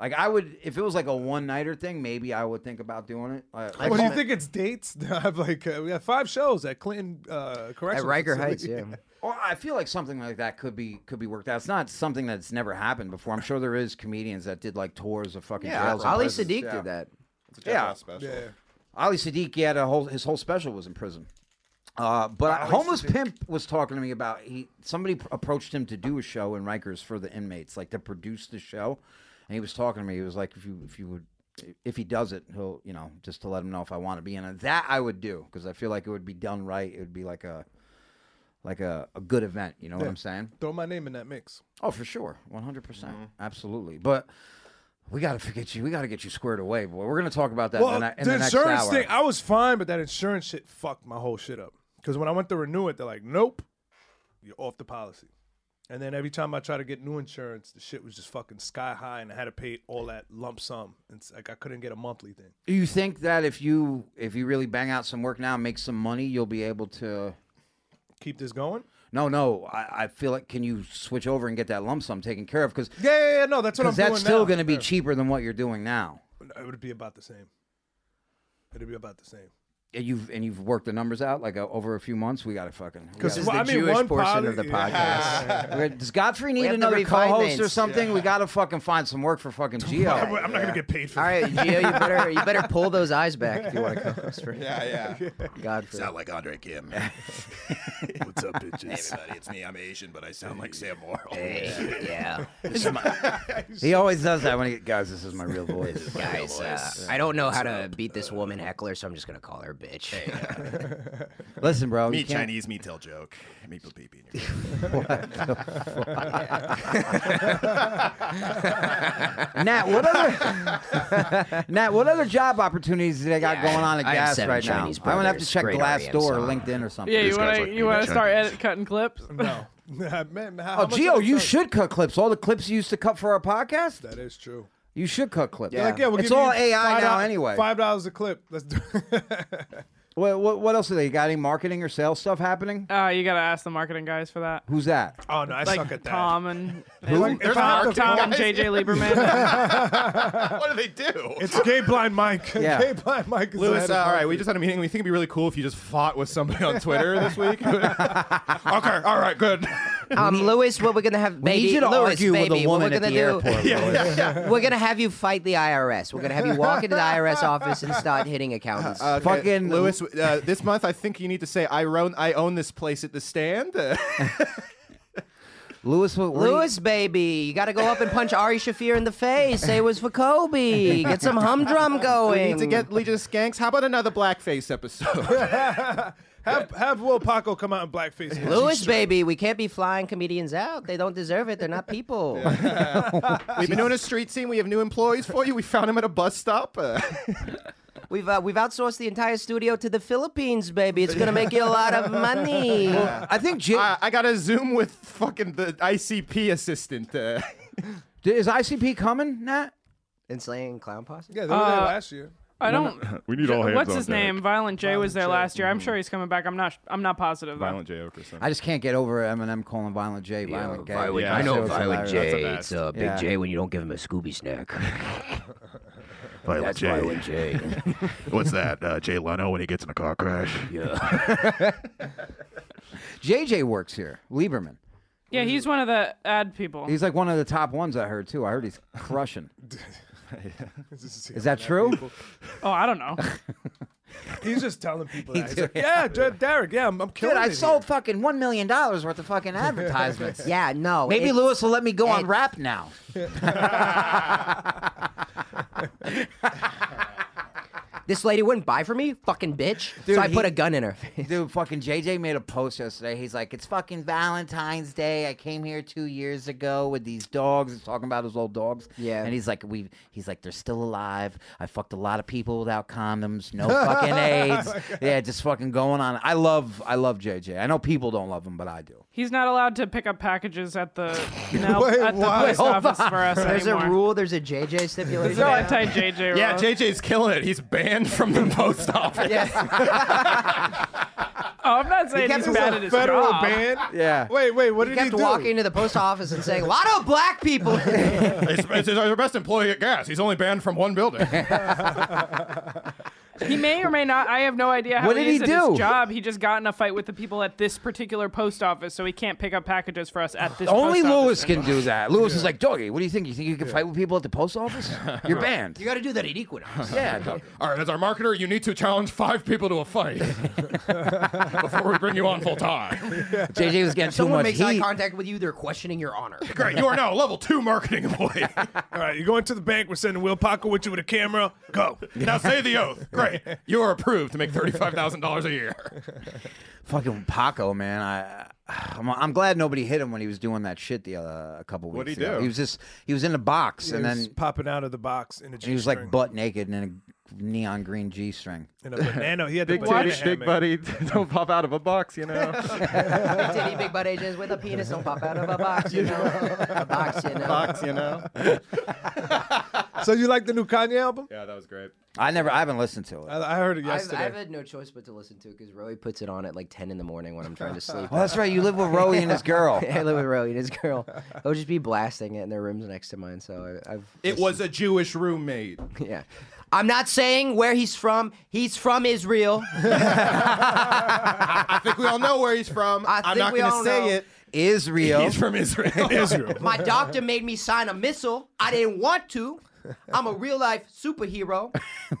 Speaker 4: Like I would, if it was like a one nighter thing, maybe I would think about doing it. Uh, like-
Speaker 5: What do you think it's dates? *laughs* I have like uh, we have five shows at Clinton uh, Correction Facility.
Speaker 4: *laughs* Or I feel like something like that could be could be worked out. It's not something that's never happened before. I'm sure there is comedians that did like tours of fucking
Speaker 6: Yeah,
Speaker 4: jails.
Speaker 6: Ali
Speaker 4: and prisons.
Speaker 6: Sadiq
Speaker 4: Yeah.
Speaker 6: did that.
Speaker 4: *laughs* Yeah.
Speaker 5: *laughs*
Speaker 4: Ali Sadiq, he had a whole his whole special was in prison. Uh, but a homeless pimp was talking to me about he somebody p- approached him to do a show in Rikers for the inmates, like to produce the show, and he was talking to me. He was like, if you if you would if he does it, he'll you know just to let him know if I want to be in it. That I would do because I feel like it would be done right. It would be like a like a, a good event. You know what
Speaker 5: Yeah.
Speaker 4: I'm saying?
Speaker 5: Throw my name in that mix.
Speaker 4: Oh, for sure, 100, percent absolutely. But we got to get you. We got to get you squared away, boy. We're gonna talk about that
Speaker 5: Well,
Speaker 4: in the, ne- in
Speaker 5: the,
Speaker 4: the next
Speaker 5: insurance
Speaker 4: hour.
Speaker 5: thing, I was fine, but that insurance shit fucked my whole shit up. Because when I went to renew it, they're like, "Nope, you're off the policy." And then every time I tried to get new insurance, the shit was just fucking sky high, and I had to pay all that lump sum. It's like I couldn't get a monthly thing.
Speaker 4: Do you think that if you if you really bang out some work now and make some money, you'll be able to
Speaker 5: keep this going?
Speaker 4: No, no. I, I feel like can you switch over and get that lump sum taken care of? Because
Speaker 5: Yeah, yeah, yeah, no, that's what I'm doing
Speaker 4: that's still
Speaker 5: now.
Speaker 4: going to be
Speaker 5: Yeah.
Speaker 4: cheaper than what you're doing now.
Speaker 5: It would be about the same. It'd be about the same.
Speaker 4: And you've and you've worked the numbers out like uh, over a few months. We got to fucking. we
Speaker 5: 'Cause,
Speaker 4: gotta-
Speaker 5: well, I mean, one poly- *laughs*
Speaker 4: We're- Does Godfrey
Speaker 6: We
Speaker 4: need
Speaker 6: have the
Speaker 4: another co-host or
Speaker 6: refinements.
Speaker 4: something? We got to fucking find some work for fucking Geo.
Speaker 6: I'm- I'm not gonna
Speaker 5: get paid for
Speaker 6: All right,
Speaker 4: that.
Speaker 6: Gio, you better you better pull those eyes back if you want to
Speaker 4: *laughs*
Speaker 6: come. for
Speaker 8: Yeah,
Speaker 6: *laughs*
Speaker 8: yeah.
Speaker 6: Godfrey.
Speaker 8: Sound like Andre *laughs* Kim. What's up, bitches? Hey, everybody, it's me. I'm Asian, but I sound like Sam Morrill.
Speaker 6: Hey,
Speaker 4: *laughs*
Speaker 6: yeah.
Speaker 8: This *laughs* is my-
Speaker 4: He always does that when he guys. This is my real
Speaker 6: *laughs*
Speaker 4: voice.
Speaker 6: Guys, uh, I don't know how to beat
Speaker 4: uh,
Speaker 6: this woman heckler, so I'm just gonna call her bitch. *laughs*
Speaker 4: Listen, bro.
Speaker 8: Me
Speaker 4: you can't-
Speaker 8: Chinese, me tell joke. Me put pee pee in your
Speaker 4: What the fuck?
Speaker 8: Yeah.
Speaker 4: Nat, what other *laughs* Nat, what other job opportunities do they got going on at
Speaker 6: I have
Speaker 4: Gas
Speaker 6: seven
Speaker 4: right
Speaker 6: Chinese
Speaker 4: now? I'm gonna have to
Speaker 6: brothers,
Speaker 4: check
Speaker 6: great
Speaker 4: Glassdoor or
Speaker 6: REM song.
Speaker 4: LinkedIn or something.
Speaker 13: Yeah, you want to you want to start edit cutting clips?
Speaker 5: *laughs* No. Man, how
Speaker 4: Oh,
Speaker 5: much
Speaker 4: Geo,
Speaker 5: are we
Speaker 4: you
Speaker 5: talking?
Speaker 4: should cut clips. All the clips you used to cut for our podcast,
Speaker 5: That is true.
Speaker 4: you should cut clips.
Speaker 5: They're like, yeah, we'll
Speaker 4: it's
Speaker 5: give
Speaker 4: all
Speaker 5: you
Speaker 4: AI
Speaker 5: five
Speaker 4: now
Speaker 5: doll-
Speaker 4: anyway.
Speaker 5: Five dollars a clip. Let's do.
Speaker 4: What, what what else do they got? Any marketing or sales stuff happening?
Speaker 13: Uh, you gotta ask the marketing guys for that.
Speaker 4: Who's that?
Speaker 5: Oh no, I
Speaker 13: like
Speaker 5: suck at that.
Speaker 13: Tom
Speaker 5: *laughs*
Speaker 13: and,
Speaker 4: Who?
Speaker 13: and
Speaker 5: There's
Speaker 13: Tom,
Speaker 5: marketing
Speaker 13: Tom and
Speaker 5: guys.
Speaker 13: JJ
Speaker 5: *laughs*
Speaker 13: Lieberman.
Speaker 8: *laughs* what do they do? *laughs*
Speaker 5: It's gay blind Mike.
Speaker 7: Yeah.
Speaker 5: Gay blind Mike. Is
Speaker 7: Lewis,
Speaker 5: the
Speaker 7: uh,
Speaker 5: head of
Speaker 7: all right, we
Speaker 5: marketing.
Speaker 7: just had a meeting. We think it'd be really cool if you just fought with somebody on Twitter
Speaker 8: *laughs*
Speaker 7: this week. *laughs* okay, all right, *laughs* good.
Speaker 6: Um, Lewis, what we're gonna have,
Speaker 7: We need
Speaker 6: baby,
Speaker 7: you to
Speaker 6: Lewis,
Speaker 7: argue with a
Speaker 6: baby, what
Speaker 7: woman
Speaker 6: we're
Speaker 7: at
Speaker 6: gonna
Speaker 7: the
Speaker 6: do, *laughs*
Speaker 7: airport, Yeah, Lewis. yeah, yeah.
Speaker 6: we're gonna have you fight the IRS. We're gonna have you walk into the IRS office and
Speaker 4: *laughs*
Speaker 6: start hitting accountants.
Speaker 7: Uh, Lewis. Uh, this month, I think you need to say I own I own this place at the stand. *laughs*
Speaker 4: Lewis, what,
Speaker 6: Lewis, baby, you gotta go up and punch Ari Shafir in the face. Say it was for Kobe. Get some humdrum going.
Speaker 7: We need to get Legion of Skanks. How about another blackface
Speaker 8: *laughs*
Speaker 7: episode?
Speaker 5: have have Will Paco come out in blackface.
Speaker 6: Lewis, baby, we can't be flying comedians out. They don't deserve it. They're not people.
Speaker 7: We've been doing a street scene. We have new employees for you. We found him at a bus stop. *laughs* Uh,
Speaker 6: We've uh, we've outsourced the entire studio to the Philippines, baby. It's gonna make you a lot of money. *laughs*
Speaker 4: I think
Speaker 7: I, I got a Zoom with fucking the ICP assistant.
Speaker 9: *laughs*
Speaker 7: Uh,
Speaker 4: Is ICP coming, Nat?
Speaker 6: Insane clown posse.
Speaker 5: Yeah, they were there last year.
Speaker 13: I
Speaker 7: No,
Speaker 13: don't.
Speaker 7: no, we need all hands
Speaker 13: What's
Speaker 7: on
Speaker 13: his
Speaker 7: deck.
Speaker 13: name? Violent J was there last
Speaker 5: Mm-hmm.
Speaker 13: year. I'm sure he's coming back. I'm not. I'm not positive. though.
Speaker 7: J. Okerson.
Speaker 4: I just can't get over Eminem calling Violent J Violent Gay.
Speaker 6: Violent-
Speaker 4: That
Speaker 6: I
Speaker 4: shit
Speaker 6: know
Speaker 4: was
Speaker 6: Violent
Speaker 4: hilarious.
Speaker 6: J. It's uh, Big
Speaker 4: Yeah.
Speaker 6: J when you don't give him a Scooby snack. *laughs*
Speaker 9: Violent
Speaker 6: That's
Speaker 9: J.
Speaker 6: Violent J. *laughs*
Speaker 9: What's that? Uh, Jay Leno when he gets in a car crash?
Speaker 6: Yeah.
Speaker 4: JJ works here. Lieberman.
Speaker 13: Yeah, he's one of the ad people.
Speaker 4: He's like one of the top ones I heard too. I heard he's
Speaker 5: *laughs*
Speaker 4: crushing.
Speaker 5: Is
Speaker 4: Is that true?
Speaker 13: Oh, I don't know.
Speaker 5: He's just telling people
Speaker 4: He
Speaker 5: that. He's
Speaker 4: do-
Speaker 5: like, yeah, Jer- Derek. Yeah, I'm, I'm
Speaker 4: Dude,
Speaker 5: killing
Speaker 4: I
Speaker 5: it
Speaker 4: sold *laughs* fucking one million dollars worth
Speaker 5: *laughs*
Speaker 4: of fucking advertisements.
Speaker 6: Yeah, no.
Speaker 4: Maybe
Speaker 6: it's-
Speaker 4: Lewis will let me go on
Speaker 6: it's-
Speaker 4: rap now.
Speaker 6: This lady wouldn't buy for me, fucking bitch. so I put a gun in her face.
Speaker 4: Dude, fucking JJ made a post yesterday. He's like, it's fucking Valentine's Day. I came here two years ago with these dogs. He's talking about his old dogs.
Speaker 6: Yeah.
Speaker 4: And he's like, we. He's like, they're still alive. I fucked a lot of people without condoms.
Speaker 6: *laughs*
Speaker 4: No fucking
Speaker 6: Oh
Speaker 4: AIDS. yeah, just fucking going on. I love, I love JJ. I know people don't love him, but I do.
Speaker 13: He's not allowed to pick up packages at the now at the post office for us
Speaker 6: There's
Speaker 13: anymore.
Speaker 6: a rule. There's a JJ stipulation.
Speaker 13: There's no anti-JJ rule.
Speaker 7: Yeah, JJ's killing it. He's banned from the post *laughs* office.
Speaker 13: Oh, I'm not saying he's bad at his job.
Speaker 4: Yeah.
Speaker 5: Wait, wait. What
Speaker 6: he
Speaker 5: did he
Speaker 6: kept
Speaker 5: do?
Speaker 6: walking to the post office and saying, "A lot *laughs* of black
Speaker 4: *laughs*
Speaker 6: people."
Speaker 7: it's, it's our best employee at gas. He's only banned from one *laughs* building.
Speaker 13: He may or may not. I have no idea how
Speaker 7: What
Speaker 13: he
Speaker 7: did
Speaker 13: is
Speaker 7: he
Speaker 13: at
Speaker 7: do?
Speaker 13: his job. He just got in a fight with the people at this particular post office, so he can't pick up packages for us at this.
Speaker 4: Only
Speaker 13: post office
Speaker 4: Lewis can
Speaker 13: anymore.
Speaker 4: do that. Lewis is like, doggy. What do you think? You think you can fight with people at the post
Speaker 6: *laughs*
Speaker 4: office? You're banned.
Speaker 6: You got to do that at Equinox.
Speaker 4: Yeah, dog.
Speaker 7: All right, as our marketer, you need to challenge five people to a *laughs* fight before we bring you on full time.
Speaker 4: JJ was getting
Speaker 6: If someone makes eye contact with you, they're questioning your honor.
Speaker 7: Great, you are now level two marketing employee.
Speaker 5: All right, you're going to the bank. We're sending Will Paco with you with a camera. Go.
Speaker 7: Now say the oath. Great, you are approved to make thirty-five thousand dollars a year.
Speaker 4: Fucking Paco, man. I. I'm, I'm glad nobody hit him when he was doing that shit the other a couple weeks
Speaker 5: What'd he
Speaker 4: ago.
Speaker 5: do?
Speaker 4: He was just he was in the box and then
Speaker 5: He's popping out of the box in a
Speaker 4: and
Speaker 5: G
Speaker 4: he was like butt naked in a neon green g string.
Speaker 5: in a banana. He had the
Speaker 7: Big
Speaker 5: banana
Speaker 7: titty, big
Speaker 5: hammock.
Speaker 7: buddy, don't pop out of a box, you know.
Speaker 6: Big titty, big butt ages with a penis don't pop out of a box, you know. *laughs* A box, you know.
Speaker 7: Box, you know.
Speaker 5: So you like the new Kanye album?
Speaker 7: Yeah, that was great.
Speaker 4: I never I haven't listened to it.
Speaker 5: I, I heard it yesterday.
Speaker 6: I've, I've had no choice but to listen to it because Roey puts it on at like 10 in the morning when I'm trying to *laughs* sleep.
Speaker 4: Oh, that's right. You live with Roey and his girl.
Speaker 6: I live with Roey and his girl. I'll just be blasting it, and their room's next to mine. So I, I've.
Speaker 7: It was a Jewish roommate.
Speaker 6: *laughs* Yeah. I'm not saying where he's from. He's from Israel.
Speaker 7: I think we all know where he's from.
Speaker 6: *laughs* I
Speaker 7: I'm
Speaker 6: think
Speaker 7: not
Speaker 6: we
Speaker 7: going to
Speaker 6: all
Speaker 7: say
Speaker 6: know.
Speaker 7: it.
Speaker 4: Israel.
Speaker 7: He's from *laughs* Israel.
Speaker 6: My doctor made me sign a missile. I didn't want to. I'm a real life
Speaker 7: *laughs*
Speaker 6: superhero.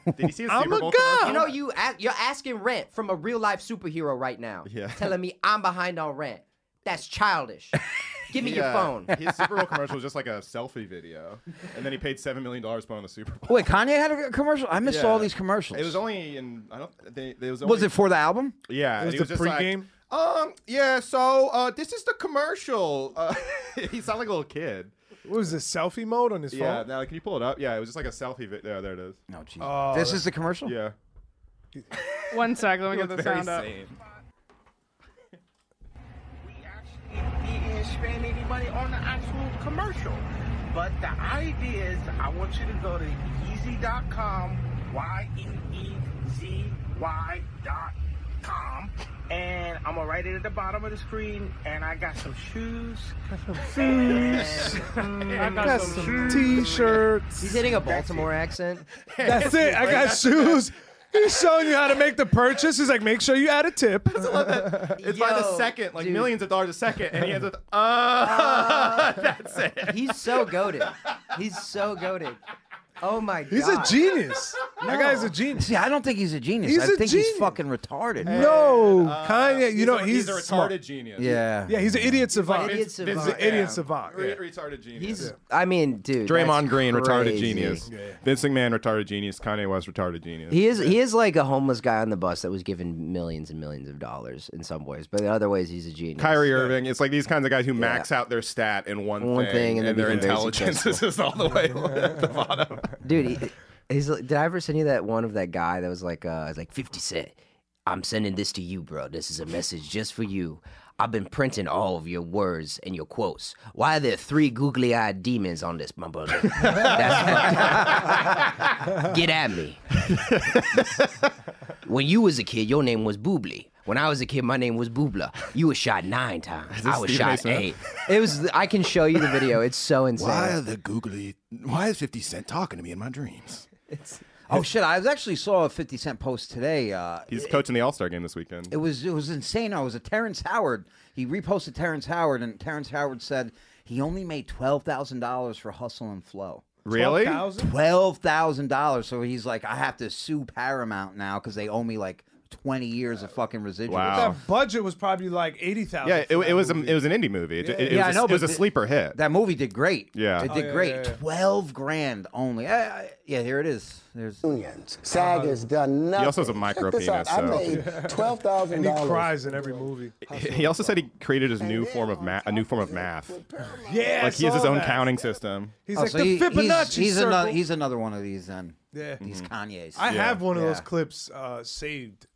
Speaker 7: Did you see
Speaker 6: I'm a You know, you a- you're asking rent from a real life superhero right now.
Speaker 7: Yeah. *laughs*
Speaker 6: Telling me I'm behind on rent. That's childish. Give me your
Speaker 7: Yeah. *laughs*
Speaker 6: phone.
Speaker 7: His Super Bowl commercial was just like a selfie video, and then he paid seven million dollars to put on the Super Bowl.
Speaker 4: Wait, Kanye had a commercial. I missed
Speaker 7: Yeah.
Speaker 4: all these commercials.
Speaker 7: It was only in I don't. They, they was,
Speaker 4: Was
Speaker 7: only-
Speaker 4: it for the album?
Speaker 7: Yeah,
Speaker 4: It was
Speaker 7: and he
Speaker 4: the
Speaker 7: just like,
Speaker 4: pregame?
Speaker 7: um, yeah. So uh, this is the commercial. Uh, *laughs* he sounded like a little kid.
Speaker 5: What was this selfie mode on his
Speaker 7: Yeah.
Speaker 5: phone?
Speaker 7: Now can you pull it up? Yeah, it was just like a selfie video. there it is.
Speaker 4: No, Jesus.
Speaker 5: Oh,
Speaker 4: this
Speaker 5: that-
Speaker 4: is the commercial.
Speaker 7: Yeah.
Speaker 13: One sec, let me get
Speaker 7: It
Speaker 13: the
Speaker 7: was very
Speaker 13: sound up.
Speaker 7: sane.
Speaker 16: didn't spend any money on the actual commercial. But the idea is I want you to go to Yeezy.com, Y-E-E-Z-Y dot com, and I'm gonna write it at the bottom of the screen, and I got some shoes.
Speaker 5: I got some t-shirts.
Speaker 6: He's hitting a Baltimore accent.
Speaker 5: That's it. I got shoes. He's showing you how to make the purchase. He's like, make sure you add a tip.
Speaker 7: It's by the
Speaker 6: Yo,
Speaker 7: second, like
Speaker 6: dude. Ah.
Speaker 7: millions of dollars a second, and he ends
Speaker 6: *laughs*
Speaker 7: with uh. *laughs* that's it. *laughs*
Speaker 6: He's so goaded. He's so goaded. Oh my god.
Speaker 5: He's a genius. That guy's a genius.
Speaker 4: See, I don't think he's a genius.
Speaker 5: He's
Speaker 4: I
Speaker 5: a
Speaker 4: think he's
Speaker 5: genius.
Speaker 4: fucking retarded.
Speaker 5: No, Kanye. You
Speaker 7: he's
Speaker 5: know
Speaker 7: a-
Speaker 5: he's
Speaker 7: he's a retarded
Speaker 5: smart.
Speaker 7: genius.
Speaker 4: Yeah.
Speaker 5: Yeah, he's an idiot savant.
Speaker 6: idiot
Speaker 5: He's an
Speaker 6: savant,
Speaker 5: idiot
Speaker 6: yeah.
Speaker 5: savant.
Speaker 7: Re- retarded genius.
Speaker 6: He's. I mean, dude.
Speaker 7: Draymond
Speaker 6: that's
Speaker 7: Green, retarded
Speaker 6: crazy.
Speaker 7: genius. Vince McMahon, retarded genius. Kanye West, retarded genius.
Speaker 6: He is he is like a homeless guy on the bus that was given millions and millions of dollars in some ways, but in other ways he's a genius.
Speaker 7: Kyrie Irving. It's like these kinds of guys who max out their stat in one,
Speaker 6: One thing and
Speaker 7: and,
Speaker 6: then
Speaker 7: their
Speaker 6: become very
Speaker 7: intelligence *laughs* is
Speaker 6: successful.
Speaker 7: just all the way *laughs* at the bottom.
Speaker 6: Dude, he, he's like- did I ever send you that one of that guy that was like uh it's like 50 cent. I'm sending this to you, bro. This is a message just for you. I've been printing all of your words and your quotes. Why are there three googly-eyed demons on this,
Speaker 7: *laughs*
Speaker 6: my brother? That's fucked up. Get at me. when you was a kid, your name was Boobly. When I was a kid, my name was Boobla. You was shot nine times.
Speaker 7: this
Speaker 6: I was
Speaker 7: Steve
Speaker 6: shot
Speaker 7: Mason?
Speaker 6: eight. It was. I can show you the video. It's so insane.
Speaker 8: Why are the googly? Why is Fifty Cent talking to me in my dreams?
Speaker 4: Oh shit! I was actually saw a Fifty Cent post today. Uh,
Speaker 7: He's coaching the All Star game this weekend.
Speaker 4: It was it was insane. I was a Terrence Howard. He reposted Terrence Howard, and Terrence Howard said he only made twelve thousand dollars for Hustle and Flow.
Speaker 7: Really?
Speaker 4: Twelve thousand dollars. So he's like, I have to sue Paramount now because they owe me like twenty years of fucking residuals.
Speaker 5: That budget was probably like eighty thousand.
Speaker 7: Yeah, it, it was a, it was an indie movie. It,
Speaker 5: Yeah.
Speaker 7: it, it
Speaker 5: Yeah,
Speaker 7: was
Speaker 5: I know,
Speaker 7: a, it was
Speaker 5: but
Speaker 7: a
Speaker 5: the-
Speaker 7: sleeper hit.
Speaker 4: That movie did great.
Speaker 7: Yeah,
Speaker 4: It
Speaker 5: Oh,
Speaker 4: did great. Twelve grand only. Uh, yeah, here it is. There's
Speaker 17: unions. SAG has done nothing.
Speaker 7: He also has a micro
Speaker 17: Check this out.
Speaker 7: penis.
Speaker 17: I
Speaker 7: So.
Speaker 17: made twelve thousand
Speaker 5: And he
Speaker 17: dollars.
Speaker 5: cries in every movie.
Speaker 7: He also said he created his new form of math, a new form of math.
Speaker 5: Yeah, I
Speaker 7: like he has his
Speaker 5: saw
Speaker 7: own
Speaker 5: that.
Speaker 7: counting system.
Speaker 5: He's
Speaker 4: Oh,
Speaker 5: like
Speaker 4: so
Speaker 5: the
Speaker 4: he- he's-
Speaker 5: Fibonacci
Speaker 4: he's,
Speaker 5: circle.
Speaker 4: another he's another one of these then.
Speaker 5: Yeah.
Speaker 4: These
Speaker 5: Mhm.
Speaker 4: Kanye's.
Speaker 5: I have one of those
Speaker 4: Yeah.
Speaker 5: clips uh, saved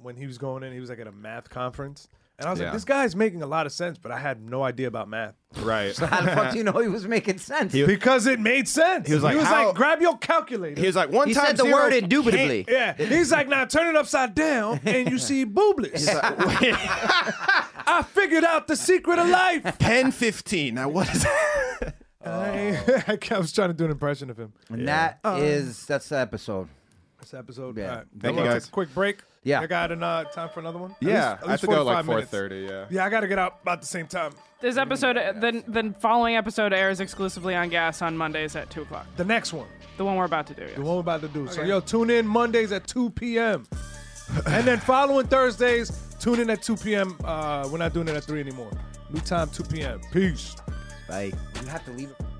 Speaker 5: when he was going in. He was like at a math conference, and I was
Speaker 4: Yeah.
Speaker 5: like, "This guy's making a lot of sense," but I had no idea about math.
Speaker 7: Right.
Speaker 5: So
Speaker 4: how the fuck do you know he was making sense?
Speaker 5: because it made sense.
Speaker 7: He was like, "How-"
Speaker 5: "Grab your calculator."
Speaker 7: He was like, "One He times said the zero *laughs* word can't-" indubitably.
Speaker 5: Yeah. He's like, "Now turn it upside down, and you see booblets." I figured out the secret of life. *laughs*
Speaker 7: Pen fifteen. Now what is that?
Speaker 5: I, I was trying to do an impression of him.
Speaker 4: And that is that's the episode.
Speaker 5: That's the episode.
Speaker 4: Yeah.
Speaker 5: All right.
Speaker 4: Thank
Speaker 5: Well,
Speaker 4: you,
Speaker 5: let's take a
Speaker 4: guys.
Speaker 5: Quick break.
Speaker 4: Yeah.
Speaker 5: I got an, uh, time for another one. At
Speaker 7: Yeah,
Speaker 5: least-
Speaker 7: I
Speaker 5: at
Speaker 7: have
Speaker 5: least
Speaker 7: to go at,
Speaker 5: 45
Speaker 7: like,
Speaker 5: minutes.
Speaker 7: 4:30, yeah.
Speaker 5: Yeah, I got to get out about the same time.
Speaker 13: This episode, uh, the, the following episode airs exclusively on Gas on Mondays at 2 o'clock.
Speaker 5: The next one.
Speaker 13: The one we're about to do.
Speaker 5: The one we're about to do. So
Speaker 13: Okay.
Speaker 5: yo, tune in Mondays at 2 p.m. and then following Thursdays, tune in at 2 p.m. Uh, we're not doing it at 3 anymore. New time, 2 p.m. Peace.
Speaker 4: Bye. You have to leave it.